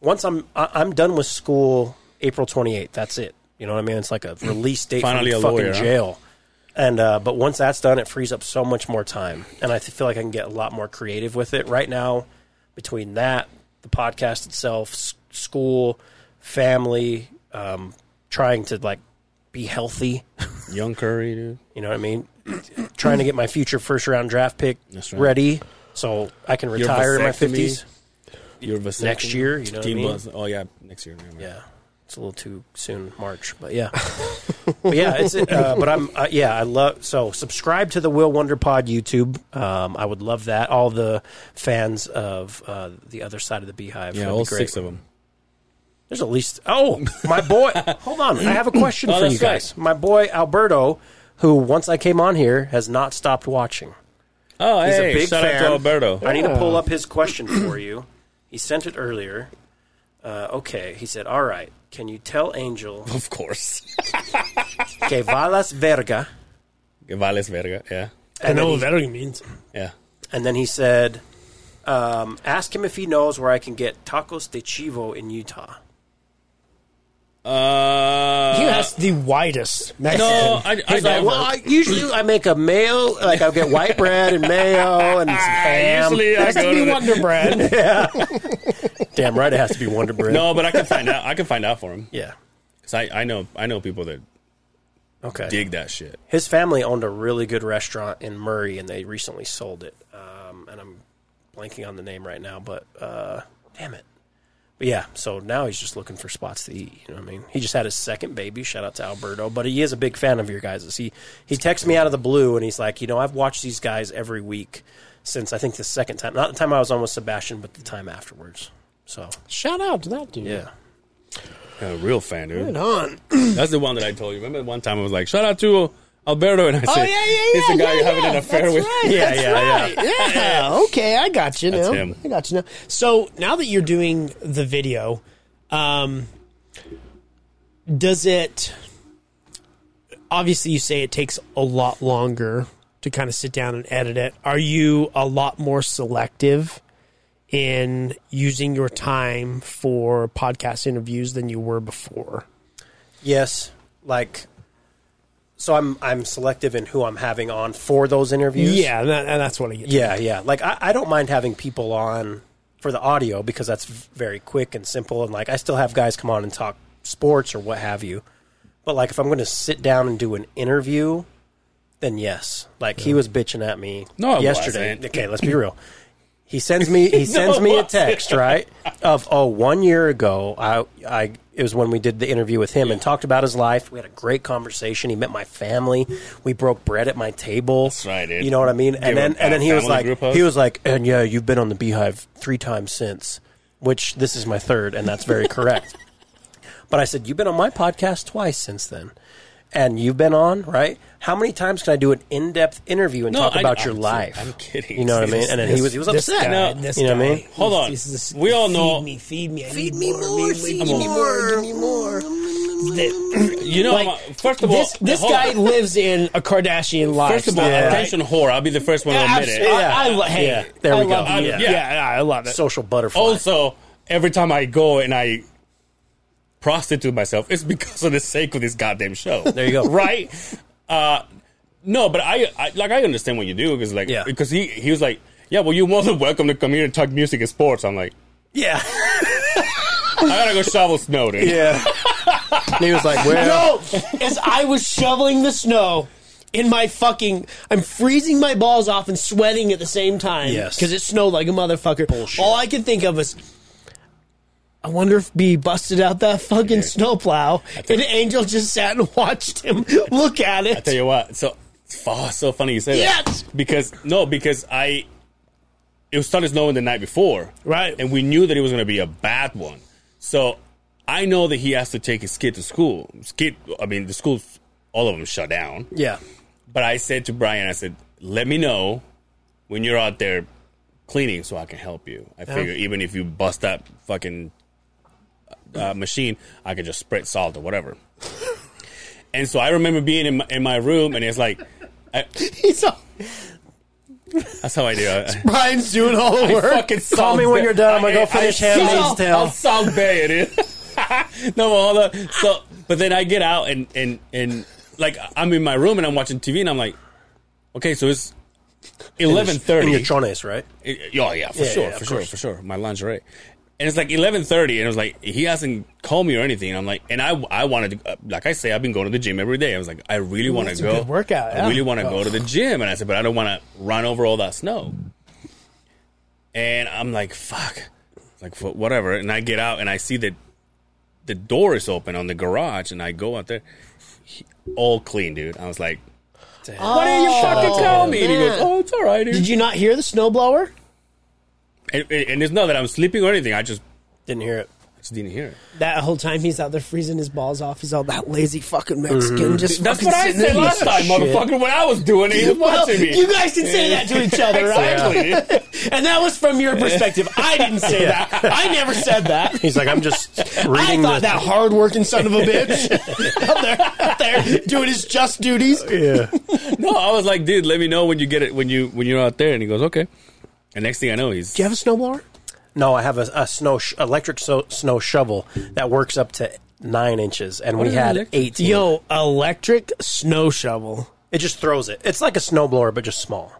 Speaker 3: once I'm I, I'm done with school, April 28th. That's it. You know what I mean? It's like a release date
Speaker 2: Finally
Speaker 3: from
Speaker 2: a
Speaker 3: fucking
Speaker 2: lawyer, huh?
Speaker 3: jail. And uh, but once that's done, it frees up so much more time, and I feel like I can get a lot more creative with it. Right now, between that, the podcast itself, s- school, family, um, trying to like be healthy.
Speaker 2: Young Curry, dude.
Speaker 3: You know what I mean? Trying to get my future first round draft pick
Speaker 2: That's right.
Speaker 3: ready so I can
Speaker 2: Your
Speaker 3: retire in my
Speaker 2: vasectomy,
Speaker 3: 50s.
Speaker 2: Your vasectomy.
Speaker 3: Next year, you know what I
Speaker 2: Team
Speaker 3: mean?
Speaker 2: buzz- Oh yeah, next year. never mind.
Speaker 3: Yeah. It's a little too soon, March, but yeah. but yeah, it's uh, but I'm uh, yeah, I love so subscribe to the Will Wonder Pod YouTube. Um, I would love that. All the fans of uh, the other side of the beehive.
Speaker 2: Yeah,
Speaker 3: would be
Speaker 2: all
Speaker 3: great.
Speaker 2: six of them.
Speaker 3: There's at least oh my boy. hold on, I have a question
Speaker 2: Oh,
Speaker 3: for
Speaker 2: that's
Speaker 3: you guys. My boy Alberto, who once I came on here has not stopped watching.
Speaker 2: Oh,
Speaker 3: He's
Speaker 2: hey,
Speaker 3: a big
Speaker 2: shout
Speaker 3: fan.
Speaker 2: out to Alberto.
Speaker 3: I need to pull up his question for you. He sent it earlier. Uh, okay, he said, "All right, can you tell Angel
Speaker 2: Of course.
Speaker 3: que valas verga?"
Speaker 2: Que Vales verga. Yeah.
Speaker 4: I
Speaker 3: And
Speaker 4: know
Speaker 3: then,
Speaker 4: what
Speaker 3: he,
Speaker 4: that even means.
Speaker 2: Yeah.
Speaker 3: and then he said, um, "Ask him if he knows where I can get tacos de chivo in Utah."
Speaker 2: Uh,
Speaker 4: You asked the widest Mexican.
Speaker 2: No, I, I
Speaker 3: He's like,
Speaker 2: don't.
Speaker 3: "Well, I, usually I make a mayo, like I'll get white bread and mayo and some ham.
Speaker 2: Ah, usually uh, I
Speaker 4: Has to
Speaker 2: go
Speaker 4: be
Speaker 2: to the-
Speaker 4: Wonder Bread.
Speaker 3: Damn right, it has to be Wonder Bread.
Speaker 2: no, but I can find out. I can find out for him
Speaker 3: Yeah.
Speaker 2: because I, I know I know people that
Speaker 3: Okay.
Speaker 2: dig that shit.
Speaker 3: His family owned a really good restaurant in Murray, and they recently sold it. Um, and I'm blanking on the name right now, but uh, damn it, But yeah, so now he's just looking for spots to eat. You know what I mean? He just had his second baby. Shout out to Alberto, but he is a big fan of your guys. He he texts me out of the blue and he's like, you know, I've watched these guys every week since I think the second time, not the time I was on with Sebastian, but the time afterwards. So
Speaker 4: Shout out to that dude.
Speaker 3: yeah,
Speaker 2: A real fan, dude.
Speaker 5: on.
Speaker 2: That's the one that I told you. Remember one time I was like, shout out to Alberto, and I
Speaker 4: Oh
Speaker 2: said,
Speaker 4: yeah, yeah, yeah.
Speaker 2: he's the guy
Speaker 4: yeah,
Speaker 2: you're having
Speaker 4: yeah.
Speaker 2: an affair
Speaker 4: That's
Speaker 2: with.
Speaker 4: Right.
Speaker 3: Yeah,
Speaker 4: That's
Speaker 3: yeah,
Speaker 4: right. yeah, Okay, I got you now.
Speaker 2: That's him.
Speaker 4: I got you now. So now that you're doing the video, um, does it? Obviously, you say it takes a lot longer to kind of sit down and edit it. Are you a lot more selective in using your time for podcast interviews than you were before?
Speaker 3: yes, like. So I'm I'm selective in who I'm having on for those interviews.
Speaker 4: Yeah, and, that, and that's what I get.
Speaker 3: Yeah, yeah. Like I, I don't mind having people on for the audio because that's v- very quick and simple. And like I still have guys come on and talk sports or what have you. But like if I'm going to sit down and do an interview, then yes. Like he was bitching at me
Speaker 2: No, I
Speaker 3: yesterday.
Speaker 2: wasn't.
Speaker 3: Okay, let's be real. He sends me he sends
Speaker 2: I
Speaker 3: me a
Speaker 2: wasn't.
Speaker 3: text right of oh one year ago I I it was when we did the interview with him and talked about his life we had a great conversation he met my family we broke bread at my table
Speaker 2: That's right, dude.
Speaker 3: you know what I mean
Speaker 2: Give
Speaker 3: and then
Speaker 2: him a
Speaker 3: and then he was
Speaker 2: family
Speaker 3: like
Speaker 2: group hug.
Speaker 3: he was like and yeah you've been on the beehive three times since which this is my third and that's very correct but I said you've been on my podcast twice since then and you've been on right how many times can I do an in depth interview and
Speaker 2: No,
Speaker 3: talk
Speaker 2: I-
Speaker 3: about your
Speaker 2: I'm-
Speaker 3: life
Speaker 2: I'm kidding.
Speaker 3: you know what I mean
Speaker 2: This-
Speaker 3: and then he was he was
Speaker 4: This
Speaker 3: upset
Speaker 4: guy,
Speaker 2: No.
Speaker 4: this
Speaker 3: you know what I
Speaker 4: guy.
Speaker 3: mean
Speaker 2: Hold on.
Speaker 4: This is-
Speaker 2: We all know-
Speaker 4: Feed me, feed me, I
Speaker 5: Feed
Speaker 4: need
Speaker 5: me more, feed me more, give me more.
Speaker 4: The-
Speaker 2: You know,
Speaker 4: Like,
Speaker 2: I'm a- first of all,
Speaker 4: this, this
Speaker 2: hold
Speaker 4: guy
Speaker 2: on.
Speaker 4: lives in a Kardashian life.
Speaker 2: First of all, attention whore. I'll be the first one to admit it.
Speaker 3: Yeah.
Speaker 4: I, I, lo- hey,
Speaker 3: Yeah. There
Speaker 4: I
Speaker 3: we go.
Speaker 4: love you.
Speaker 2: Yeah.
Speaker 4: Yeah. Yeah, I love it.
Speaker 3: social butterfly
Speaker 2: Also, every time I go and I prostitute myself, it's because of the sake of this goddamn show.
Speaker 3: There you go.
Speaker 2: right? Uh, no, but I, I like I understand what you do because like
Speaker 3: Yeah.
Speaker 2: because he he was like, yeah, well, you're more than welcome to come here and talk music and sports. I'm like,
Speaker 3: yeah
Speaker 2: I gotta go shovel snow, dude.
Speaker 3: yeah and he was like well
Speaker 4: No, as I was shoveling the snow in my fucking, I'm freezing my balls off and sweating at the same time.
Speaker 3: Yes.
Speaker 4: because it snowed like a motherfucker. All I could think of was. I wonder if B busted out that fucking snowplow and Angel just sat and watched him look at it.
Speaker 2: Tell you what, so oh, it's so funny you say
Speaker 4: Yes!
Speaker 2: that because no, because I it was started snowing the night before,
Speaker 4: Right.
Speaker 2: And we knew that it was going to be a bad one, so I know that he has to take his kid to school. His kid, I mean, the schools, all of them shut down.
Speaker 3: yeah
Speaker 2: But I said to Brian, I said, "Let me know when you're out there cleaning, so I can help you." I figure even if you bust that fucking uh, machine, I could just spread salt or whatever. and so I remember being in my, in my room, and it's like, I,
Speaker 4: He's all,
Speaker 2: that's how I do. it.
Speaker 4: Brian's doing all the
Speaker 2: I
Speaker 4: work.
Speaker 2: fucking
Speaker 3: Call me
Speaker 2: Salt
Speaker 3: when
Speaker 2: Bae-
Speaker 3: you're done. I'm gonna
Speaker 2: I-
Speaker 3: go
Speaker 2: I-
Speaker 3: finish
Speaker 2: I-
Speaker 3: Handmaid's
Speaker 2: I'll- I'll
Speaker 3: Tale.
Speaker 2: Salt Bay it is. no, but hold on. So, but then I get out and and and like I'm in my room and I'm watching TV and I'm like, okay, so it's eleven
Speaker 3: In
Speaker 2: thirty.
Speaker 3: your chones, right?
Speaker 2: It- Oh yeah, for
Speaker 3: Yeah,
Speaker 2: sure,
Speaker 3: yeah,
Speaker 2: for
Speaker 3: of
Speaker 2: sure,
Speaker 3: course.
Speaker 2: for sure. My lingerie, and it's like eleven thirty, and it was like he hasn't called me or anything. And I'm like, and I I wanted to, uh, like I say, I've been going to the gym every day. I was like, I really want
Speaker 4: that's
Speaker 2: to
Speaker 4: a
Speaker 2: go
Speaker 4: good workout,
Speaker 2: I
Speaker 4: yeah.
Speaker 2: really want to
Speaker 4: Oh.
Speaker 2: go to the gym, and I said, but I don't want to run over all that snow. And I'm like, fuck, like wh- whatever. And I get out and I see that the door is open on the garage, and I go out there, He- all clean, dude. I was like, why didn't you fucking tell me? And he goes,
Speaker 4: man.
Speaker 2: oh, it's all right. dude."
Speaker 4: Did you not hear the snowblower?
Speaker 2: And, and it's not that I'm sleeping or anything. I just,
Speaker 3: Didn't hear it.
Speaker 2: I just didn't hear it.
Speaker 4: That whole time he's out there freezing his balls off. He's all that lazy fucking Mexican.
Speaker 2: Mm-hmm.
Speaker 4: Just
Speaker 2: That's
Speaker 4: fucking
Speaker 2: what I
Speaker 4: sitting there
Speaker 2: said last
Speaker 4: eating
Speaker 2: time,
Speaker 4: shit."
Speaker 2: motherfucker. When I was doing it, he was
Speaker 4: Well,
Speaker 2: watching me.
Speaker 4: you guys can say that to each other, right?
Speaker 2: Exactly. dude.
Speaker 4: And that was from your perspective. I didn't say that. I never said that.
Speaker 3: He's like, I'm just
Speaker 4: I
Speaker 3: reading
Speaker 4: thought
Speaker 3: the.
Speaker 4: that hard-working son of a bitch out there, out there doing his just duties.
Speaker 2: No, I was like, dude, let me know when you get it when you when you're out there. And he goes, okay. And next thing I know, he's
Speaker 4: Do you have a snowblower?
Speaker 3: No, I have a, a snow sh- electric so- snow shovel that works up to nine inches, and we
Speaker 2: is an
Speaker 3: had
Speaker 2: electric-
Speaker 3: eighteen.
Speaker 4: Yo, electric snow shovel.
Speaker 3: It just throws it. It's like a snowblower, but just small.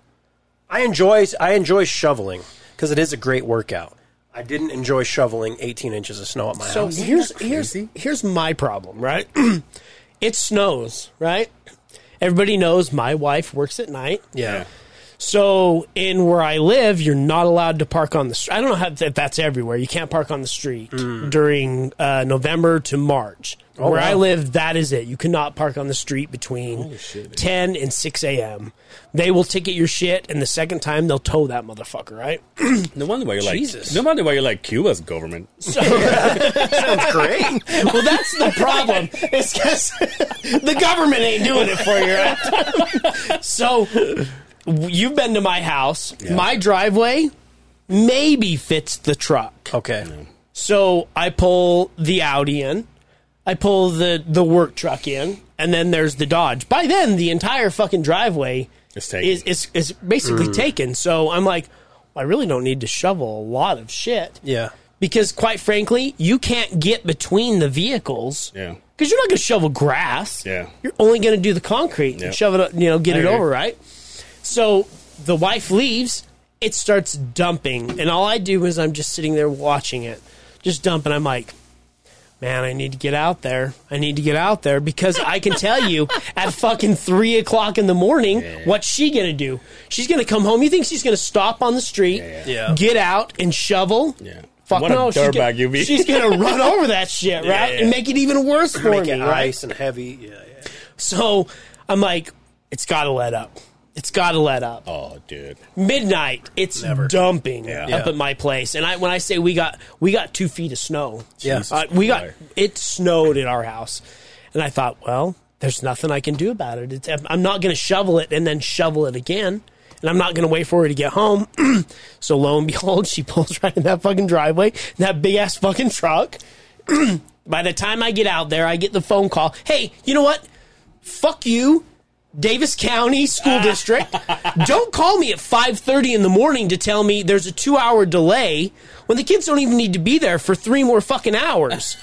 Speaker 3: I enjoy I enjoy shoveling because it is a great workout. I didn't enjoy shoveling 18 inches of snow at my
Speaker 4: So
Speaker 3: house.
Speaker 4: here's here's here's my problem, right? it snows, right? Everybody knows my wife works at night.
Speaker 3: Yeah.
Speaker 4: So in where I live, you're not allowed to park on the street. I don't know how, if that's everywhere. You can't park on the street during uh, November to March. where I
Speaker 3: wow.
Speaker 4: live, that is it. You cannot park on the street between 10 and 6 a.m. They will ticket your shit, and the second time they'll tow that motherfucker, right?
Speaker 2: No wonder why you're like
Speaker 4: Jesus.
Speaker 2: No wonder why you're like Cuba's government.
Speaker 3: Sounds great.
Speaker 4: Well, that's the problem. It's because the government ain't doing it for you. Right? so you've been to my house. My driveway maybe fits the truck.
Speaker 3: Okay.
Speaker 4: So I pull the Audi in. I pull the the work truck in, and then there's the Dodge. By then, the entire fucking driveway
Speaker 2: It's taken.
Speaker 4: is is, is basically
Speaker 3: Mm.
Speaker 4: taken. So I'm like, I really don't need to shovel a lot of shit
Speaker 3: Yeah.
Speaker 4: because quite frankly, you can't get between the vehicles.
Speaker 2: Yeah.
Speaker 4: Because you're not going to shovel grass.
Speaker 2: Yeah.
Speaker 4: You're only going to do the concrete
Speaker 2: Yeah.
Speaker 4: and shove it, you know, get it
Speaker 2: agree.
Speaker 4: over, right? So the wife leaves, it starts dumping. And all I do is I'm just sitting there watching it, just dumping. I'm like, man, I need to get out there. I need to get out there because I can tell you at fucking three o'clock in the morning, what's she gonna do? She's gonna come home. You think she's gonna stop on the street,
Speaker 3: yeah. Yeah.
Speaker 4: get out and shovel?
Speaker 2: Yeah.
Speaker 4: Fuck
Speaker 2: What a
Speaker 4: no, she's
Speaker 2: dirtbag
Speaker 4: gonna-
Speaker 2: you be.
Speaker 4: she's gonna run over that shit, right?
Speaker 2: yeah.
Speaker 4: And make it even worse for
Speaker 3: Make
Speaker 4: me,
Speaker 3: it
Speaker 4: right?
Speaker 3: ice and heavy. Yeah. yeah.
Speaker 4: So I'm like, it's gotta let up. It's gotta let up
Speaker 2: Oh, dude.
Speaker 4: midnight it's dumping up
Speaker 3: Yeah.
Speaker 4: at my place and i when i say we got we got two feet of snow
Speaker 3: Yeah.
Speaker 4: Uh, we got it snowed at our house and i thought well there's nothing i can do about it it's, i'm not going to shovel it and then shovel it again and i'm not going to wait for her to get home so lo and behold she pulls right in that fucking driveway in that big ass fucking truck by the time i get out there i get the phone call hey you know what fuck you Davis County School District. don't call me at 5:30 in the morning to tell me there's a 2-hour delay when the kids don't even need to be there for 3 more fucking hours.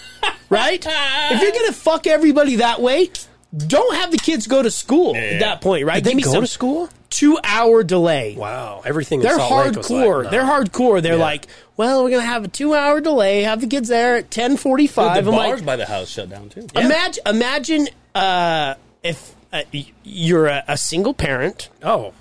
Speaker 4: right? If you're going to fuck everybody that way, don't have the kids go to school at that point, right?
Speaker 3: Did they go to school?
Speaker 4: 2-hour delay.
Speaker 3: Wow. Everything.
Speaker 4: They're
Speaker 3: in Salt Lake was like,
Speaker 4: hardcore.
Speaker 3: no.
Speaker 4: They're hardcore. They're
Speaker 3: Yeah.
Speaker 4: like, "Well, we're going to have a 2-hour delay. Have the kids there at 10:45."
Speaker 2: The
Speaker 4: I'm like,
Speaker 2: bars by the house shut down too.
Speaker 4: Imagine, imagine uh, if uh, y- you're a, a single parent,
Speaker 3: Oh.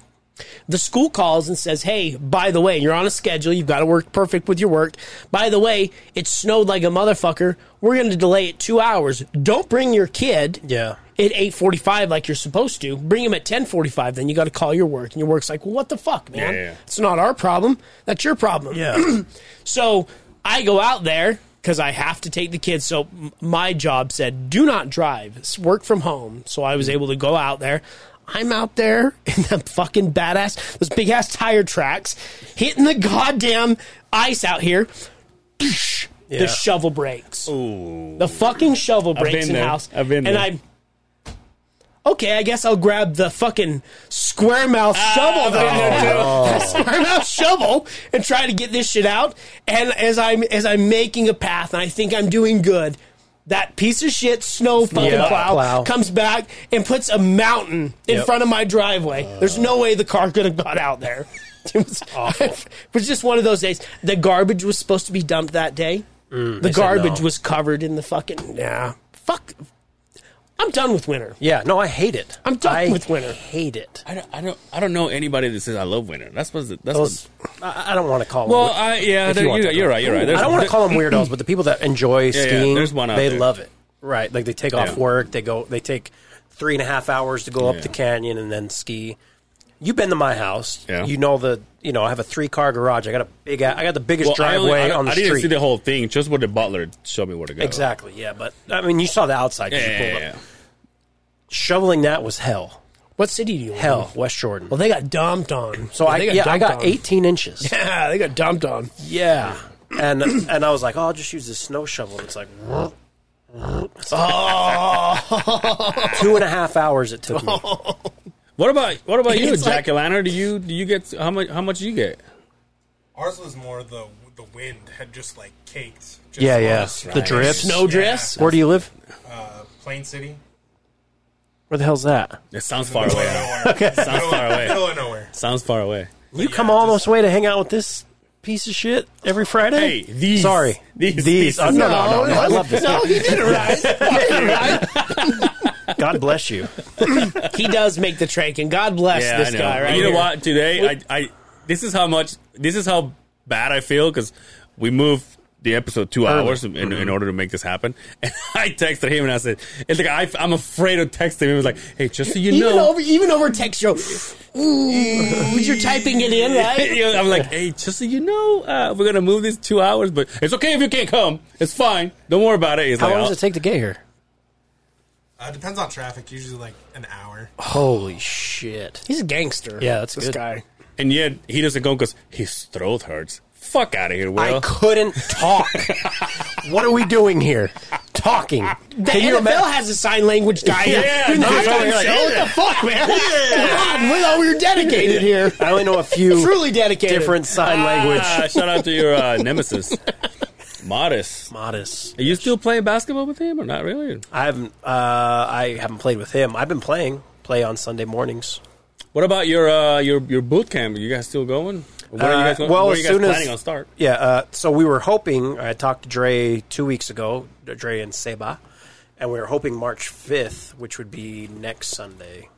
Speaker 4: the school calls and says, "Hey, by the way, you're on a schedule. You've got to work perfect with your work. By the way, it snowed like a motherfucker. We're going to delay it two hours. Don't bring your kid."
Speaker 3: Yeah.
Speaker 4: At eight forty-five, like you're supposed to, bring him at ten forty-five. Then you got to call your work, and your work's like, "Well, what the fuck, man?
Speaker 2: Yeah, yeah.
Speaker 4: It's not our problem. That's your problem."
Speaker 3: Yeah.
Speaker 4: So I go out there because I have to take the kids. So m- my job said, do not drive, It's work from home. So I was able to go out there. I'm out there in them fucking badass, those big ass tire tracks, hitting the goddamn ice out here. The
Speaker 3: Yeah.
Speaker 4: shovel breaks. The fucking shovel breaks
Speaker 2: been
Speaker 4: in the
Speaker 2: there.
Speaker 4: house.
Speaker 2: I've been
Speaker 4: and
Speaker 2: there.
Speaker 4: I'm okay. I guess I'll grab the fucking square mouth
Speaker 3: Ah,
Speaker 4: shovel. that I have
Speaker 3: Oh.
Speaker 4: square mouth shovel and try to get this shit out. And as I'm as I'm making a path and I think I'm doing good, that piece of shit snow fucking
Speaker 3: Yeah,
Speaker 4: plow,
Speaker 3: plow.
Speaker 4: comes back and puts a mountain in
Speaker 3: Yep.
Speaker 4: front of my driveway. There's no way the car could have got out there. It was, it was just one of those days. The garbage was supposed to be dumped that day. the garbage
Speaker 3: Mm. no.
Speaker 4: was covered in the fucking nah. Fuck. I'm done with winter.
Speaker 3: Yeah. No, I hate it.
Speaker 4: I'm done
Speaker 3: I
Speaker 4: with winter.
Speaker 3: Hate it.
Speaker 2: I don't, I don't I don't know anybody that says I love winter. That's what's the, that's
Speaker 3: Those,
Speaker 2: what,
Speaker 3: I, I don't want to call.
Speaker 2: Well,
Speaker 3: them,
Speaker 2: I yeah,
Speaker 3: If
Speaker 2: there-
Speaker 3: you want
Speaker 2: you,
Speaker 3: to
Speaker 2: you're
Speaker 3: go.
Speaker 2: right, you're right.
Speaker 3: I
Speaker 2: There's-
Speaker 3: don't want to call them weirdos, but the people that enjoy
Speaker 2: yeah,
Speaker 3: skiing,
Speaker 2: there's one out
Speaker 3: they
Speaker 2: there.
Speaker 3: love it. Right. Like they take off
Speaker 2: Yeah.
Speaker 3: work, they go, they take three and a half hours to go
Speaker 2: Yeah.
Speaker 3: up the canyon and then ski. You've been to my house.
Speaker 2: Yeah.
Speaker 3: You know the, you know, I have a three car garage. I got a big, I got the biggest
Speaker 2: Well, I,
Speaker 3: driveway
Speaker 2: only, I,
Speaker 3: on the
Speaker 2: I didn't
Speaker 3: street.
Speaker 2: see the whole thing. Just what the butler showed me where to go.
Speaker 3: exactly. Yeah. But I mean, you saw the outside. 'cause
Speaker 2: Yeah,
Speaker 3: you
Speaker 2: yeah,
Speaker 3: pulled
Speaker 2: yeah,
Speaker 3: up.
Speaker 2: yeah.
Speaker 3: Shoveling that was hell.
Speaker 4: What city do you live in?
Speaker 2: Mm.
Speaker 3: Hell, West Jordan.
Speaker 4: Well, they got dumped on.
Speaker 3: so I,
Speaker 4: they
Speaker 3: yeah, I
Speaker 4: dumped
Speaker 3: got
Speaker 4: on.
Speaker 3: 18 inches.
Speaker 4: Yeah, they got dumped on.
Speaker 3: Yeah. And and I was like, oh, I'll just use this snow shovel. And it's like, two and a half hours it took me.
Speaker 2: What about what about you,
Speaker 4: It's like-
Speaker 2: Jack O'Lantern? Do you do you get how much how much do you get?
Speaker 6: Ours was more the the wind had just like caked. Just
Speaker 3: Yeah,
Speaker 6: on
Speaker 3: yeah.
Speaker 6: us.
Speaker 3: The drips.
Speaker 4: Snow drifts.
Speaker 3: Where do you live?
Speaker 6: Uh, Plain City.
Speaker 3: Where the hell's that?
Speaker 2: It sounds far away.
Speaker 6: Middle of nowhere.
Speaker 2: Sounds far away.
Speaker 6: Middle of nowhere.
Speaker 2: Sounds far away.
Speaker 3: You come all this way to hang out with this piece of shit every
Speaker 2: Hey,
Speaker 3: Friday?
Speaker 2: these-
Speaker 3: Sorry.
Speaker 2: these-
Speaker 3: These.
Speaker 2: these-
Speaker 3: Oh, no, no, no, no. I love this.
Speaker 4: No, he did it right.
Speaker 3: God bless you.
Speaker 4: He does make the trek, and God bless
Speaker 2: Yeah,
Speaker 4: this
Speaker 2: I know.
Speaker 4: guy. Right
Speaker 2: you know
Speaker 4: here.
Speaker 2: what? Today, I, I this is how much this is how bad I feel because we moved the episode two hours in, in order to make this happen. And I texted him and I said, "It's like I, am afraid of texting him." He was like, "Hey, just so you
Speaker 4: Even
Speaker 2: know."
Speaker 4: over even over text, you ooh, you're typing it in, right?
Speaker 2: You know, I'm like, hey, just so you know, uh, we're gonna move this two hours, but it's okay if you can't come. It's fine. Don't worry about it. He's
Speaker 3: How
Speaker 2: like,
Speaker 3: long does
Speaker 2: "Oh."
Speaker 3: it take to get here?
Speaker 6: Uh, depends on traffic. Usually like an hour.
Speaker 3: Holy shit.
Speaker 4: He's a gangster.
Speaker 3: Yeah, that's
Speaker 4: this
Speaker 3: good.
Speaker 4: guy.
Speaker 2: and yet he doesn't go because his throat hurts. Fuck out of here, Will.
Speaker 3: I couldn't talk. what are we doing here? Talking.
Speaker 4: The
Speaker 3: Can you
Speaker 4: NFL
Speaker 3: imagine?
Speaker 4: has a sign language guy.
Speaker 2: Yeah,
Speaker 4: You're
Speaker 2: dude,
Speaker 4: not
Speaker 2: it's
Speaker 4: gonna
Speaker 2: over here like,
Speaker 4: say, what the fuck, man? Come on, we're, all- we're dedicated here.
Speaker 3: I only know a few
Speaker 4: Truly dedicated.
Speaker 3: different sign language.
Speaker 2: Ah, shout out to your uh, nemesis, Modest.
Speaker 3: Modest.
Speaker 2: Are you still playing basketball with him or not really?
Speaker 3: I haven't. Uh, I haven't played with him. I've been playing. Play on Sunday mornings.
Speaker 2: What about your uh, your your boot camp? Are you guys still going? Or When are you guys,
Speaker 3: Uh,
Speaker 2: going,
Speaker 3: well,
Speaker 2: when are
Speaker 3: as
Speaker 2: you guys
Speaker 3: soon as-
Speaker 2: planning on start?
Speaker 3: Yeah, uh, so we were hoping. I talked to Dre two weeks ago, Dre and Seba, and we were hoping March 5th, which would be next Sunday.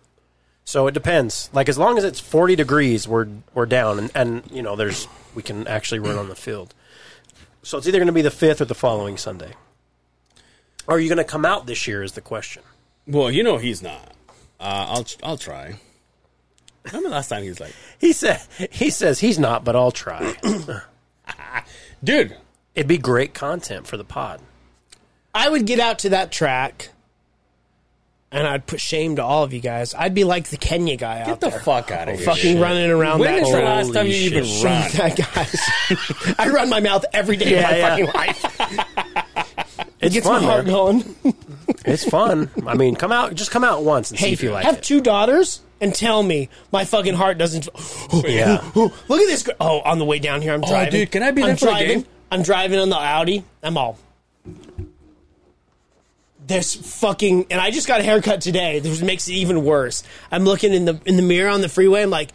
Speaker 3: So it depends. Like as long as it's 40 degrees, we're we're down, and, and you know there's we can actually run on the field. So it's either going to be the 5th or the following Sunday. Are you going to come out this year? Is the question.
Speaker 2: Well, you know he's not. Uh, I'll I'll try. Remember last time he was like,
Speaker 3: He said he says he's not, but I'll try.
Speaker 2: dude.
Speaker 3: It'd be great content for the pod.
Speaker 4: I would get out to that track, and I'd put shame to all of you guys. I'd be like the Kenya guy out
Speaker 2: Get the
Speaker 4: there,
Speaker 2: fuck out of here!
Speaker 4: fucking running around.
Speaker 2: When
Speaker 4: that
Speaker 2: is the last time you
Speaker 3: Holy
Speaker 2: even
Speaker 3: shit.
Speaker 2: run?
Speaker 4: that guy. I run my mouth every day of my
Speaker 3: Yeah,
Speaker 4: fucking
Speaker 3: yeah.
Speaker 4: life.
Speaker 3: It's
Speaker 4: Gets
Speaker 3: fun.
Speaker 4: my heart
Speaker 3: man.
Speaker 4: going.
Speaker 3: It's fun. I mean, come out, just come out once and see if you like
Speaker 4: have
Speaker 3: it.
Speaker 4: two daughters and tell me my fucking heart doesn't.
Speaker 3: Yeah.
Speaker 4: Look at this. gr- Oh, on the way down here, I'm driving.
Speaker 2: dude, can I be
Speaker 4: I'm
Speaker 2: there for the
Speaker 4: driving,
Speaker 2: game?
Speaker 4: I'm driving on the Audi. I'm all. This fucking and I just got a haircut today. This makes it even worse. I'm looking in the in the mirror on the freeway. I'm like,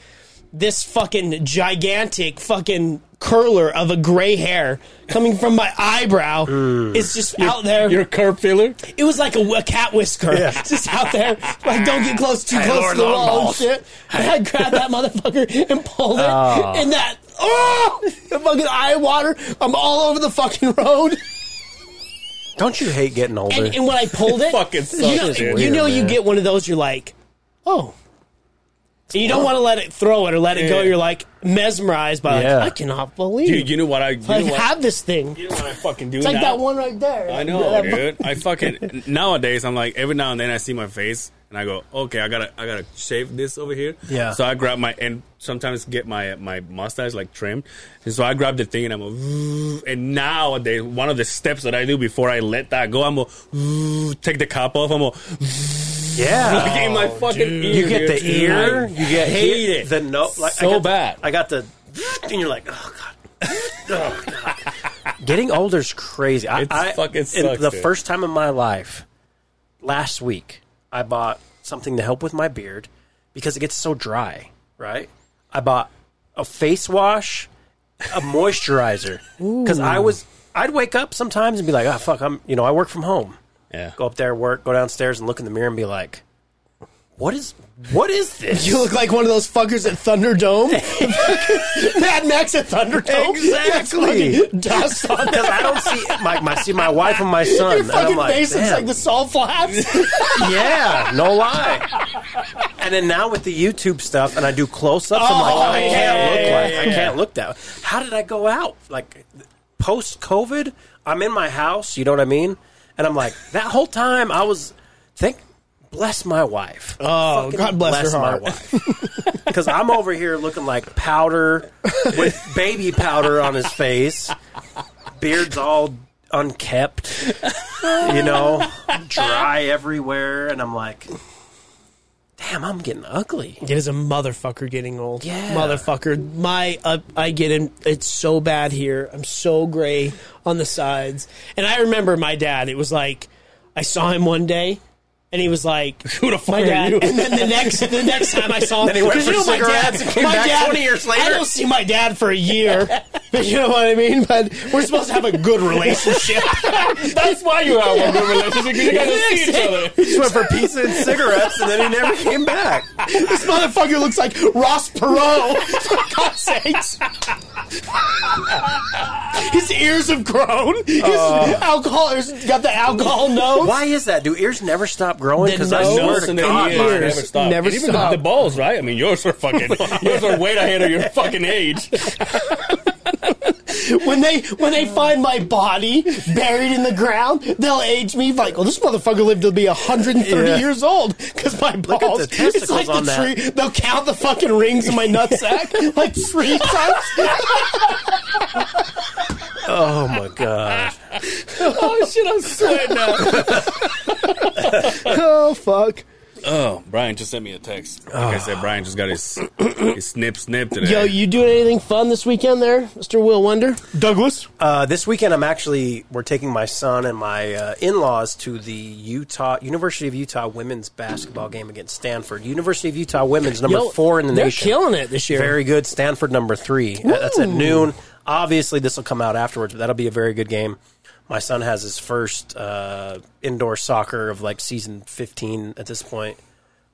Speaker 4: this fucking gigantic fucking curler of a gray hair coming from my eyebrow is just out there.
Speaker 2: You're a curb filler.
Speaker 4: It was like a, a cat whisker just out there. Like, don't get close, too close to the
Speaker 3: Lord,
Speaker 4: wall and
Speaker 3: balls.
Speaker 4: shit. And I grabbed that motherfucker and pulled it. And that, oh, the fucking eye water. I'm all over the fucking road.
Speaker 3: Don't you hate getting older?
Speaker 4: And, and when I pulled it,
Speaker 2: Fucking sucks,
Speaker 4: you know,
Speaker 2: dude.
Speaker 4: you, know you
Speaker 3: man.
Speaker 4: get one of those, you're like, oh. And you don't want to let it throw it or let it go.
Speaker 2: Yeah.
Speaker 4: You're like mesmerized by, like,
Speaker 3: Yeah.
Speaker 4: I cannot believe
Speaker 2: Dude, you know what I? You
Speaker 4: I
Speaker 2: know what,
Speaker 4: have this thing.
Speaker 2: you know what I fucking do
Speaker 4: It's like
Speaker 2: now?
Speaker 4: that one right there.
Speaker 2: I
Speaker 4: That
Speaker 2: know,
Speaker 4: fu-
Speaker 2: dude. I fucking nowadays I'm like every now and then I see my face and I go, okay, I gotta I gotta shave this over here.
Speaker 3: Yeah.
Speaker 2: So I grab my and sometimes get my my mustache like trimmed, and so I grab the thing and I'm a, and nowadays one of the steps that I do before I let that go, I'm a take the cap off, I'm a
Speaker 3: yeah.
Speaker 2: get in my fucking ear.
Speaker 3: you get the
Speaker 2: dude.
Speaker 3: ear,
Speaker 2: I
Speaker 3: you get
Speaker 2: hate
Speaker 3: here,
Speaker 2: it.
Speaker 3: The no, like,
Speaker 2: So
Speaker 3: I got the-
Speaker 2: bad.
Speaker 3: I got the, and you're like, oh god. Oh, God. Getting older's crazy. I,
Speaker 2: It's
Speaker 3: I
Speaker 2: fucking
Speaker 3: in
Speaker 2: sucks,
Speaker 3: the
Speaker 2: dude.
Speaker 3: first time in my life, last week, I bought something to help with my beard because it gets so dry. Right? I bought a face wash, a moisturizer because I was. I'd wake up sometimes and be like, oh fuck, I'm. You know, I work from home
Speaker 2: yeah.
Speaker 3: go up there, work, go downstairs, and look in the mirror and be like, "What is? What is this?"
Speaker 4: You look like one of those fuckers at Thunderdome. Mad Max at Thunderdome.
Speaker 3: Exactly.
Speaker 4: It's fucking Dust on
Speaker 3: Because I don't see my, my see my wife and my son.
Speaker 4: your
Speaker 3: and I'm
Speaker 4: fucking
Speaker 3: like,
Speaker 4: face. It's
Speaker 3: "Damn."
Speaker 4: like the salt flaps.
Speaker 3: Yeah, no lie. and then now with the YouTube stuff, and I do close ups. I'm like,
Speaker 4: Oh,
Speaker 3: I
Speaker 4: yeah,
Speaker 3: can't
Speaker 4: yeah,
Speaker 3: look like
Speaker 4: yeah,
Speaker 3: I can't look that. How did I go out? Like post COVID, I'm in my house. You know what I mean? And I'm like, that whole time I was think. Bless my wife.
Speaker 4: Oh,
Speaker 3: Fucking
Speaker 4: God bless her heart.
Speaker 3: my wife. Because I'm over here looking like powder with baby powder on his face, beard's all unkept you know, dry everywhere, and I'm like, damn, I'm getting ugly.
Speaker 4: It is a motherfucker getting old.
Speaker 3: Yeah.
Speaker 4: Motherfucker. My, uh, I get in, it's so bad here. I'm so gray on the sides. And I remember my dad, it was like, I saw him one day. And he was like, "Who the fuck my
Speaker 2: are
Speaker 4: dad.
Speaker 2: you?
Speaker 4: And then the next, the next time I saw him,
Speaker 3: Then he went
Speaker 4: 'cause
Speaker 3: for cigarettes and came back 20 years later.
Speaker 4: I don't see my dad for a year. You know what I mean? But we're supposed to have a good relationship.
Speaker 2: That's why you have a good relationship because you guys see each other.
Speaker 7: He just went for pizza and cigarettes, and then he never came back.
Speaker 4: this motherfucker looks like Ross Perot, for God's sakes. His ears have grown. His
Speaker 7: Oh.
Speaker 4: alcohol, he's got the alcohol nose.
Speaker 7: Why is that? Do ears never stop growing?
Speaker 4: The
Speaker 7: Because I
Speaker 4: nose
Speaker 7: swear
Speaker 2: Nose
Speaker 7: to
Speaker 2: and then
Speaker 7: God,
Speaker 2: ears
Speaker 7: mine
Speaker 2: never Oh,
Speaker 7: is.
Speaker 2: stop.
Speaker 4: never
Speaker 2: And even
Speaker 4: stop.
Speaker 2: The, the balls, right? I mean, yours are fucking. yours are way ahead of your fucking age.
Speaker 4: When they when they find my body buried in the ground, they'll age me like, "Oh, this motherfucker lived to be 130
Speaker 7: Yeah.
Speaker 4: years old because my balls."
Speaker 7: the
Speaker 4: it's
Speaker 7: testicles
Speaker 4: like
Speaker 7: on
Speaker 4: the
Speaker 7: that.
Speaker 4: tree. They'll count the fucking rings in my nutsack like three times.
Speaker 7: Oh my god!
Speaker 2: oh shit! I'm sweating now.
Speaker 4: oh fuck!
Speaker 2: Oh, Brian just sent me a text. Like I said, Brian just got his, his snip snip today.
Speaker 4: Yo, you doing anything fun this weekend, there, Mister Will Wonder? Douglas,
Speaker 3: Uh, this weekend, I'm actually we're taking my son and my uh, in-laws to the Utah University of Utah women's basketball game against Stanford. University of Utah women's number
Speaker 4: Yo,
Speaker 3: four in the
Speaker 4: they're
Speaker 3: nation,
Speaker 4: killing it this year.
Speaker 3: Very good. Stanford number three. Uh, That's at noon. Obviously, this will come out afterwards, but that'll be a very good game. My son has his first uh, indoor soccer of like season 15 at this point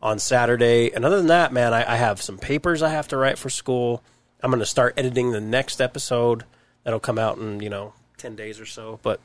Speaker 3: on Saturday. And other than that, man, I, I have some papers I have to write for school. I'm going to start editing the next episode that'll come out in, you know, 10 days or so. But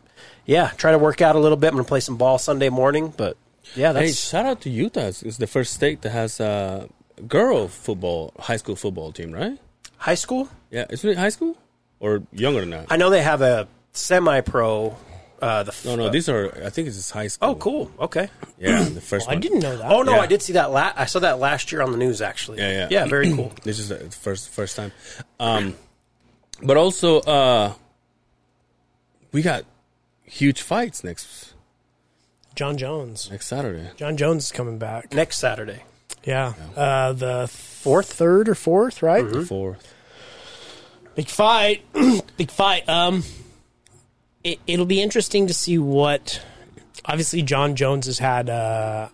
Speaker 3: yeah, try to work out a little bit. I'm going to play some ball Sunday morning. But yeah,
Speaker 2: hey,
Speaker 3: that's.
Speaker 2: shout out to Utah. It's, it's the first state that has a girl football, high school football team, right?
Speaker 3: High school?
Speaker 2: Yeah, isn't it high school or younger than that?
Speaker 3: I know they have a semi pro. Uh, the
Speaker 2: no, no, these are. I think it's just high school.
Speaker 3: Oh, cool. Okay.
Speaker 2: Yeah, the first
Speaker 4: I
Speaker 2: one.
Speaker 4: didn't know that.
Speaker 3: Oh no,
Speaker 2: Yeah.
Speaker 3: I did see that. La- I saw that last year on the news, actually.
Speaker 2: Yeah, yeah.
Speaker 3: yeah. Very cool.
Speaker 2: This is the first first time. Um, but also, uh, we got huge fights next
Speaker 4: John Jones.
Speaker 2: next Saturday.
Speaker 4: John Jones is coming back.
Speaker 3: Next Saturday.
Speaker 4: Yeah, uh, the fourth, third, or fourth, right?
Speaker 2: Mm-hmm. Fourth.
Speaker 4: Big fight, big fight. Um, it, it'll be interesting to see what. Obviously, John Jones has had. Uh,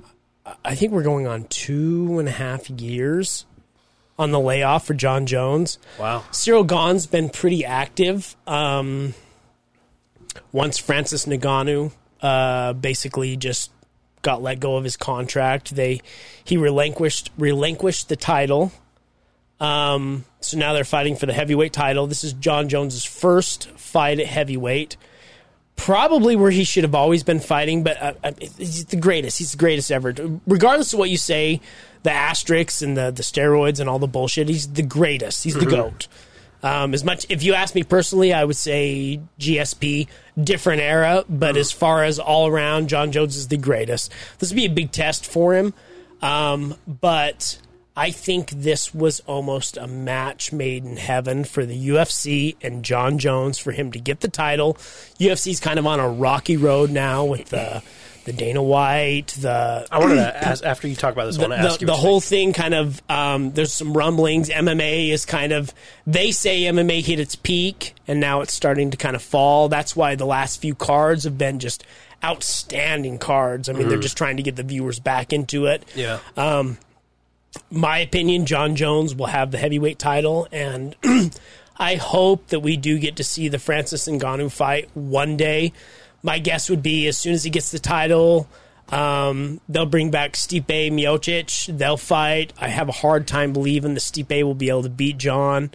Speaker 4: I think we're going on two and a half years on the layoff for John Jones.
Speaker 3: Wow.
Speaker 4: Cyril Gaon's been pretty active. Um, once Francis Naganu uh, basically just got let go of his contract, they he relinquished relinquished the title. Um, so now they're fighting for the heavyweight title. This is John Jones's first fight at heavyweight. Probably where he should have always been fighting, but uh, uh, he's the greatest. He's the greatest ever. Regardless of what you say, the asterisks and the, the steroids and all the bullshit, he's the greatest. He's the GOAT. Um, as much, if you ask me personally, I would say GSP, different era, but as far as all around, John Jones is the greatest. This would be a big test for him, um, but I think this was almost a match made in heaven for the UFC and John Jones for him to get the title. UFC's kind of on a rocky road now with the the Dana White, the
Speaker 3: I wanted to ask after you talk about this. I want to
Speaker 4: the,
Speaker 3: ask
Speaker 4: the-
Speaker 3: you
Speaker 4: the
Speaker 3: what you
Speaker 4: whole thing kind of um, there's some rumblings mma is kind of they say mma hit its peak and now it's starting to kind of fall that's why the last few cards have been just outstanding cards i mean
Speaker 3: Mm.
Speaker 4: they're just trying to get the viewers back into it
Speaker 3: think. Yeah.
Speaker 4: my opinion, John Jones will have the heavyweight title, and I hope that we do get to see the Francis Ngannou fight one day. My guess would be as soon as he gets the title, um, they'll bring back Stipe Miocic. They'll fight. I have a hard time believing that Stipe will be able to beat John,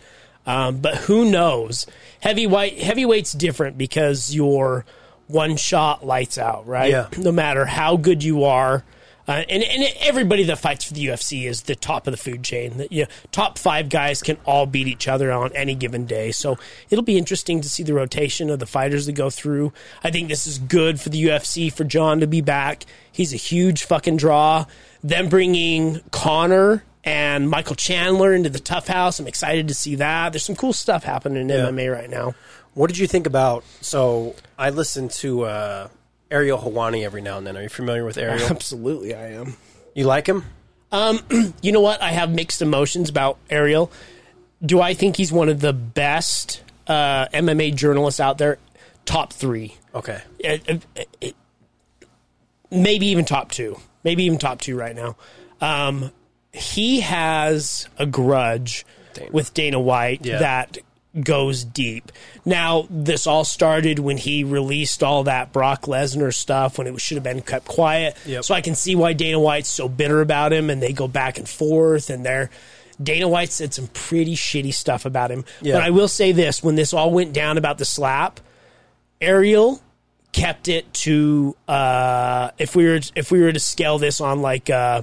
Speaker 4: um, but who knows? Heavyweight heavyweight's different because you're one shot lights out, right?
Speaker 3: Yeah.
Speaker 4: no matter how good you are. Uh, and, and everybody that fights for the UFC is the top of the food chain. The, you know, top five guys can all beat each other on any given day. So it'll be interesting to see the rotation of the fighters that go through. I think this is good for the UFC for John to be back. He's a huge fucking draw. Them bringing Connor and Michael Chandler into the tough house. I'm excited to see that. There's some cool stuff happening in MMA right now.
Speaker 3: what did you think about? So I listen to uh, Ariel Hawani every now and then. Are you familiar with Ariel?
Speaker 4: Absolutely, I am.
Speaker 3: you like him?
Speaker 4: you know what? I have mixed emotions about Ariel. Do I think he's one of the best uh, MMA journalists out there? Top three,
Speaker 3: Okay.
Speaker 4: Uh, uh, uh, maybe even top two, maybe even top two right now. Um, he has a grudge with Dana White
Speaker 3: Yeah.
Speaker 4: that goes deep. Now, this all started when he released all that Brock Lesnar stuff when it should have been kept quiet. So I can see why Dana White's so bitter about him and they go back and forth and they're. Dana White said some pretty shitty stuff about him. But I will say this when this all went down about the slap, Ariel kept it to uh if we were if we were to scale this on like uh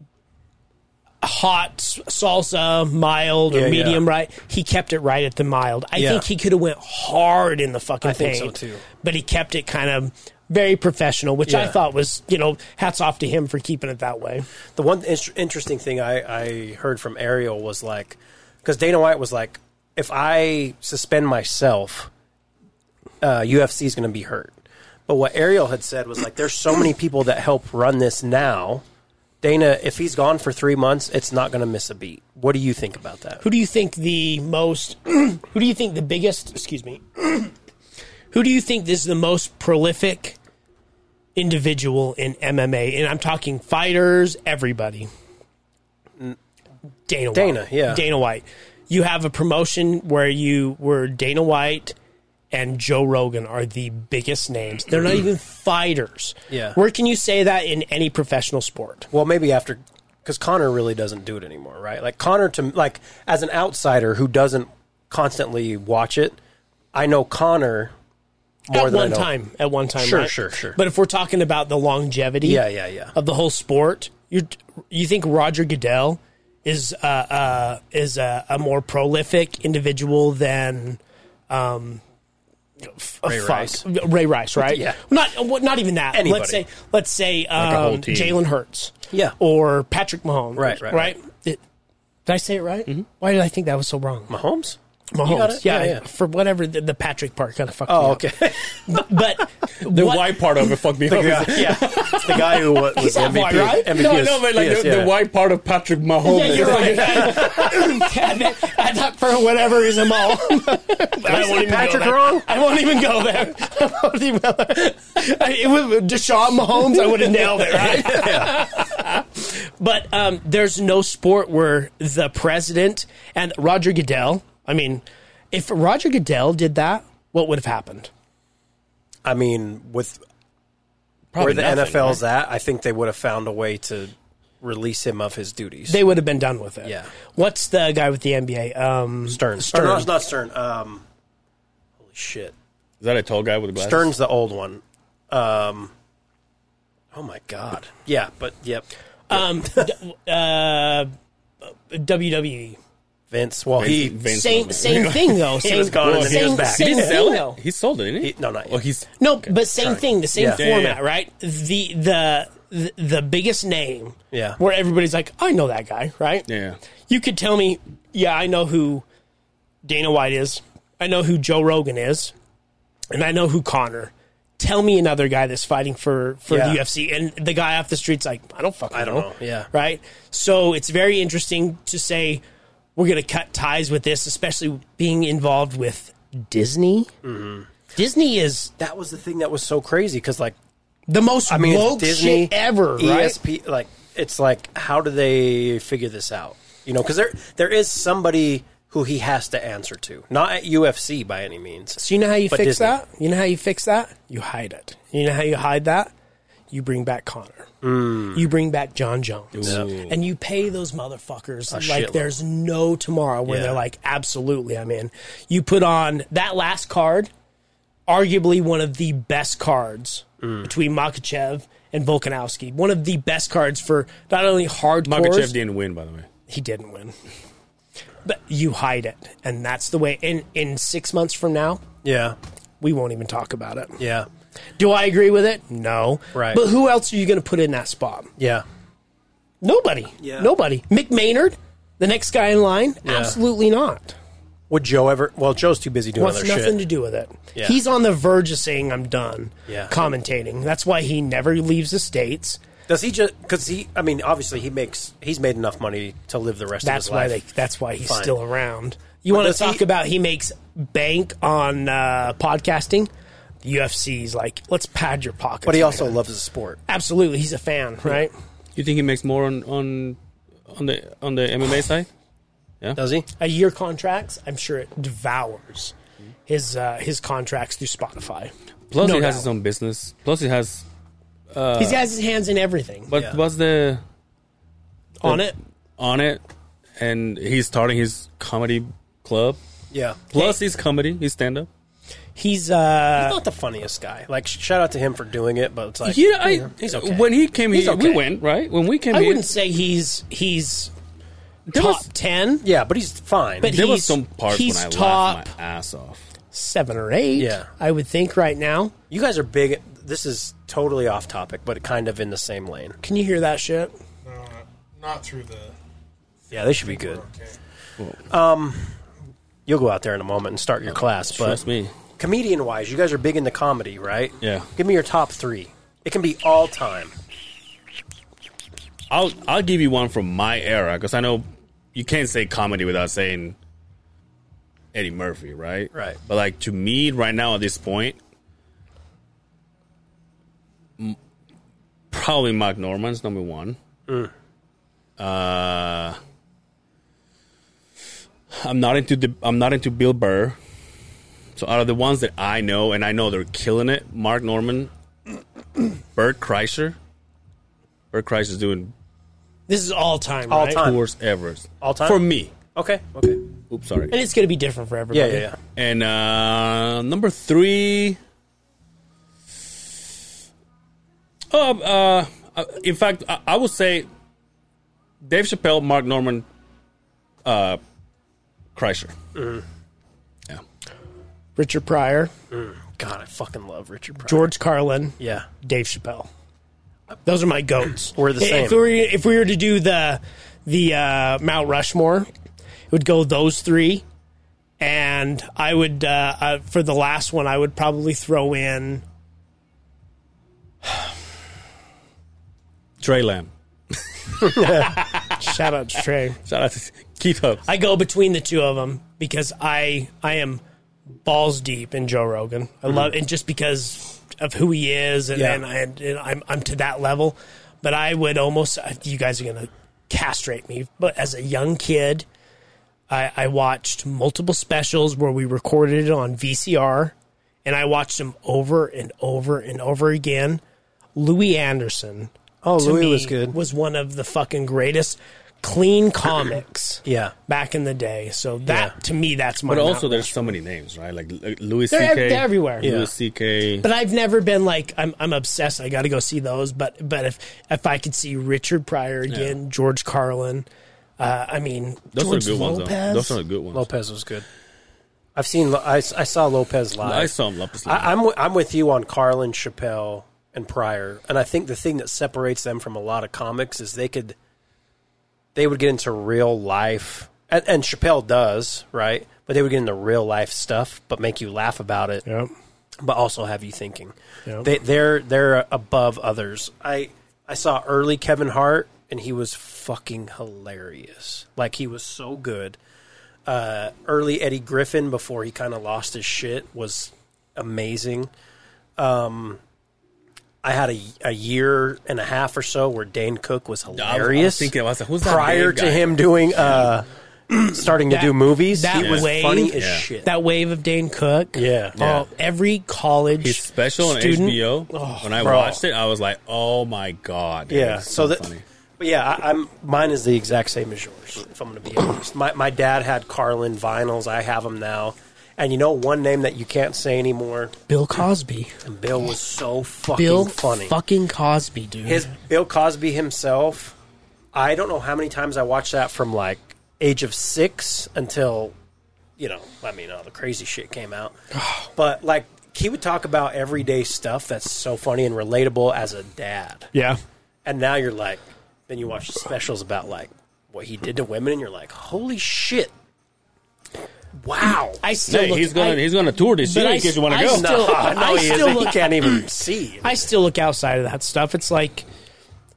Speaker 4: uh hot salsa mild or
Speaker 3: Yeah,
Speaker 4: medium
Speaker 3: yeah.
Speaker 4: right he kept it right at the mild i
Speaker 3: Yeah.
Speaker 4: think he could have went hard in the fucking
Speaker 3: I think
Speaker 4: paint,
Speaker 3: so, too.
Speaker 4: but he kept it kind of very professional which i
Speaker 3: Yeah.
Speaker 4: thought was you know hats off to him for keeping it that way
Speaker 3: The one in- interesting thing I, I heard from Ariel was like, because Dana White was like, if I suspend myself, uh, UFC is going to be hurt. But what Ariel had said was like, there's so many people that help run this now. Dana, if he's gone for three months, it's not going to miss a beat. What do you think about that?
Speaker 4: Who do you think the most? who do you think the biggest? Excuse me. who do you think is the most prolific individual in MMA? And I'm talking fighters, everybody. Dana. White.
Speaker 3: Dana, yeah.
Speaker 4: Dana White. You have a promotion where you were Dana White and Joe Rogan are the biggest names. They're not even fighters.
Speaker 3: Yeah.
Speaker 4: Where can you say that in any professional sport?
Speaker 3: Well, maybe after, because Connor really doesn't do it anymore, right? Like Connor to like as an outsider who doesn't constantly watch it, I know Connor more
Speaker 4: at
Speaker 3: than I
Speaker 4: one
Speaker 3: know-
Speaker 4: time. At one time.
Speaker 3: Sure,
Speaker 4: right?
Speaker 3: sure, sure.
Speaker 4: But if we're talking about the longevity,
Speaker 3: Yeah, yeah, yeah.
Speaker 4: of the whole sport. You you think Roger Goodell is uh, uh, is a, a more prolific individual than um,
Speaker 3: Ray
Speaker 4: fuck,
Speaker 3: Rice.
Speaker 4: Ray Rice, right?
Speaker 3: Yeah.
Speaker 4: Not well, not even that.
Speaker 3: Anybody.
Speaker 4: Let's say let's say
Speaker 2: whole
Speaker 4: um,
Speaker 2: team.
Speaker 4: Jalen Hurts,
Speaker 3: Yeah.
Speaker 4: or Patrick Mahomes,
Speaker 3: Right, right, right.
Speaker 4: It- did I say it right? Why did I think that was so wrong?
Speaker 3: Mahomes? You got
Speaker 4: Mahomes,
Speaker 3: it?
Speaker 4: yeah,
Speaker 3: Yeah, yeah.
Speaker 4: for whatever the, the Patrick part kind of fucked me
Speaker 3: Oh,
Speaker 4: up.
Speaker 3: okay.
Speaker 4: But
Speaker 2: The
Speaker 4: what-
Speaker 2: white part of it fucked me up.
Speaker 3: yeah. It's the guy who was
Speaker 4: He's not white, right?
Speaker 3: MVP
Speaker 2: No,
Speaker 3: is-
Speaker 2: no, but like
Speaker 3: yes,
Speaker 2: the,
Speaker 3: yeah.
Speaker 2: the white part of Patrick Mahomes.
Speaker 4: Yeah, you're right. I I thought for whatever reason, Maul. I won't even
Speaker 3: Patrick
Speaker 4: go there.
Speaker 3: wrong?
Speaker 4: I won't even go there. I won't even go there. I, it was Deshaun Mahomes. I would have nailed it, right? But um, there's no sport where the president and Roger Goodell. I mean, if Roger Goodell did that, what would have happened?
Speaker 3: I mean, with
Speaker 2: Probably
Speaker 3: where the
Speaker 2: nothing,
Speaker 3: NFL's at, I think they would have found a way to release him of his duties.
Speaker 4: They would have been done with it.
Speaker 3: Yeah.
Speaker 4: What's the guy with the NBA? Um,
Speaker 3: Stern.
Speaker 4: Stern.
Speaker 3: Or no, it's not Stern. Um, holy shit.
Speaker 2: Is that a tall guy with glasses?
Speaker 3: Stern's the old one. Um, oh my god. Yeah, but yep.
Speaker 4: um, d- uh, WWE.
Speaker 3: Vince. Well, he.
Speaker 2: Vince
Speaker 4: Same
Speaker 2: McMahon.
Speaker 4: same thing though. Same,
Speaker 3: was gone and then he
Speaker 4: same,
Speaker 3: was back.
Speaker 4: same
Speaker 2: Did he
Speaker 4: thing
Speaker 2: sell
Speaker 4: though.
Speaker 2: it? He sold it, didn't he?
Speaker 3: He- no, not
Speaker 2: Oh,
Speaker 3: yet.
Speaker 2: he's
Speaker 4: No, but same thing. The same
Speaker 3: Yeah. Yeah,
Speaker 2: yeah,
Speaker 4: format,
Speaker 2: yeah.
Speaker 4: right? The the the- the biggest name.
Speaker 3: Yeah.
Speaker 4: Where everybody's like, I know that guy, right?
Speaker 2: yeah.
Speaker 4: You could tell me, yeah, I know who Dana White is. I know who Joe Rogan is, and I know who Connor. Tell me another guy that's fighting for for
Speaker 3: Yeah.
Speaker 4: the UFC, and the guy off the street's like, I don't fucking
Speaker 3: I don't know. Yeah.
Speaker 4: right? So it's very interesting to say we're going to cut ties with this, especially being involved with Disney.
Speaker 3: Mm-hmm.
Speaker 4: Disney is
Speaker 3: That was the thing that was so crazy because, like,
Speaker 4: the most
Speaker 3: I mean, it's
Speaker 4: woke
Speaker 3: Disney E
Speaker 4: shit ever, right?
Speaker 3: ESP, like it's like how do they figure this out? You know, because there there is somebody who he has to answer to, not at UFC by any means.
Speaker 4: So you know how you
Speaker 3: But
Speaker 4: fix
Speaker 3: Disney.
Speaker 4: that? You know how you fix that? You hide it. You know how you hide that? You bring back Connor.
Speaker 3: Mm.
Speaker 4: You bring back John Jones. And you pay those motherfuckers like
Speaker 3: shitload.
Speaker 4: there's no tomorrow where
Speaker 3: Yeah.
Speaker 4: they're like, absolutely, I'm in. You put on that last card, arguably one of the best cards
Speaker 3: Mm.
Speaker 4: between Makachev and Volkanovski. One of the best cards for not only hardcore
Speaker 2: Makachev didn't win, by the way.
Speaker 4: he didn't win. But you hide it, and that's the way. In in six months from now,
Speaker 3: Yeah,
Speaker 4: we won't even talk about it.
Speaker 3: yeah,
Speaker 4: Do I agree with it? No.
Speaker 3: Right.
Speaker 4: But who else are you going to put in that spot?
Speaker 3: yeah.
Speaker 4: Nobody.
Speaker 3: Yeah.
Speaker 4: Nobody. Mick Maynard, the next guy in line? Absolutely not.
Speaker 3: Would Joe ever? Well, Joe's too busy doing
Speaker 4: Wants
Speaker 3: other
Speaker 4: nothing
Speaker 3: shit.
Speaker 4: to do with it.
Speaker 3: Yeah.
Speaker 4: He's on the verge of saying, I'm done
Speaker 3: Yeah.
Speaker 4: commentating. That's why he never leaves the States.
Speaker 3: Does he just? Because he, I mean, obviously he makes he's made enough money to live the rest
Speaker 4: That's
Speaker 3: of his
Speaker 4: why
Speaker 3: life.
Speaker 4: they, that's why he's
Speaker 3: Fine.
Speaker 4: still around. You want to
Speaker 3: does he-
Speaker 4: talk about he makes bank on uh, podcasting? The UFC's like, let's pad your pockets.
Speaker 3: but he
Speaker 4: right
Speaker 3: also
Speaker 4: now.
Speaker 3: loves the sport.
Speaker 4: absolutely he's a fan, right?
Speaker 2: You think he makes more on on on the on the MMA side?
Speaker 3: Does he?
Speaker 4: a year contracts, I'm sure it devours his uh, his contracts through Spotify.
Speaker 2: Plus,
Speaker 4: No
Speaker 2: he has
Speaker 4: doubt.
Speaker 2: his own business. Plus, he has.
Speaker 3: Uh,
Speaker 4: he has his hands in everything
Speaker 2: But what's the
Speaker 4: on it.
Speaker 2: on it? And he's starting his comedy club.
Speaker 3: Yeah.
Speaker 2: Plus, he's comedy. He's stand up.
Speaker 4: He's uh,
Speaker 3: He's not the funniest guy. Like, sh- shout out to him for doing it, but it's like,
Speaker 2: Yeah, I,
Speaker 3: he's okay.
Speaker 2: when he came
Speaker 3: He's
Speaker 2: here, we
Speaker 3: okay.
Speaker 2: went right. When we came
Speaker 4: I
Speaker 2: here,
Speaker 4: wouldn't say he's he's
Speaker 2: there
Speaker 4: top
Speaker 2: was,
Speaker 4: ten.
Speaker 3: yeah, but he's fine.
Speaker 4: But-
Speaker 2: there was
Speaker 4: he's-
Speaker 2: some parts
Speaker 4: he's
Speaker 2: when I
Speaker 4: top-
Speaker 2: laughed my ass off.
Speaker 4: seven or eight.
Speaker 3: Yeah.
Speaker 4: I would think right now.
Speaker 3: you guys are big. This is totally off topic, but kind of in the same lane.
Speaker 4: Can you hear that shit?
Speaker 6: No, not through the.
Speaker 3: Yeah, they should be good.
Speaker 6: Okay.
Speaker 3: You'll go out there in a moment and start your class. But
Speaker 2: Trust me.
Speaker 3: comedian wise, you guys are big into comedy, right?
Speaker 2: Yeah.
Speaker 3: Give me your top three. It can be all time.
Speaker 2: I'll I'll give you one from my era because I know you can't say comedy without saying Eddie Murphy, right?
Speaker 3: Right.
Speaker 2: But like to me, right now at this point, m- probably Mark Norman's number one. Uh, I'm not into the I'm not into Bill Burr. So out of the ones that I know, and I know they're killing it, Mark Norman, Bert Kreischer. Bert Kreischer's doing
Speaker 4: This is all time,
Speaker 3: All
Speaker 4: right?
Speaker 3: time.
Speaker 2: worst ever.
Speaker 3: All time?
Speaker 2: For me.
Speaker 3: Okay. Okay.
Speaker 2: Oops, sorry.
Speaker 4: And it's going to be different for everybody.
Speaker 3: Yeah, yeah, yeah.
Speaker 2: And uh, number three. Oh, uh, uh, in fact, I, I would say Dave Chappelle, Mark Norman, uh, Kreischer. Yeah.
Speaker 4: Richard Pryor,
Speaker 3: God, I fucking love Richard Pryor.
Speaker 4: George Carlin,
Speaker 3: Yeah.
Speaker 4: Dave Chappelle. Those are my goats.
Speaker 3: We're the same.
Speaker 4: If we were, if we were to do the the uh, Mount Rushmore, it would go those three, and I would uh, uh, for the last one I would probably throw in
Speaker 2: Trey Lamb.
Speaker 4: shout out to Trey.
Speaker 2: Shout out to Keith Hubs.
Speaker 4: I go between the two of them because I I am balls deep in Joe Rogan. I love and just because of who he is and
Speaker 3: Mm-hmm. Yeah.
Speaker 4: and, and, and I'm I'm to that level. But I would almost you guys are gonna castrate me. But as a young kid, I, I watched multiple specials where we recorded it on VCR, and I watched them over and over and over again. Louis Anderson.
Speaker 3: Oh,
Speaker 4: to
Speaker 3: Louis
Speaker 4: me,
Speaker 3: was good.
Speaker 4: Was one of the fucking greatest clean comics
Speaker 3: Yeah.
Speaker 4: back in the day. So that
Speaker 3: Yeah.
Speaker 4: to me, that's my.
Speaker 2: But also,
Speaker 4: Mount
Speaker 2: there's so
Speaker 4: Rushmore.
Speaker 2: many names, right? Like L- Louis
Speaker 4: They're
Speaker 2: C.K.
Speaker 4: ev- they're everywhere. Yeah.
Speaker 2: Louis C.K.
Speaker 4: But I've never been like I'm. I'm obsessed. I got to go see those. But but if if I could see Richard Pryor again, George Carlin, uh, I mean
Speaker 2: Those
Speaker 4: George
Speaker 2: are good ones, though.
Speaker 4: Lopez.
Speaker 2: Those are good ones.
Speaker 3: Lopez was good. I've seen. Lo- I, I saw Lopez live.
Speaker 2: I saw him Lopez.
Speaker 3: I, I'm w- I'm with you on Carlin, Chappelle, and Pryor, and I think the thing that separates them from a lot of comics is they could, they would get into real life, and, and Chappelle does right, but they would get into real life stuff, but make you laugh about it,
Speaker 4: Yep.
Speaker 3: but also have you thinking.
Speaker 4: Yep.
Speaker 3: They they're they're above others. I I saw early Kevin Hart, and he was fucking hilarious. Like he was so good. Uh, early Eddie Griffin before he kind of lost his shit was amazing. Um, I had a, a year and a half or so where Dane Cook was
Speaker 2: I was
Speaker 3: hilarious.
Speaker 2: thinking, I was like, who's that
Speaker 3: prior
Speaker 2: big
Speaker 3: to
Speaker 2: guy?
Speaker 3: him doing uh, starting to
Speaker 4: That-
Speaker 3: do movies,
Speaker 4: that
Speaker 3: he was
Speaker 4: wave-
Speaker 3: funny as
Speaker 2: Yeah.
Speaker 3: shit.
Speaker 4: That wave of Dane Cook.
Speaker 3: Yeah. Yeah.
Speaker 4: Oh, every college
Speaker 2: His special on
Speaker 4: student-
Speaker 2: HBO. when I
Speaker 3: Oh, bro.
Speaker 2: watched it, I was like, "Oh my god!" dude,
Speaker 3: yeah,
Speaker 2: it's
Speaker 3: so, that,
Speaker 2: funny.
Speaker 3: but yeah, I, I'm mine is the exact same as yours. If I'm going to be honest, my my dad had Carlin vinyls. I have them now, and you know one name that you can't say anymore.
Speaker 4: Bill Cosby.
Speaker 3: And Bill was so fucking
Speaker 4: Bill
Speaker 3: funny.
Speaker 4: fucking Cosby, dude.
Speaker 3: his Bill Cosby himself. I don't know how many times I watched that from like age of six until, you know, I mean, all the crazy shit came out. but like, he would talk about everyday stuff that's so funny and relatable as a dad.
Speaker 4: yeah.
Speaker 3: And now you're like, then you watch specials about like what he did to women, and you're like, holy shit. Wow.
Speaker 4: I still
Speaker 2: Hey,
Speaker 4: look,
Speaker 2: he's gonna
Speaker 4: I-
Speaker 2: he's gonna tour this
Speaker 4: but
Speaker 2: year
Speaker 4: I
Speaker 2: in case you want to
Speaker 4: s- I
Speaker 2: go.
Speaker 4: still- I
Speaker 3: he
Speaker 4: still
Speaker 3: isn't. He
Speaker 4: look-
Speaker 3: can't even see.
Speaker 4: I still look outside of that stuff. It's like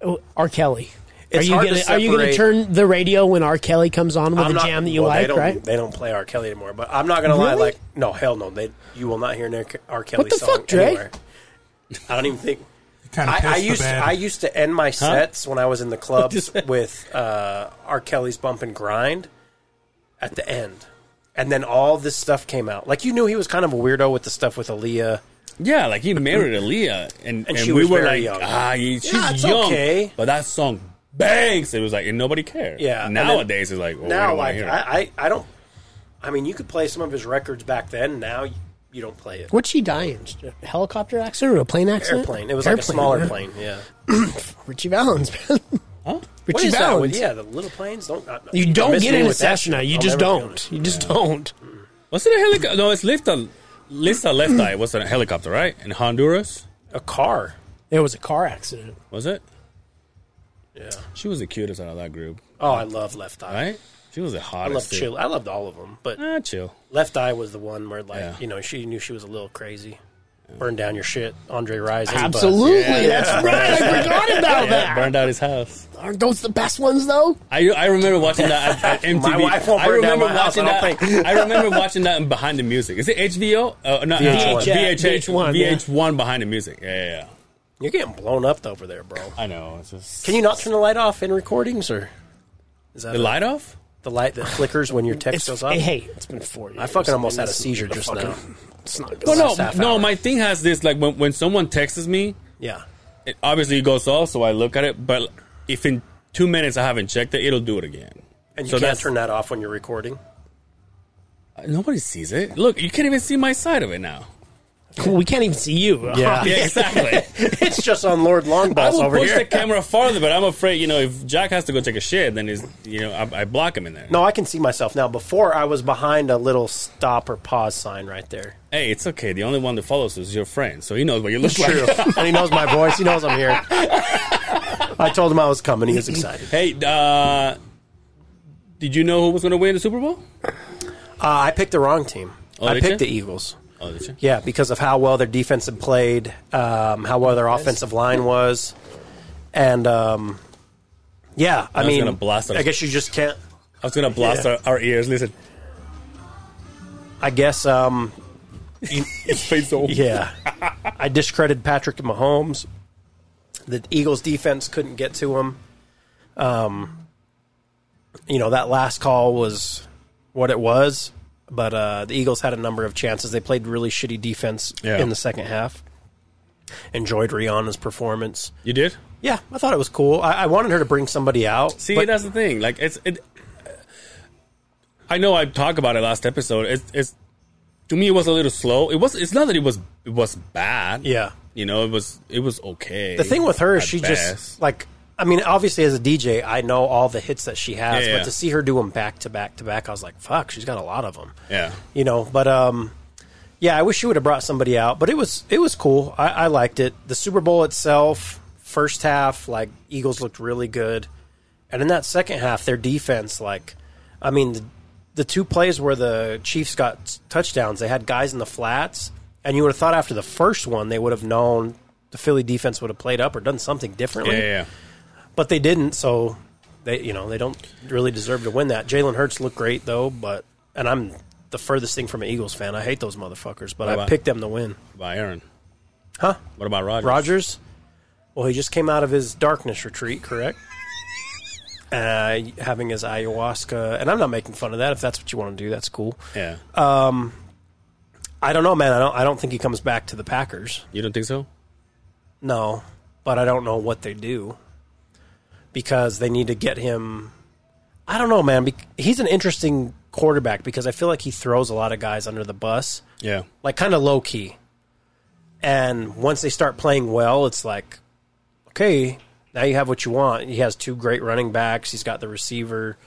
Speaker 4: oh, R. Kelly.
Speaker 3: It's
Speaker 4: are you
Speaker 3: hard to
Speaker 4: gonna are you gonna
Speaker 3: separate-
Speaker 4: turn the radio when R. Kelly comes on with
Speaker 3: I'm
Speaker 4: a
Speaker 3: not-
Speaker 4: jam that you
Speaker 3: well, They
Speaker 4: like,
Speaker 3: don't,
Speaker 4: right?
Speaker 3: They don't play R. Kelly anymore. But I'm not gonna lie.
Speaker 4: Really?
Speaker 3: Like, no, hell no. They you will not hear an R. Kelly
Speaker 4: the
Speaker 3: song
Speaker 4: fuck, Dre?
Speaker 3: anywhere. I don't even think.
Speaker 6: Kind
Speaker 3: I, I used I used to end my sets when I was in the clubs with uh, R. Kelly's Bump and Grind, at the end. And then all this stuff came out. Like you knew he was kind of a weirdo with the stuff with Aaliyah.
Speaker 2: Yeah, like he married Aaliyah, and, and,
Speaker 3: she
Speaker 2: we
Speaker 3: was
Speaker 2: were
Speaker 3: very
Speaker 2: like,
Speaker 3: young.
Speaker 2: ah, he- she's
Speaker 3: Yeah, it's
Speaker 2: young,
Speaker 3: okay.
Speaker 2: but that song bangs. It was like, and nobody cared.
Speaker 3: Yeah, and then-
Speaker 2: nowadays it's like, oh,
Speaker 3: Now, like
Speaker 2: hear it.
Speaker 3: I, I, I don't. I mean, you could play some of his records back then. Now you, you don't play it.
Speaker 4: What'd she die in? A helicopter accident or a plane accident?
Speaker 3: Airplane. It was like a
Speaker 4: Airplane,
Speaker 3: smaller
Speaker 4: yeah.
Speaker 3: plane. Yeah.
Speaker 4: Richie Valens, man. Huh?
Speaker 3: What
Speaker 4: Richie
Speaker 3: is that? with-
Speaker 4: Valens.
Speaker 3: Yeah, the little planes don't. uh, I-
Speaker 4: You
Speaker 3: you're
Speaker 4: don't
Speaker 3: missing
Speaker 4: get
Speaker 3: me
Speaker 4: in a
Speaker 3: with that
Speaker 4: session now.
Speaker 3: shit.
Speaker 4: You
Speaker 3: I'll
Speaker 4: just
Speaker 3: never get
Speaker 4: don't.
Speaker 3: in
Speaker 4: You just don't.
Speaker 2: was it a helicopter? No, it's Lifta. Lista Left Eye was a helicopter, right? In Honduras,
Speaker 3: it. A car.
Speaker 4: It was a car accident.
Speaker 2: was it?
Speaker 3: Yeah.
Speaker 2: She was the cutest out of that group,
Speaker 3: Oh, I love Left Eye.
Speaker 2: right? She was the
Speaker 3: I
Speaker 2: hottest.
Speaker 3: loved
Speaker 2: dude.
Speaker 3: chill. I loved all of them, but
Speaker 2: Ah, chill.
Speaker 3: Left Eye was the one where like
Speaker 2: Yeah.
Speaker 3: you know she knew she was a little crazy. Burn down your shit, Andre Rising. but-
Speaker 4: Absolutely. That's right. I forgot about
Speaker 2: Yeah,
Speaker 4: that.
Speaker 2: burned out his house.
Speaker 4: Aren't those the best ones, though?
Speaker 2: I, I remember watching that at, at MTV.
Speaker 3: wife won't
Speaker 2: I
Speaker 3: burn down
Speaker 2: remember
Speaker 3: my house,
Speaker 2: watching
Speaker 3: I don't
Speaker 2: that. I remember watching that in Behind the Music. Is it HVO? Uh, no,
Speaker 3: VH1.
Speaker 2: Uh, VH1.
Speaker 4: VH1, yeah.
Speaker 2: VH1 Behind the Music. Yeah, yeah, yeah.
Speaker 3: You're getting blown up over there, bro.
Speaker 2: I know. It's just
Speaker 3: Can you not turn the light off in recordings, or is that
Speaker 2: the
Speaker 3: a-
Speaker 2: light off?
Speaker 3: the light that flickers when your text
Speaker 4: It's,
Speaker 3: goes off?
Speaker 4: hey, hey, it's been four years.
Speaker 3: I fucking almost had a seizure just now.
Speaker 4: It's not good.
Speaker 2: Well,
Speaker 3: last
Speaker 2: no,
Speaker 3: half
Speaker 2: no.
Speaker 3: hour.
Speaker 2: My thing has this like when when someone texts me,
Speaker 3: Yeah.
Speaker 2: it obviously goes off, so I look at it. But if in two minutes I haven't checked it, it'll do it again.
Speaker 3: And you
Speaker 2: So
Speaker 3: can't
Speaker 2: that's-
Speaker 3: turn that off when you're recording.
Speaker 2: Nobody sees it. Look, you can't even see my side of it now.
Speaker 4: Well, we can't even see you.
Speaker 3: Yeah.
Speaker 2: Yeah, exactly.
Speaker 3: it's just on Lord
Speaker 2: I
Speaker 3: Longballs
Speaker 2: will
Speaker 3: over
Speaker 2: push
Speaker 3: here.
Speaker 2: the camera farther, but I'm afraid, you know, if Jack has to go take a shit, then is you know, I, I block him in there.
Speaker 3: no, I can see myself now. Before I was behind a little stop or pause sign right there.
Speaker 2: Hey, it's okay. The only one that follows is your friend, so he knows what you look like.
Speaker 3: and he knows my voice. He knows I'm here. I told him I was coming. He was excited.
Speaker 2: Hey, uh, did you know who was going to win the Super Bowl?
Speaker 3: Uh, I picked the wrong team.
Speaker 2: Oh,
Speaker 3: I
Speaker 2: did
Speaker 3: picked
Speaker 2: you?
Speaker 3: the Eagles.
Speaker 2: Oh, did you?
Speaker 3: Yeah, because of how well their defense had played, um, how well their offensive line was, and um, yeah, I,
Speaker 2: I was
Speaker 3: mean,
Speaker 2: gonna blast us.
Speaker 3: I guess you just can't.
Speaker 2: I was going to blast our, our ears. Listen,
Speaker 3: I guess, um,
Speaker 2: it's face off.
Speaker 3: yeah, I discredited Patrick Mahomes. The Eagles' defense couldn't get to him. Um, you know that last call was what it was, but uh, the Eagles had a number of chances. They played really shitty defense
Speaker 2: Yeah.
Speaker 3: in the second half. Enjoyed Rihanna's performance.
Speaker 2: You did?
Speaker 3: Yeah, I thought it was cool. I, I wanted her to bring somebody out.
Speaker 2: See,
Speaker 3: but
Speaker 2: that's the thing. Like, it's. It, I know I talked about it last episode. It's, it's to me, it was a little slow. It was. It's not that it was. It was bad.
Speaker 3: Yeah.
Speaker 2: You know, it was. It was okay.
Speaker 3: the thing with her is
Speaker 2: at
Speaker 3: she
Speaker 2: best.
Speaker 3: just like I mean, obviously as a DJ, I know all the hits that she has,
Speaker 2: Yeah, yeah.
Speaker 3: but to see her do them back to back to back, I was like, fuck, she's got a lot of them.
Speaker 2: Yeah.
Speaker 3: You know, but um, yeah, I wish she would have brought somebody out, but it was it was cool. I, I liked it. The Super Bowl itself, first half, like Eagles looked really good, and in that second half, their defense, like, I mean, the, the two plays where the Chiefs got s- touchdowns, they had guys in the flats, and you would have thought after the first one they would have known the Philly defense would have played up or done something
Speaker 2: Yeah,
Speaker 3: differently,
Speaker 2: yeah, yeah.
Speaker 3: but they didn't, so they you know they don't really deserve to win that. Jalen Hurts looked great though, but and I'm the furthest thing from an Eagles fan. I hate those motherfuckers, but I
Speaker 2: about-
Speaker 3: picked them to win.
Speaker 2: By Aaron.
Speaker 3: Huh?
Speaker 2: What about Rogers?
Speaker 3: Rogers? Well, he just came out of his darkness retreat, correct? Uh, having his ayahuasca, and I'm not making fun of that. If that's what you want to do, that's cool.
Speaker 2: Yeah.
Speaker 3: Uh, I don't know, man. I don't. I don't think he comes back to the Packers.
Speaker 2: you don't think so?
Speaker 3: No, but I don't know what they do because they need to get him. I don't know, man. bec- He's an interesting quarterback because I feel like he throws a lot of guys under the bus,
Speaker 2: Yeah.
Speaker 3: like kind of low key. And once they start playing well, it's like, okay, now you have what you want. He has two great running backs. He's got the receiver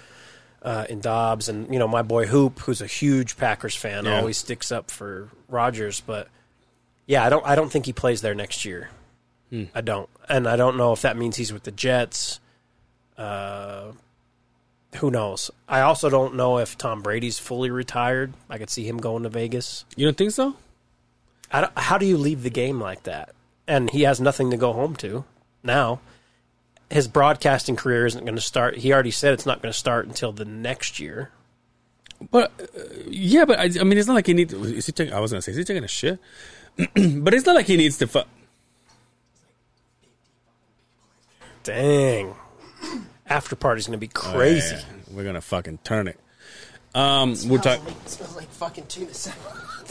Speaker 3: uh, in Dobbs, and you know my boy Hoop, who's a huge Packers fan,
Speaker 2: Yeah.
Speaker 3: always sticks up for Rodgers. But yeah, I don't. I don't think he plays there next year. I don't, and I don't know if that means he's with the Jets. Uh, who knows? I also don't know if Tom Brady's fully retired. I could see him going to Vegas.
Speaker 2: You don't think so?
Speaker 3: I don't- how do you leave the game like that? And he has nothing to go home to now. His broadcasting career isn't going to start. He already said it's not going to start until the next year.
Speaker 2: But uh, yeah, but I, I mean, it's not like he needs. Is he taking? I was gonna say, is he taking a shit? but it's not like he needs to. Fu-
Speaker 3: Dang. After party's going to be crazy.
Speaker 2: Oh, Yeah, we're gonna fucking turn it. Um, we're talking.
Speaker 3: It smells like fucking tuna salad.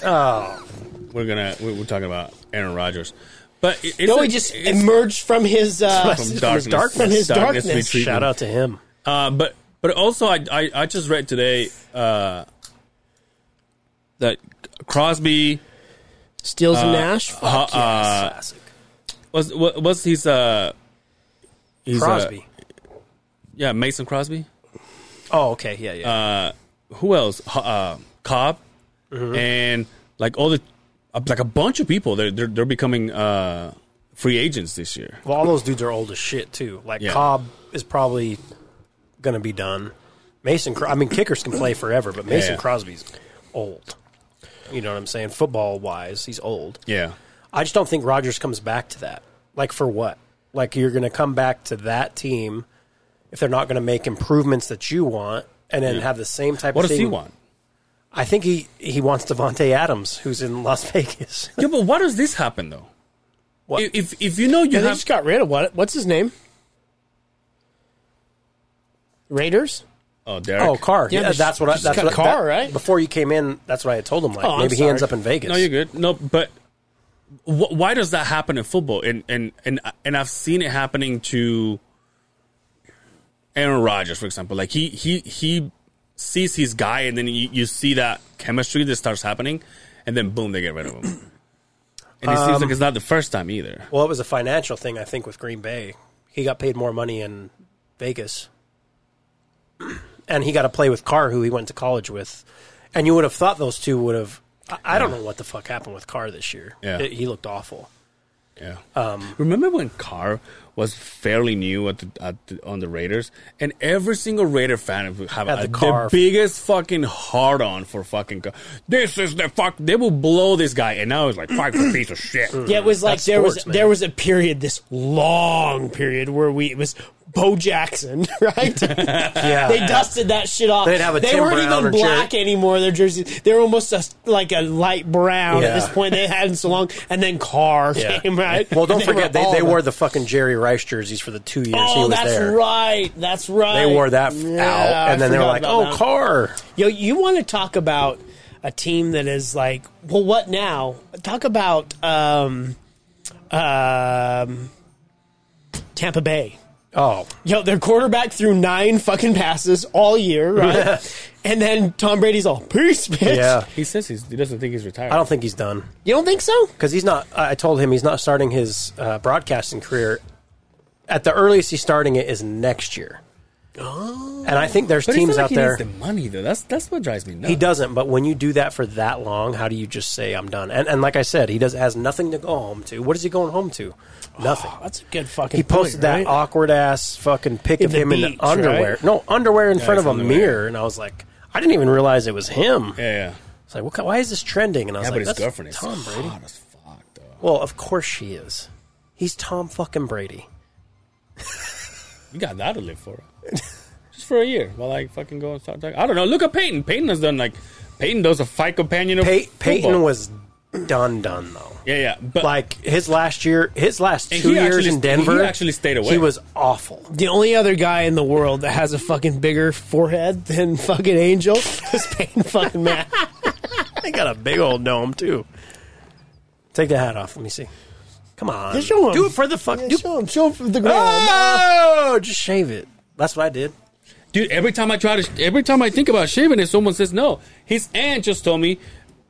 Speaker 3: Oh,
Speaker 2: We're gonna. We're, we're talking about Aaron Rodgers, but it, it's
Speaker 4: No,
Speaker 2: a-
Speaker 4: he just
Speaker 2: it's-
Speaker 4: emerged from his uh,
Speaker 2: From
Speaker 4: from,
Speaker 2: darkness.
Speaker 4: his darkness.
Speaker 2: From his darkness
Speaker 4: darkness.
Speaker 2: retreat.
Speaker 3: Shout out to him.
Speaker 2: Uh, but but also, I, I I just read today uh, that Crosby
Speaker 4: Steals and Nash.
Speaker 2: uh, uh,
Speaker 3: Classic.
Speaker 2: was wa- was he's uh he's, uh,
Speaker 3: Crosby.
Speaker 2: yeah, Mason Crosby.
Speaker 3: oh, okay. Yeah, yeah.
Speaker 2: Who else? Ho- Uh, Cobb
Speaker 3: Mm-hmm.
Speaker 2: and like all the uh, like a bunch of people. They're they're, they're becoming uh, free agents this year.
Speaker 3: well, all those dudes are old as shit too. Like
Speaker 2: Yeah.
Speaker 3: Cobb is probably gonna be done. Mason, Cro- I mean, kickers can play forever, but Mason
Speaker 2: Yeah.
Speaker 3: Crosby's old. You know what I'm saying? Football wise, he's old.
Speaker 2: Yeah,
Speaker 3: I just don't think Rodgers comes back to that. Like for what? Like you're going to come back to that team if they're not going to make improvements that you want, and then have the same type.
Speaker 2: what
Speaker 3: of
Speaker 2: does he
Speaker 3: thing.
Speaker 2: want?
Speaker 3: I think he he wants Devonte Adams, who's in Las Vegas.
Speaker 2: Yeah, but why does this happen though?
Speaker 3: What?
Speaker 2: If if- if you know you
Speaker 4: yeah, they
Speaker 2: have
Speaker 4: just got rid of what? What's his name? Raiders.
Speaker 2: oh Derek
Speaker 3: Oh, Carr.
Speaker 4: Yeah,
Speaker 3: Yeah,
Speaker 4: but
Speaker 3: that's what. I,
Speaker 4: just
Speaker 3: that's
Speaker 4: got
Speaker 3: what
Speaker 4: Carr,
Speaker 3: that-
Speaker 4: right?
Speaker 3: Before you came in, that's what I had told him. Like
Speaker 4: Oh, I'm
Speaker 3: maybe he
Speaker 4: sorry.
Speaker 3: ends up in Vegas.
Speaker 2: No, you're good. No, but wh- why does that happen in football? And and and and I've seen it happening to Aaron Rodgers, for example. Like he he he sees his guy, and then you, you see that chemistry that starts happening, and then boom, they get rid of him. And it seems like it's not the first time either.
Speaker 3: Well, it was a financial thing, I think, with Green Bay. He got paid more money in Vegas, and he got to play with Carr, who he went to college with. And you would have thought those two would have. I, I don't know what the fuck happened with Carr this year.
Speaker 2: Yeah.
Speaker 3: It- he looked awful.
Speaker 2: Yeah.
Speaker 3: Um,
Speaker 2: Remember when Carr was fairly new at the, at the, on the Raiders, and every single Raider fan would have
Speaker 3: Had
Speaker 2: a,
Speaker 3: the
Speaker 2: the,
Speaker 3: Carr.
Speaker 2: biggest fucking hard on for fucking Carr. This is the fuck. They will blow this guy, and now it's like fuck a piece of shit.
Speaker 3: Mm.
Speaker 4: Yeah, it was like
Speaker 3: That's
Speaker 4: there was
Speaker 3: sports, man.
Speaker 4: there was a period, this long period where we it was Bo Jackson, right?
Speaker 3: Yeah,
Speaker 4: they dusted that shit off.
Speaker 3: They'd have a
Speaker 4: they
Speaker 3: Tim
Speaker 4: weren't
Speaker 3: Brown
Speaker 4: even
Speaker 3: or Jerry-
Speaker 4: black anymore. Their jerseys they were almost a, like a light brown at
Speaker 3: Yeah.
Speaker 4: this point. They hadn't so long, and then Carr
Speaker 3: Yeah.
Speaker 4: came right.
Speaker 3: Well, don't
Speaker 4: And were
Speaker 3: forget they,
Speaker 4: all
Speaker 3: they
Speaker 4: the-
Speaker 3: wore the fucking Jerry Rice jerseys for the two years he
Speaker 4: Oh,
Speaker 3: was
Speaker 4: that's
Speaker 3: there.
Speaker 4: right. That's right.
Speaker 3: They wore that f-
Speaker 4: Yeah,
Speaker 3: out,
Speaker 4: I
Speaker 3: and then they were
Speaker 4: forgot
Speaker 3: like,
Speaker 4: about
Speaker 3: "Oh,
Speaker 4: that.
Speaker 3: Carr."
Speaker 4: Yo, you want to talk about a team that is like, well, what now? Talk about um, um, Tampa Bay.
Speaker 3: Oh,
Speaker 4: Yo, their quarterback threw nine fucking passes all year, right? and then Tom Brady's all, peace, bitch.
Speaker 3: yeah.
Speaker 2: He says he's, he doesn't think he's retired.
Speaker 3: I don't think he's done.
Speaker 4: You don't think so?
Speaker 3: because he's not. I I told him he's not starting his uh, broadcasting career. At the earliest, he's starting it is next year. Oh. And I think there's
Speaker 2: but
Speaker 3: teams
Speaker 2: it's not like
Speaker 3: out
Speaker 2: he
Speaker 3: there.
Speaker 2: needs the money though. That's that's what drives me nuts.
Speaker 3: He doesn't, but when you do that for that long, how do you just say I'm done? And, and like I said, he does has nothing to go home to. What is he going home to?
Speaker 2: Ah,
Speaker 3: Nothing.
Speaker 4: That's a good fucking
Speaker 3: he posted that awkward ass fucking pic
Speaker 4: In
Speaker 3: of
Speaker 4: the
Speaker 3: him in
Speaker 4: beach,
Speaker 3: the underwear.
Speaker 4: right?
Speaker 3: No underwear in front
Speaker 2: it's
Speaker 3: of a
Speaker 2: in the mirror.
Speaker 3: mirror, and I was like, I didn't even realize it was him.
Speaker 2: Yeah, yeah.
Speaker 3: It's like, what, ki- why is this trending? And I was
Speaker 2: yeah
Speaker 3: like,
Speaker 2: but his
Speaker 3: that's
Speaker 2: girlfriend is
Speaker 3: Tom Brady.
Speaker 2: hot as fuck though.
Speaker 3: Well, of course she is. He's Tom fucking Brady.
Speaker 2: You got that to live for. Just for a year, while I fucking go and start talking. I don't know. Look at Peyton. Peyton has done like Peyton does a fight companion of
Speaker 3: Pey- Peyton
Speaker 2: football.
Speaker 3: was done, done though.
Speaker 2: yeah, yeah, but
Speaker 3: Like his last year, his last
Speaker 2: And
Speaker 3: two
Speaker 2: he
Speaker 3: years
Speaker 2: actually-
Speaker 3: in Denver,
Speaker 2: he actually stayed away.
Speaker 3: He was awful.
Speaker 4: The only other guy in the world that has a fucking bigger forehead than fucking Angel is Peyton fucking Matt.
Speaker 3: They got a big old dome too. Take the hat off. Let me see. Come on,
Speaker 4: Just show him.
Speaker 3: Do it for the fuck.
Speaker 4: Yeah,
Speaker 3: do-
Speaker 4: show him. Show him from the ground. Ah,
Speaker 3: oh, just shave it. That's what I did.
Speaker 2: Dude, every time I try to, every time I think about shaving it, someone says no. His aunt just told me,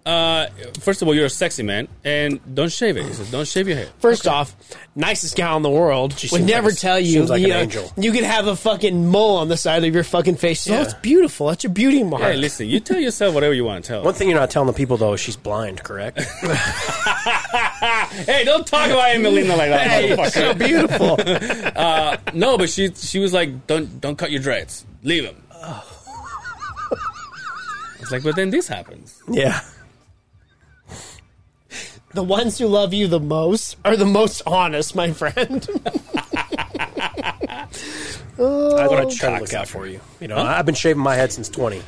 Speaker 2: uh, first of all, you're a sexy man, and don't shave it. He says, don't shave your hair.
Speaker 4: First off, nicest gal in the world would
Speaker 3: seems
Speaker 4: never
Speaker 3: like a-
Speaker 4: tell you.
Speaker 3: seems like
Speaker 4: you,
Speaker 3: an
Speaker 4: know,
Speaker 3: angel.
Speaker 4: you could have a fucking mole on the side of your fucking face. So
Speaker 3: Yeah.
Speaker 4: it's beautiful. That's your beauty mark.
Speaker 2: Hey, listen, you tell yourself whatever you want to tell.
Speaker 3: One thing you're not telling the people though is she's blind. Correct.
Speaker 2: Hey, don't talk about Emelina like that. motherfucker.
Speaker 3: Beautiful.
Speaker 2: No, but she she was like, don't don't cut your dreads, leave them. It's like, but then this happens.
Speaker 3: yeah.
Speaker 4: The ones who love you the most are the most honest, my friend.
Speaker 3: I want
Speaker 4: Oh,
Speaker 3: to try to look out for you. You know, I've been shaving my head since twenty,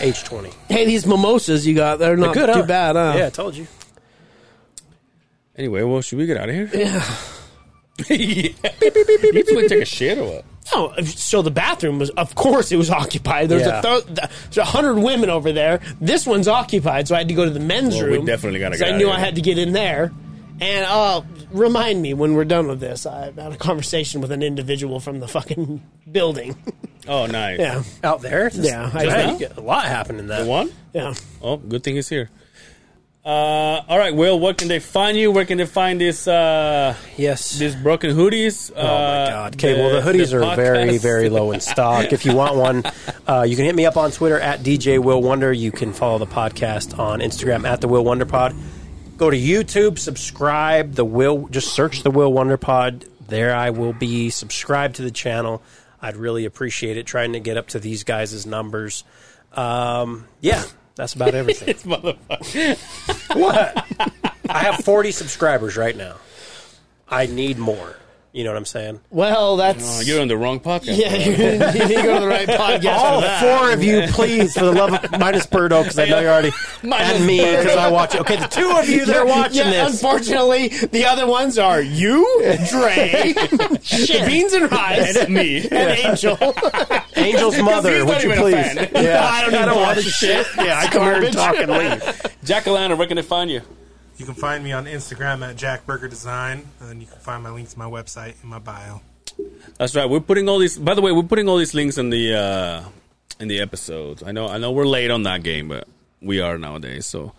Speaker 3: age twenty.
Speaker 4: hey, these mimosas you got, they're not
Speaker 3: Good,
Speaker 4: too
Speaker 3: huh?
Speaker 4: bad, huh?
Speaker 3: Yeah, I told you.
Speaker 2: Anyway, well, should we get out of here? Yeah. yeah. You two gonna take a shit or what?
Speaker 4: No, so the bathroom was, of course, it was occupied. There's
Speaker 3: Yeah.
Speaker 4: a th- there's a hundred women over there. This one's occupied, so I had to go to the men's
Speaker 2: Well, we
Speaker 4: room.
Speaker 2: definitely gotta
Speaker 4: 'cause
Speaker 2: get
Speaker 4: I
Speaker 2: outta
Speaker 4: knew
Speaker 2: here.
Speaker 4: I had to get in there. And uh, remind me when we're done with this. I had a conversation with an individual from the fucking building.
Speaker 2: Oh, nice.
Speaker 4: yeah,
Speaker 3: out there.
Speaker 4: Yeah, I-
Speaker 3: I,
Speaker 2: now?
Speaker 3: a lot happened in that.
Speaker 2: One?
Speaker 4: yeah.
Speaker 2: Oh, good thing he's here. Uh, all right, Will, where can they find you? Where can they find this uh,
Speaker 3: Yes.
Speaker 2: this broken hoodies? Uh,
Speaker 3: Oh my God. Okay, well, the hoodies are very, very low in stock. If you want one, uh, you can hit me up on Twitter at DJ Will Wonder. You can follow the podcast on Instagram at the Will Wonder Pod. Go to YouTube, subscribe the Will. Just search the Will Wonder Pod. There, I will be. Subscribe to the channel. I'd really appreciate it. Trying to get up to these guys' numbers. Um, yeah, that's about everything. what? I have forty subscribers right now. I need more. You know what I'm saying?
Speaker 4: Well, that's
Speaker 2: Oh, you're on the wrong podcast.
Speaker 4: yeah. You didn't go to the right podcast.
Speaker 3: All
Speaker 4: for that.
Speaker 3: four of you, please, for the love of minus Birdo, because I know you're already and me because I watch it. Okay, the two of you that are watching
Speaker 4: Yeah,
Speaker 3: this.
Speaker 4: Unfortunately, the other ones are you, Dre, Beans and Rice, and me, and Angel.
Speaker 3: Angel's mother,
Speaker 2: he's
Speaker 3: would
Speaker 2: not
Speaker 3: you
Speaker 2: even a
Speaker 3: please?
Speaker 2: fan.
Speaker 3: Yeah,
Speaker 4: I don't even watch shit.
Speaker 3: Yeah, I come here and talk and leave.
Speaker 2: Jackalana, where can they find you?
Speaker 6: You can find me on Instagram at JackBurgerDesign, and then you can find my link to my website in my bio.
Speaker 2: That's right. We're putting all these. By the way, we're putting all these links in the uh, in the episodes. I know, I know, we're late on that game, but we are nowadays. So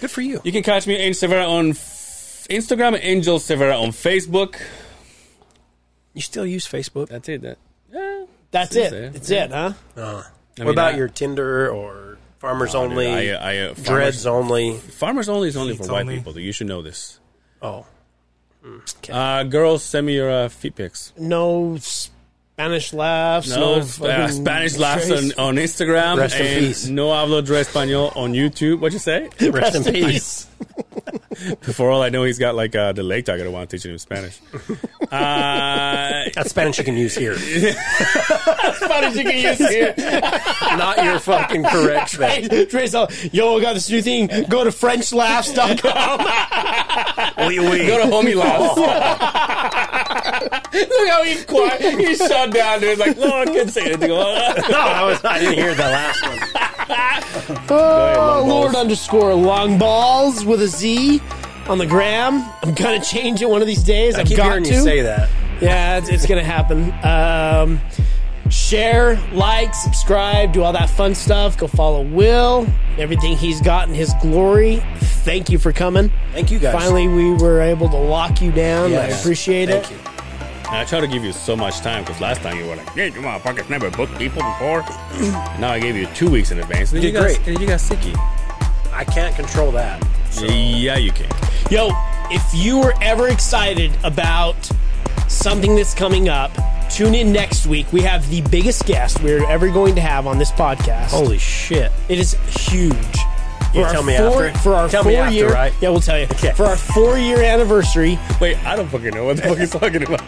Speaker 3: Good for you.
Speaker 2: you can catch me Angel Severa on f- Instagram, Angel Severa on Facebook.
Speaker 3: You still use Facebook?
Speaker 2: That's it. That yeah.
Speaker 4: That's
Speaker 2: It's
Speaker 4: it.
Speaker 2: there.
Speaker 4: It's it, huh?
Speaker 2: I
Speaker 3: what
Speaker 2: mean,
Speaker 3: about
Speaker 2: I-
Speaker 3: your Tinder or Farmers
Speaker 2: dude,
Speaker 3: Only,
Speaker 2: I, I, uh,
Speaker 3: Dreads
Speaker 2: farmers,
Speaker 3: Only?
Speaker 2: farmers only is only for
Speaker 6: Feet
Speaker 2: white
Speaker 6: only.
Speaker 2: people. Though. You should know this.
Speaker 3: Oh,
Speaker 2: Uh, girls, send me your uh, feet pics.
Speaker 4: No Spanish laughs. No,
Speaker 2: No, uh,
Speaker 4: fucking
Speaker 2: Spanish laughs
Speaker 4: trace.
Speaker 2: on, on Instagram.
Speaker 3: Rest in
Speaker 2: and
Speaker 3: peace.
Speaker 2: No hablo de español on YouTube. What'd you say?
Speaker 3: rest, in peace.
Speaker 2: For all I know, he's got like uh, the lake tiger. I want teaching him Spanish. uh,
Speaker 3: That's Spanish you can use here,
Speaker 4: Spanish you can use here.
Speaker 3: not your fucking correct Spanish.
Speaker 4: Trace, all, yo, I got this new thing. Go to FrenchLaughs.com.
Speaker 3: Oui, oui.
Speaker 2: go to homie laughs. Look how he's quiet. He's shut down. Dude. He's like, no, I can't say anything.
Speaker 3: No, I, was, I didn't hear the last one.
Speaker 4: Oh, Lord underscore long balls with a Z on the gram. I'm gonna change it one of these days.
Speaker 3: I
Speaker 4: I've
Speaker 3: keep
Speaker 4: got
Speaker 3: hearing
Speaker 4: to.
Speaker 3: you say that.
Speaker 4: Yeah, it's, it's gonna happen. Um, share, like, subscribe, do all that fun stuff. Go follow Will. Everything he's got in his glory. Thank you for coming.
Speaker 3: Thank you guys.
Speaker 4: Finally, we were able to lock you down. I
Speaker 3: Yes.
Speaker 4: appreciate
Speaker 3: Thank
Speaker 4: it.
Speaker 3: you.
Speaker 2: I try to give you so much time because last time you were like, yeah, you motherfuckers never booked people before. now I gave you two weeks in advance. And
Speaker 3: You
Speaker 2: you
Speaker 3: did
Speaker 2: got-
Speaker 3: great.
Speaker 2: and you got sicky.
Speaker 3: I can't control that.
Speaker 2: Yeah, you can.
Speaker 4: Yo, if you were ever excited about something that's coming up, tune in next week. We have the biggest guest we're ever going to have on this podcast.
Speaker 3: Holy shit.
Speaker 4: It is huge. For
Speaker 3: You
Speaker 4: our
Speaker 3: tell me
Speaker 4: four,
Speaker 3: after.
Speaker 4: For our
Speaker 3: Tell
Speaker 4: four
Speaker 3: me after,
Speaker 4: year,
Speaker 3: right?
Speaker 4: Yeah, we'll tell you.
Speaker 3: Okay.
Speaker 4: For our four year anniversary,
Speaker 2: Wait, I don't fucking know what the fuck he's talking about.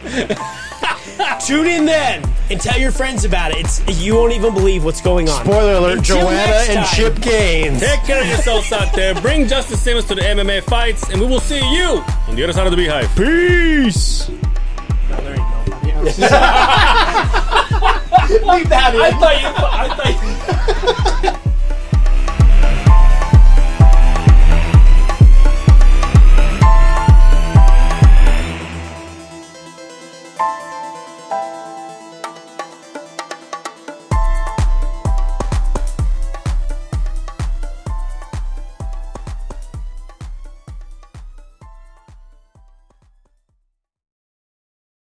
Speaker 4: tune in then and tell your friends about it. It's you won't even believe what's going on.
Speaker 3: Spoiler alert,
Speaker 4: Until next
Speaker 3: Joanna and
Speaker 4: time.
Speaker 3: Chip Gaines.
Speaker 2: Take care of yourselves out there. Bring Justice Simmons to the MMA fights, and we will see you on the other side of the beehive. Peace.
Speaker 4: Leave that in. I thought you. I thought.